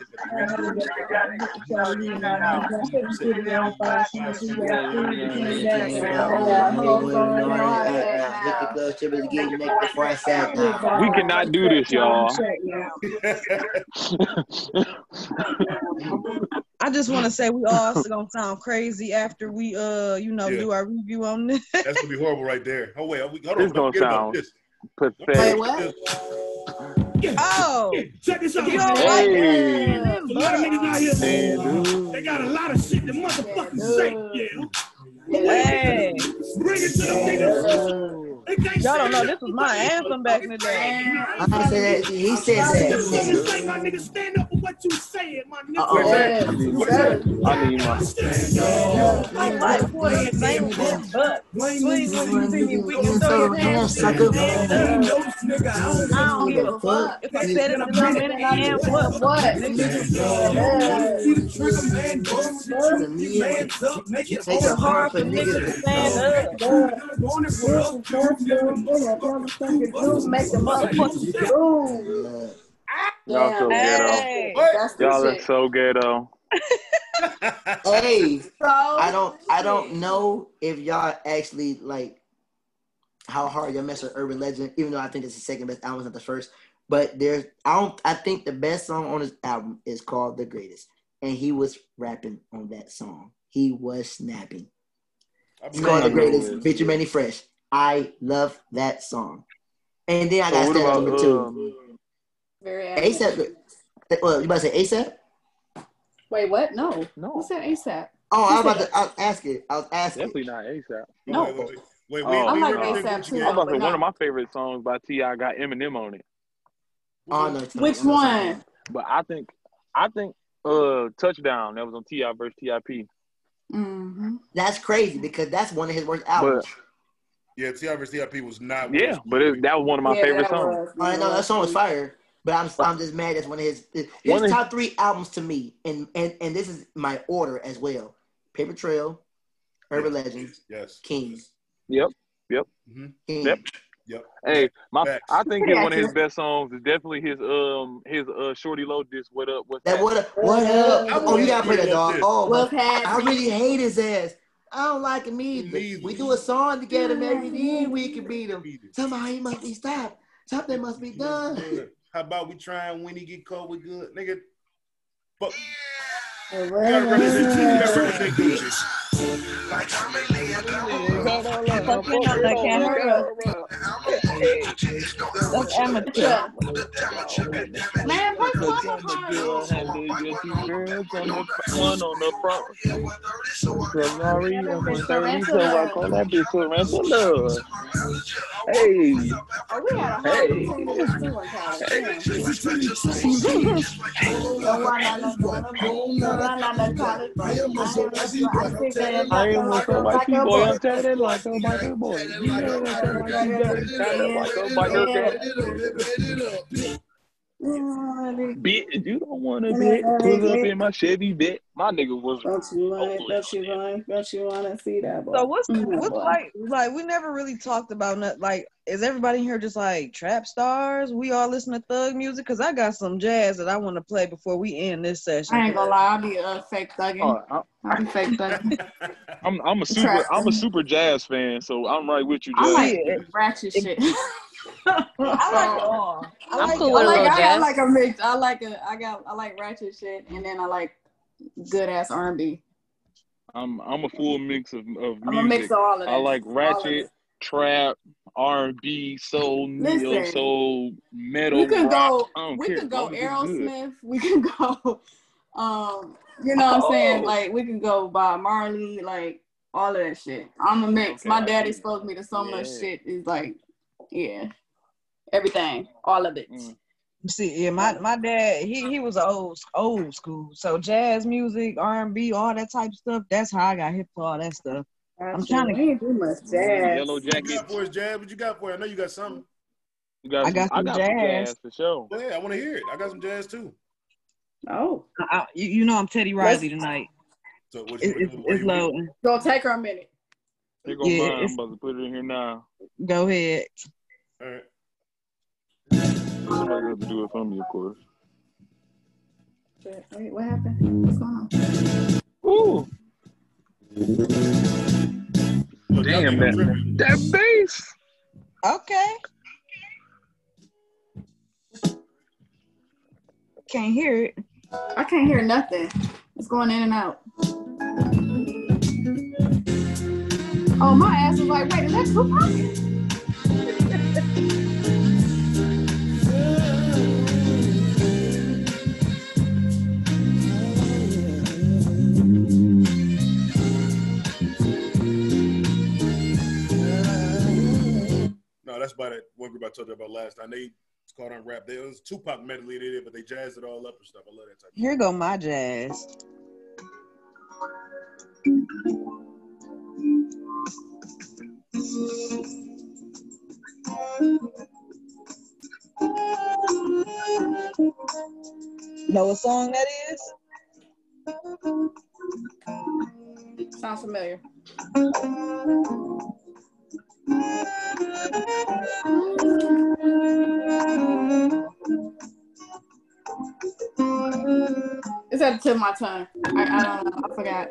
[SPEAKER 9] We cannot do this, y'all.
[SPEAKER 1] I just want to say we all also gonna sound crazy after we uh you know
[SPEAKER 3] Yeah.
[SPEAKER 1] do our review on this.
[SPEAKER 3] That's gonna be horrible right there. Oh wait, we, hold on.
[SPEAKER 9] It's
[SPEAKER 3] Don't forget
[SPEAKER 9] gonna
[SPEAKER 3] about
[SPEAKER 9] sound
[SPEAKER 3] this.
[SPEAKER 9] pathetic.
[SPEAKER 1] Oh,
[SPEAKER 12] check this out.
[SPEAKER 11] You don't like
[SPEAKER 9] Hey.
[SPEAKER 12] A lot of niggas out
[SPEAKER 9] Hey,
[SPEAKER 12] here. They got a lot of shit to motherfucking say. Yeah. But wait,
[SPEAKER 1] Hey.
[SPEAKER 12] bring it to the niggas. They can't
[SPEAKER 1] Y'all
[SPEAKER 12] say
[SPEAKER 1] don't know
[SPEAKER 12] shit.
[SPEAKER 1] this was my anthem back in the day.
[SPEAKER 2] I said that, he said
[SPEAKER 12] Them
[SPEAKER 2] that.
[SPEAKER 12] niggas say, my nigga, stand up for what you saying, my nigga.
[SPEAKER 2] Uh-oh. Where's
[SPEAKER 9] I need my. I need my.
[SPEAKER 1] I'm like, boy, this ain't this butt. Swing when you see me, we can throw your hands. I don't give a fuck. If I said it, then I'm in it, and what?
[SPEAKER 12] See the trigger, man, don't shoot you, you man's up, make it
[SPEAKER 2] Take it hard for niggas to stand
[SPEAKER 1] up.
[SPEAKER 5] Make the motherfuckers move.
[SPEAKER 9] Y'all so
[SPEAKER 5] Hey,
[SPEAKER 9] ghetto.
[SPEAKER 5] that's the
[SPEAKER 9] Y'all are
[SPEAKER 5] shit.
[SPEAKER 9] so ghetto.
[SPEAKER 2] Hey, I don't, I don't know if y'all actually like how hard y'all mess with Urban Legend, even though I think it's the second best album, it's not the first. But there's, I don't, I think the best song on his album is called "The Greatest," and he was rapping on that song. He was snapping. It's called The Greatest, feature Manny Fresh. I love that song. And then I got
[SPEAKER 9] So what
[SPEAKER 2] stand up
[SPEAKER 9] about
[SPEAKER 2] number two.
[SPEAKER 9] um?
[SPEAKER 5] Very accurate.
[SPEAKER 2] ASAP. Well, you about to say ASAP?
[SPEAKER 5] Wait, what? No.
[SPEAKER 9] No.
[SPEAKER 5] Who said ASAP?
[SPEAKER 2] Oh, I was
[SPEAKER 5] Who
[SPEAKER 2] about
[SPEAKER 5] said-
[SPEAKER 2] to I was ask it. I was asking.
[SPEAKER 9] Definitely not ASAP.
[SPEAKER 5] No.
[SPEAKER 3] Wait, wait, wait. Wait, we-
[SPEAKER 9] Oh,
[SPEAKER 5] I
[SPEAKER 9] we
[SPEAKER 5] like
[SPEAKER 9] wrong.
[SPEAKER 5] ASAP too,
[SPEAKER 9] I'm about
[SPEAKER 5] but
[SPEAKER 9] to say one
[SPEAKER 5] not-
[SPEAKER 9] of my favorite songs by T.I. got Eminem on it.
[SPEAKER 2] Oh, no,
[SPEAKER 5] Which one?
[SPEAKER 9] But I think, I think, uh, touchdown that was on T.I. versus T.I.P.
[SPEAKER 2] That's crazy because that's one of his worst albums.
[SPEAKER 9] But
[SPEAKER 3] Yeah, Ti versus Tip was not.
[SPEAKER 9] yeah, but it, that was one of my favorite songs.
[SPEAKER 2] I know that song was fire, but I'm I'm just mad. That's one of his his
[SPEAKER 9] One of-
[SPEAKER 2] top three albums to me, and and and this is my order as well: Paper Trail, Urban Legend,
[SPEAKER 3] yes,
[SPEAKER 2] King.
[SPEAKER 9] Yep, yep, yep.
[SPEAKER 3] Yep.
[SPEAKER 9] Hey, my,
[SPEAKER 3] Facts.
[SPEAKER 9] I think
[SPEAKER 2] Pretty
[SPEAKER 9] one of his
[SPEAKER 2] accurate.
[SPEAKER 9] best songs is definitely his um his uh shorty low disc. What up? What's
[SPEAKER 2] That what up? What up? Oh, you gotta play that dog. Oh,
[SPEAKER 9] What's
[SPEAKER 2] my- I really hate his ass. I don't like him either. We do a song together, maybe then we can beat him. Somehow he must be stopped. Something must be done.
[SPEAKER 3] How about we try and when he get caught, we good, nigga? Fuck.
[SPEAKER 5] You
[SPEAKER 3] gotta represent, you gotta represent Gucci.
[SPEAKER 11] Fucking up the camera. That's amateur.
[SPEAKER 5] Man, put
[SPEAKER 11] Papa
[SPEAKER 4] One on the front. Ferrari on the thirty, so I call that bitch Tarantula. Hey, I am with a white boy. I'm tatted like a biker boy. You know that's a biker boy. Tatted like a biker boy. Bitch, you don't want to bitch. Put up in my Chevy bit. My nigga was.
[SPEAKER 5] Don't you want? Don't you want? Don't you want to see that? Boy.
[SPEAKER 1] So what's
[SPEAKER 5] Mm,
[SPEAKER 1] what's
[SPEAKER 5] boy.
[SPEAKER 1] like like we never really talked about nothing. Like is everybody here just like trap stars? We all listen to thug music because I got some jazz that I want to play before we end this session.
[SPEAKER 5] I ain't gonna lie, I'll be uh, fake thugging.
[SPEAKER 9] Oh,
[SPEAKER 5] I'll be fake thugging.
[SPEAKER 9] I'm I'm a super I'm a super jazz fan, so I'm right with you,
[SPEAKER 5] I
[SPEAKER 9] Jazz.
[SPEAKER 5] like ratchet shit. I like all. I
[SPEAKER 9] I'm
[SPEAKER 5] like,
[SPEAKER 9] cool with
[SPEAKER 5] I
[SPEAKER 9] a
[SPEAKER 5] like,
[SPEAKER 9] little
[SPEAKER 5] I, I
[SPEAKER 9] jazz.
[SPEAKER 5] like a mix. I like a. I got. I like ratchet shit, and then I like good ass R&B.
[SPEAKER 9] I'm I'm a full mix of, of music.
[SPEAKER 5] a mix of all of
[SPEAKER 9] I
[SPEAKER 5] this.
[SPEAKER 9] like
[SPEAKER 5] All of
[SPEAKER 9] ratchet, trap, R and B, soul, neo
[SPEAKER 5] Listen,
[SPEAKER 9] soul, metal.
[SPEAKER 5] we can
[SPEAKER 9] rock.
[SPEAKER 5] go.
[SPEAKER 9] I don't
[SPEAKER 5] We
[SPEAKER 9] care.
[SPEAKER 5] can go
[SPEAKER 9] Long as it's good.
[SPEAKER 5] Aerosmith. We can go. Um, you know what I'm saying?
[SPEAKER 9] Oh.
[SPEAKER 5] Like we can go Bob Marley. Like all of that shit. I'm a mix.
[SPEAKER 9] Okay,
[SPEAKER 5] My
[SPEAKER 9] I
[SPEAKER 5] daddy
[SPEAKER 9] see.
[SPEAKER 5] exposed me to so much
[SPEAKER 1] Yeah.
[SPEAKER 5] shit. Is like, yeah, everything, all of it.
[SPEAKER 9] Mm.
[SPEAKER 1] See, yeah, my, my dad, he he was a old old school. So jazz music, R and B, all that type of stuff. That's how I got hip to all that stuff. I'm
[SPEAKER 5] Gotcha.
[SPEAKER 1] trying to
[SPEAKER 5] We ain't do much
[SPEAKER 9] Mm.
[SPEAKER 5] jazz. Yellow
[SPEAKER 3] What you got for us, Jazz? What you got for us? I know you got something.
[SPEAKER 9] You got
[SPEAKER 1] I got
[SPEAKER 9] I
[SPEAKER 1] some
[SPEAKER 9] got some
[SPEAKER 1] jazz.
[SPEAKER 9] jazz for sure.
[SPEAKER 3] Yeah, I want to hear it. I got some jazz too.
[SPEAKER 5] Oh,
[SPEAKER 1] I, you, you know I'm Teddy
[SPEAKER 5] Let's-
[SPEAKER 1] Riley tonight.
[SPEAKER 3] So what,
[SPEAKER 1] It, it's it's loading.
[SPEAKER 5] Gonna take her a minute.
[SPEAKER 9] Here go
[SPEAKER 1] Yeah,
[SPEAKER 9] mine.
[SPEAKER 1] it's-
[SPEAKER 9] I'm about to put it in here now.
[SPEAKER 1] Go ahead.
[SPEAKER 9] Somebody got to do it for me, of course.
[SPEAKER 5] Wait, what happened? What's going on?
[SPEAKER 9] Ooh. Damn that that bass.
[SPEAKER 1] Okay. Can't hear it.
[SPEAKER 5] I can't hear nothing. It's going in and out. Oh, my ass was like, wait, is that Tupac?
[SPEAKER 3] No, that's about that one group I told you about last time. They it's called Unwrap. They, it was Tupac medley they did, but they jazzed it all up and stuff. I love that type.
[SPEAKER 1] Here go my jazz. Know what song that is?
[SPEAKER 5] Sounds familiar. It's at the tip of my tongue. I, I don't know. I forgot.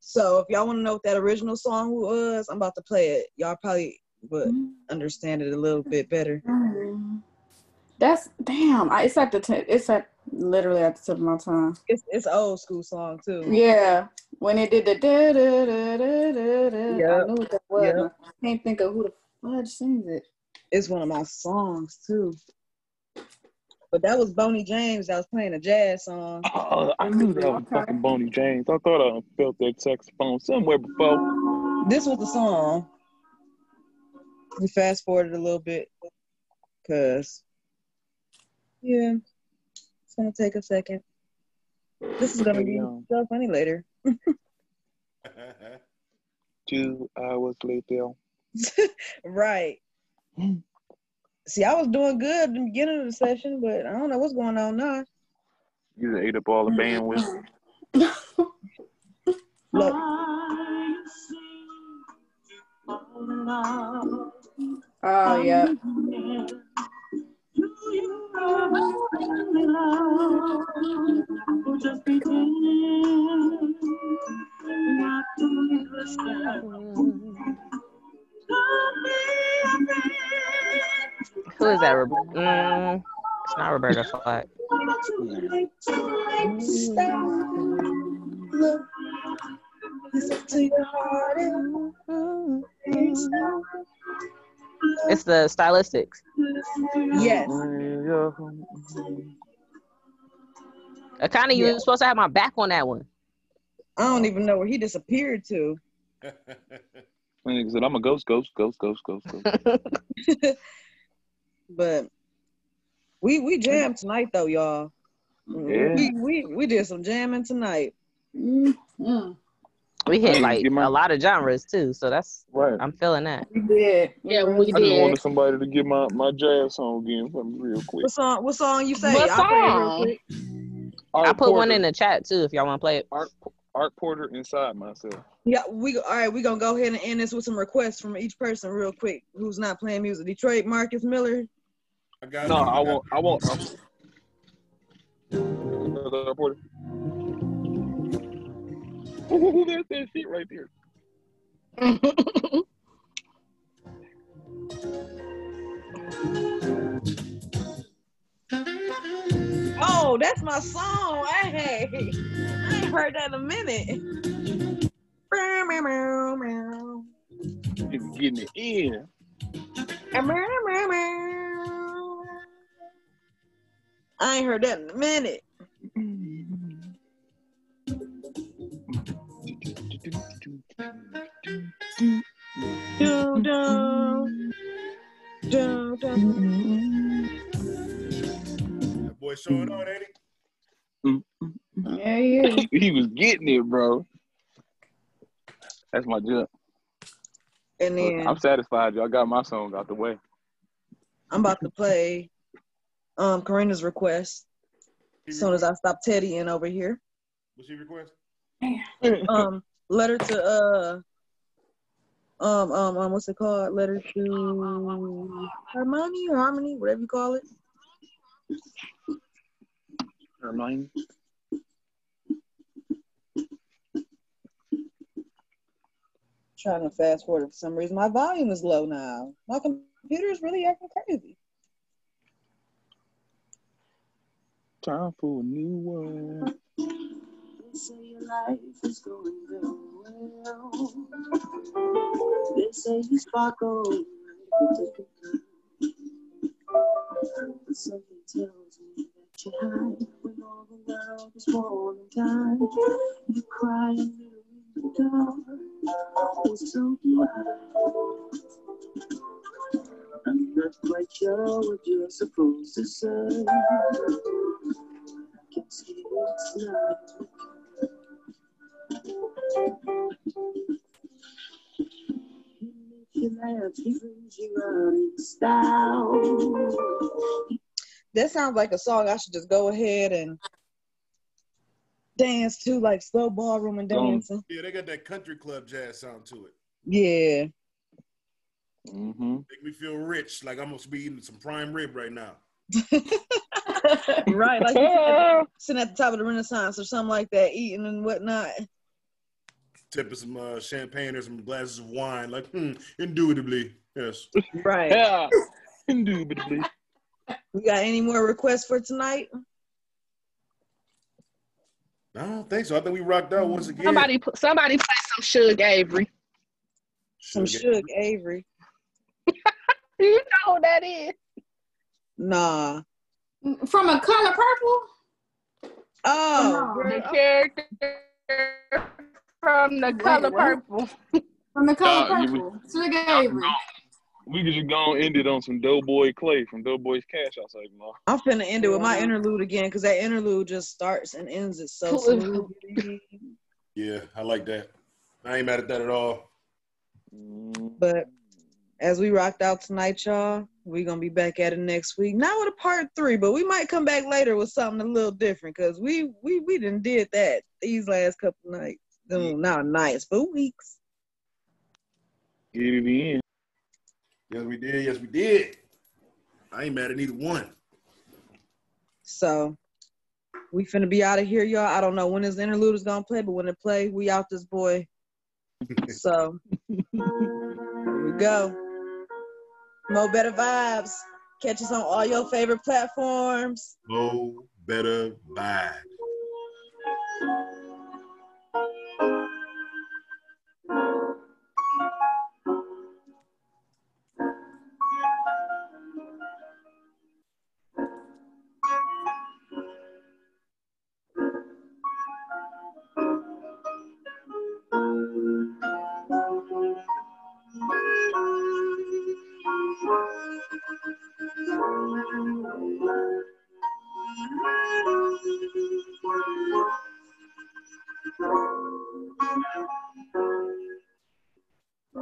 [SPEAKER 1] So if y'all want to know what that original song was, I'm about to play it. Y'all probably would understand it a little bit better.
[SPEAKER 5] That's damn. I, it's at the tip. It's at literally at the tip of my tongue.
[SPEAKER 1] It's it's an old school song too.
[SPEAKER 5] Yeah. When it did the da da da da da da, I
[SPEAKER 1] Yep.
[SPEAKER 5] knew what that was.
[SPEAKER 1] Yep.
[SPEAKER 5] and I can't think of who the fudge sings it.
[SPEAKER 1] It's one of my songs too. But that was Boney James that was playing a jazz song.
[SPEAKER 9] Oh, I knew that was fucking Boney James. I thought I felt that saxophone somewhere before.
[SPEAKER 1] This was the song. We fast forwarded a little bit because yeah, it's gonna take a second. This is gonna be
[SPEAKER 9] Damn.
[SPEAKER 1] so funny later.
[SPEAKER 9] Two hours later.
[SPEAKER 1] Right. See, I was doing good at the beginning of the session, but I don't know what's going on now.
[SPEAKER 9] You done ate up all the bandwidth.
[SPEAKER 1] Look.
[SPEAKER 5] Oh yeah.
[SPEAKER 10] Who is that? Rob- Mm, it's not Roberta Flack. It's the Stylistics.
[SPEAKER 1] Yes.
[SPEAKER 10] Akana, you were supposed to have my back on that one.
[SPEAKER 1] I don't even know where he disappeared to.
[SPEAKER 9] Nigga said, I'm a ghost, ghost, ghost, ghost, ghost, ghost.
[SPEAKER 1] but we we jammed tonight though, y'all. Mm-hmm. We, we we did some jamming tonight.
[SPEAKER 5] Mm-hmm.
[SPEAKER 10] We
[SPEAKER 9] I
[SPEAKER 10] hit
[SPEAKER 9] didn't
[SPEAKER 10] like
[SPEAKER 9] get my-
[SPEAKER 10] a lot of genres too, so that's I'm feeling that.
[SPEAKER 1] We did.
[SPEAKER 6] Yeah,
[SPEAKER 9] I just wanted somebody to get my, my jazz song again for me real quick.
[SPEAKER 1] What song? What song you say?
[SPEAKER 6] What
[SPEAKER 1] I'll play it real
[SPEAKER 6] song?
[SPEAKER 1] quick.
[SPEAKER 2] Oh,
[SPEAKER 10] I put one
[SPEAKER 9] Porter.
[SPEAKER 10] in the chat too if y'all want to play it.
[SPEAKER 9] Art, Art Porter inside myself.
[SPEAKER 1] Yeah, we all right. We gonna go ahead and end this with some requests from each person real quick. Who's not playing music? Detroit Marcus Miller.
[SPEAKER 3] I got
[SPEAKER 9] no, I won't. I um, won't. I'm- Art Porter. Ooh, that's that shit right there.
[SPEAKER 1] Oh, that's my song. Hey, I ain't heard that in a minute. Meow, meow, meow, meow.
[SPEAKER 9] Nigga getting it in.
[SPEAKER 1] Meow, meow, meow. I ain't heard that in a minute. Do, do. Do, do.
[SPEAKER 3] That boy showing on, ain't
[SPEAKER 9] Yeah, yeah. he was getting it, bro. That's my jump.
[SPEAKER 1] And then
[SPEAKER 9] I'm satisfied. Y'all got my song out the way.
[SPEAKER 1] I'm about to play um Karina's request as soon as I stop Teddy in over here.
[SPEAKER 3] What's your request?
[SPEAKER 1] um letter to uh um um um what's it called? Letter to Harmony or Harmony, whatever you call it.
[SPEAKER 9] Hermione.
[SPEAKER 1] Trying to fast forward for some reason. My volume is low now. My computer is really acting crazy.
[SPEAKER 9] Time for a new world.
[SPEAKER 14] They say you sparkle. like a different kind. But Something tells me that you hide when all the world is warm and kind. You cry and live in the dark. Oh, so do I. I'm not quite sure what you're supposed to say. I can see it's not. He laughs, he brings you out in style.
[SPEAKER 1] That sounds like a song I should just go ahead and dance to, like slow ballroom and dancing.
[SPEAKER 3] Yeah, they got that country club jazz sound to it.
[SPEAKER 1] Yeah.
[SPEAKER 9] Mm-hmm.
[SPEAKER 3] Make me feel rich, like I'm supposed to be eating some prime rib right now.
[SPEAKER 1] right, like you said, sitting at the top of the Renaissance or something like that, eating and whatnot.
[SPEAKER 3] Tipping some uh, champagne or some glasses of wine, like hmm, indubitably, yes.
[SPEAKER 1] Right.
[SPEAKER 9] Yeah. Indubitably.
[SPEAKER 1] We got any more requests for tonight?
[SPEAKER 3] I don't think so. I think we rocked out once again.
[SPEAKER 6] Somebody, pl- somebody play some Suge Avery.
[SPEAKER 1] Some Suge Avery.
[SPEAKER 6] You know what that is.
[SPEAKER 1] Nah.
[SPEAKER 5] From a color purple?
[SPEAKER 1] Oh,
[SPEAKER 6] the character from the color purple.
[SPEAKER 5] From the color
[SPEAKER 9] Nah, you
[SPEAKER 5] purple. Suge Avery.
[SPEAKER 9] We could just go and end it on some Doughboy Clay from Doughboy's Cash. I was like, no.
[SPEAKER 1] I'm finna end it with my interlude again because that interlude just starts and ends it so smooth.
[SPEAKER 3] Yeah, I like that. I ain't mad at that at all.
[SPEAKER 9] Mm-hmm.
[SPEAKER 1] But as we rocked out tonight, y'all, we gonna be back at it next week. Not with a part three, but we might come back later with something a little different because we we we didn't did that these last couple nights. No, Not nights, but weeks.
[SPEAKER 9] Get it in.
[SPEAKER 3] Yes, we did. Yes, we did. I ain't mad at neither one.
[SPEAKER 1] So we finna be out of here, y'all. I don't know when this interlude is gonna play, but when it play, we out this boy. So here we go. Mo better vibes. Catch us on all your favorite platforms.
[SPEAKER 3] Go better buy.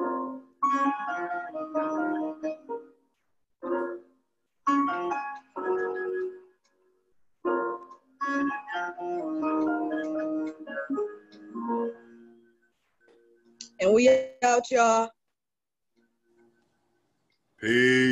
[SPEAKER 1] And we out, y'all.
[SPEAKER 3] Peace.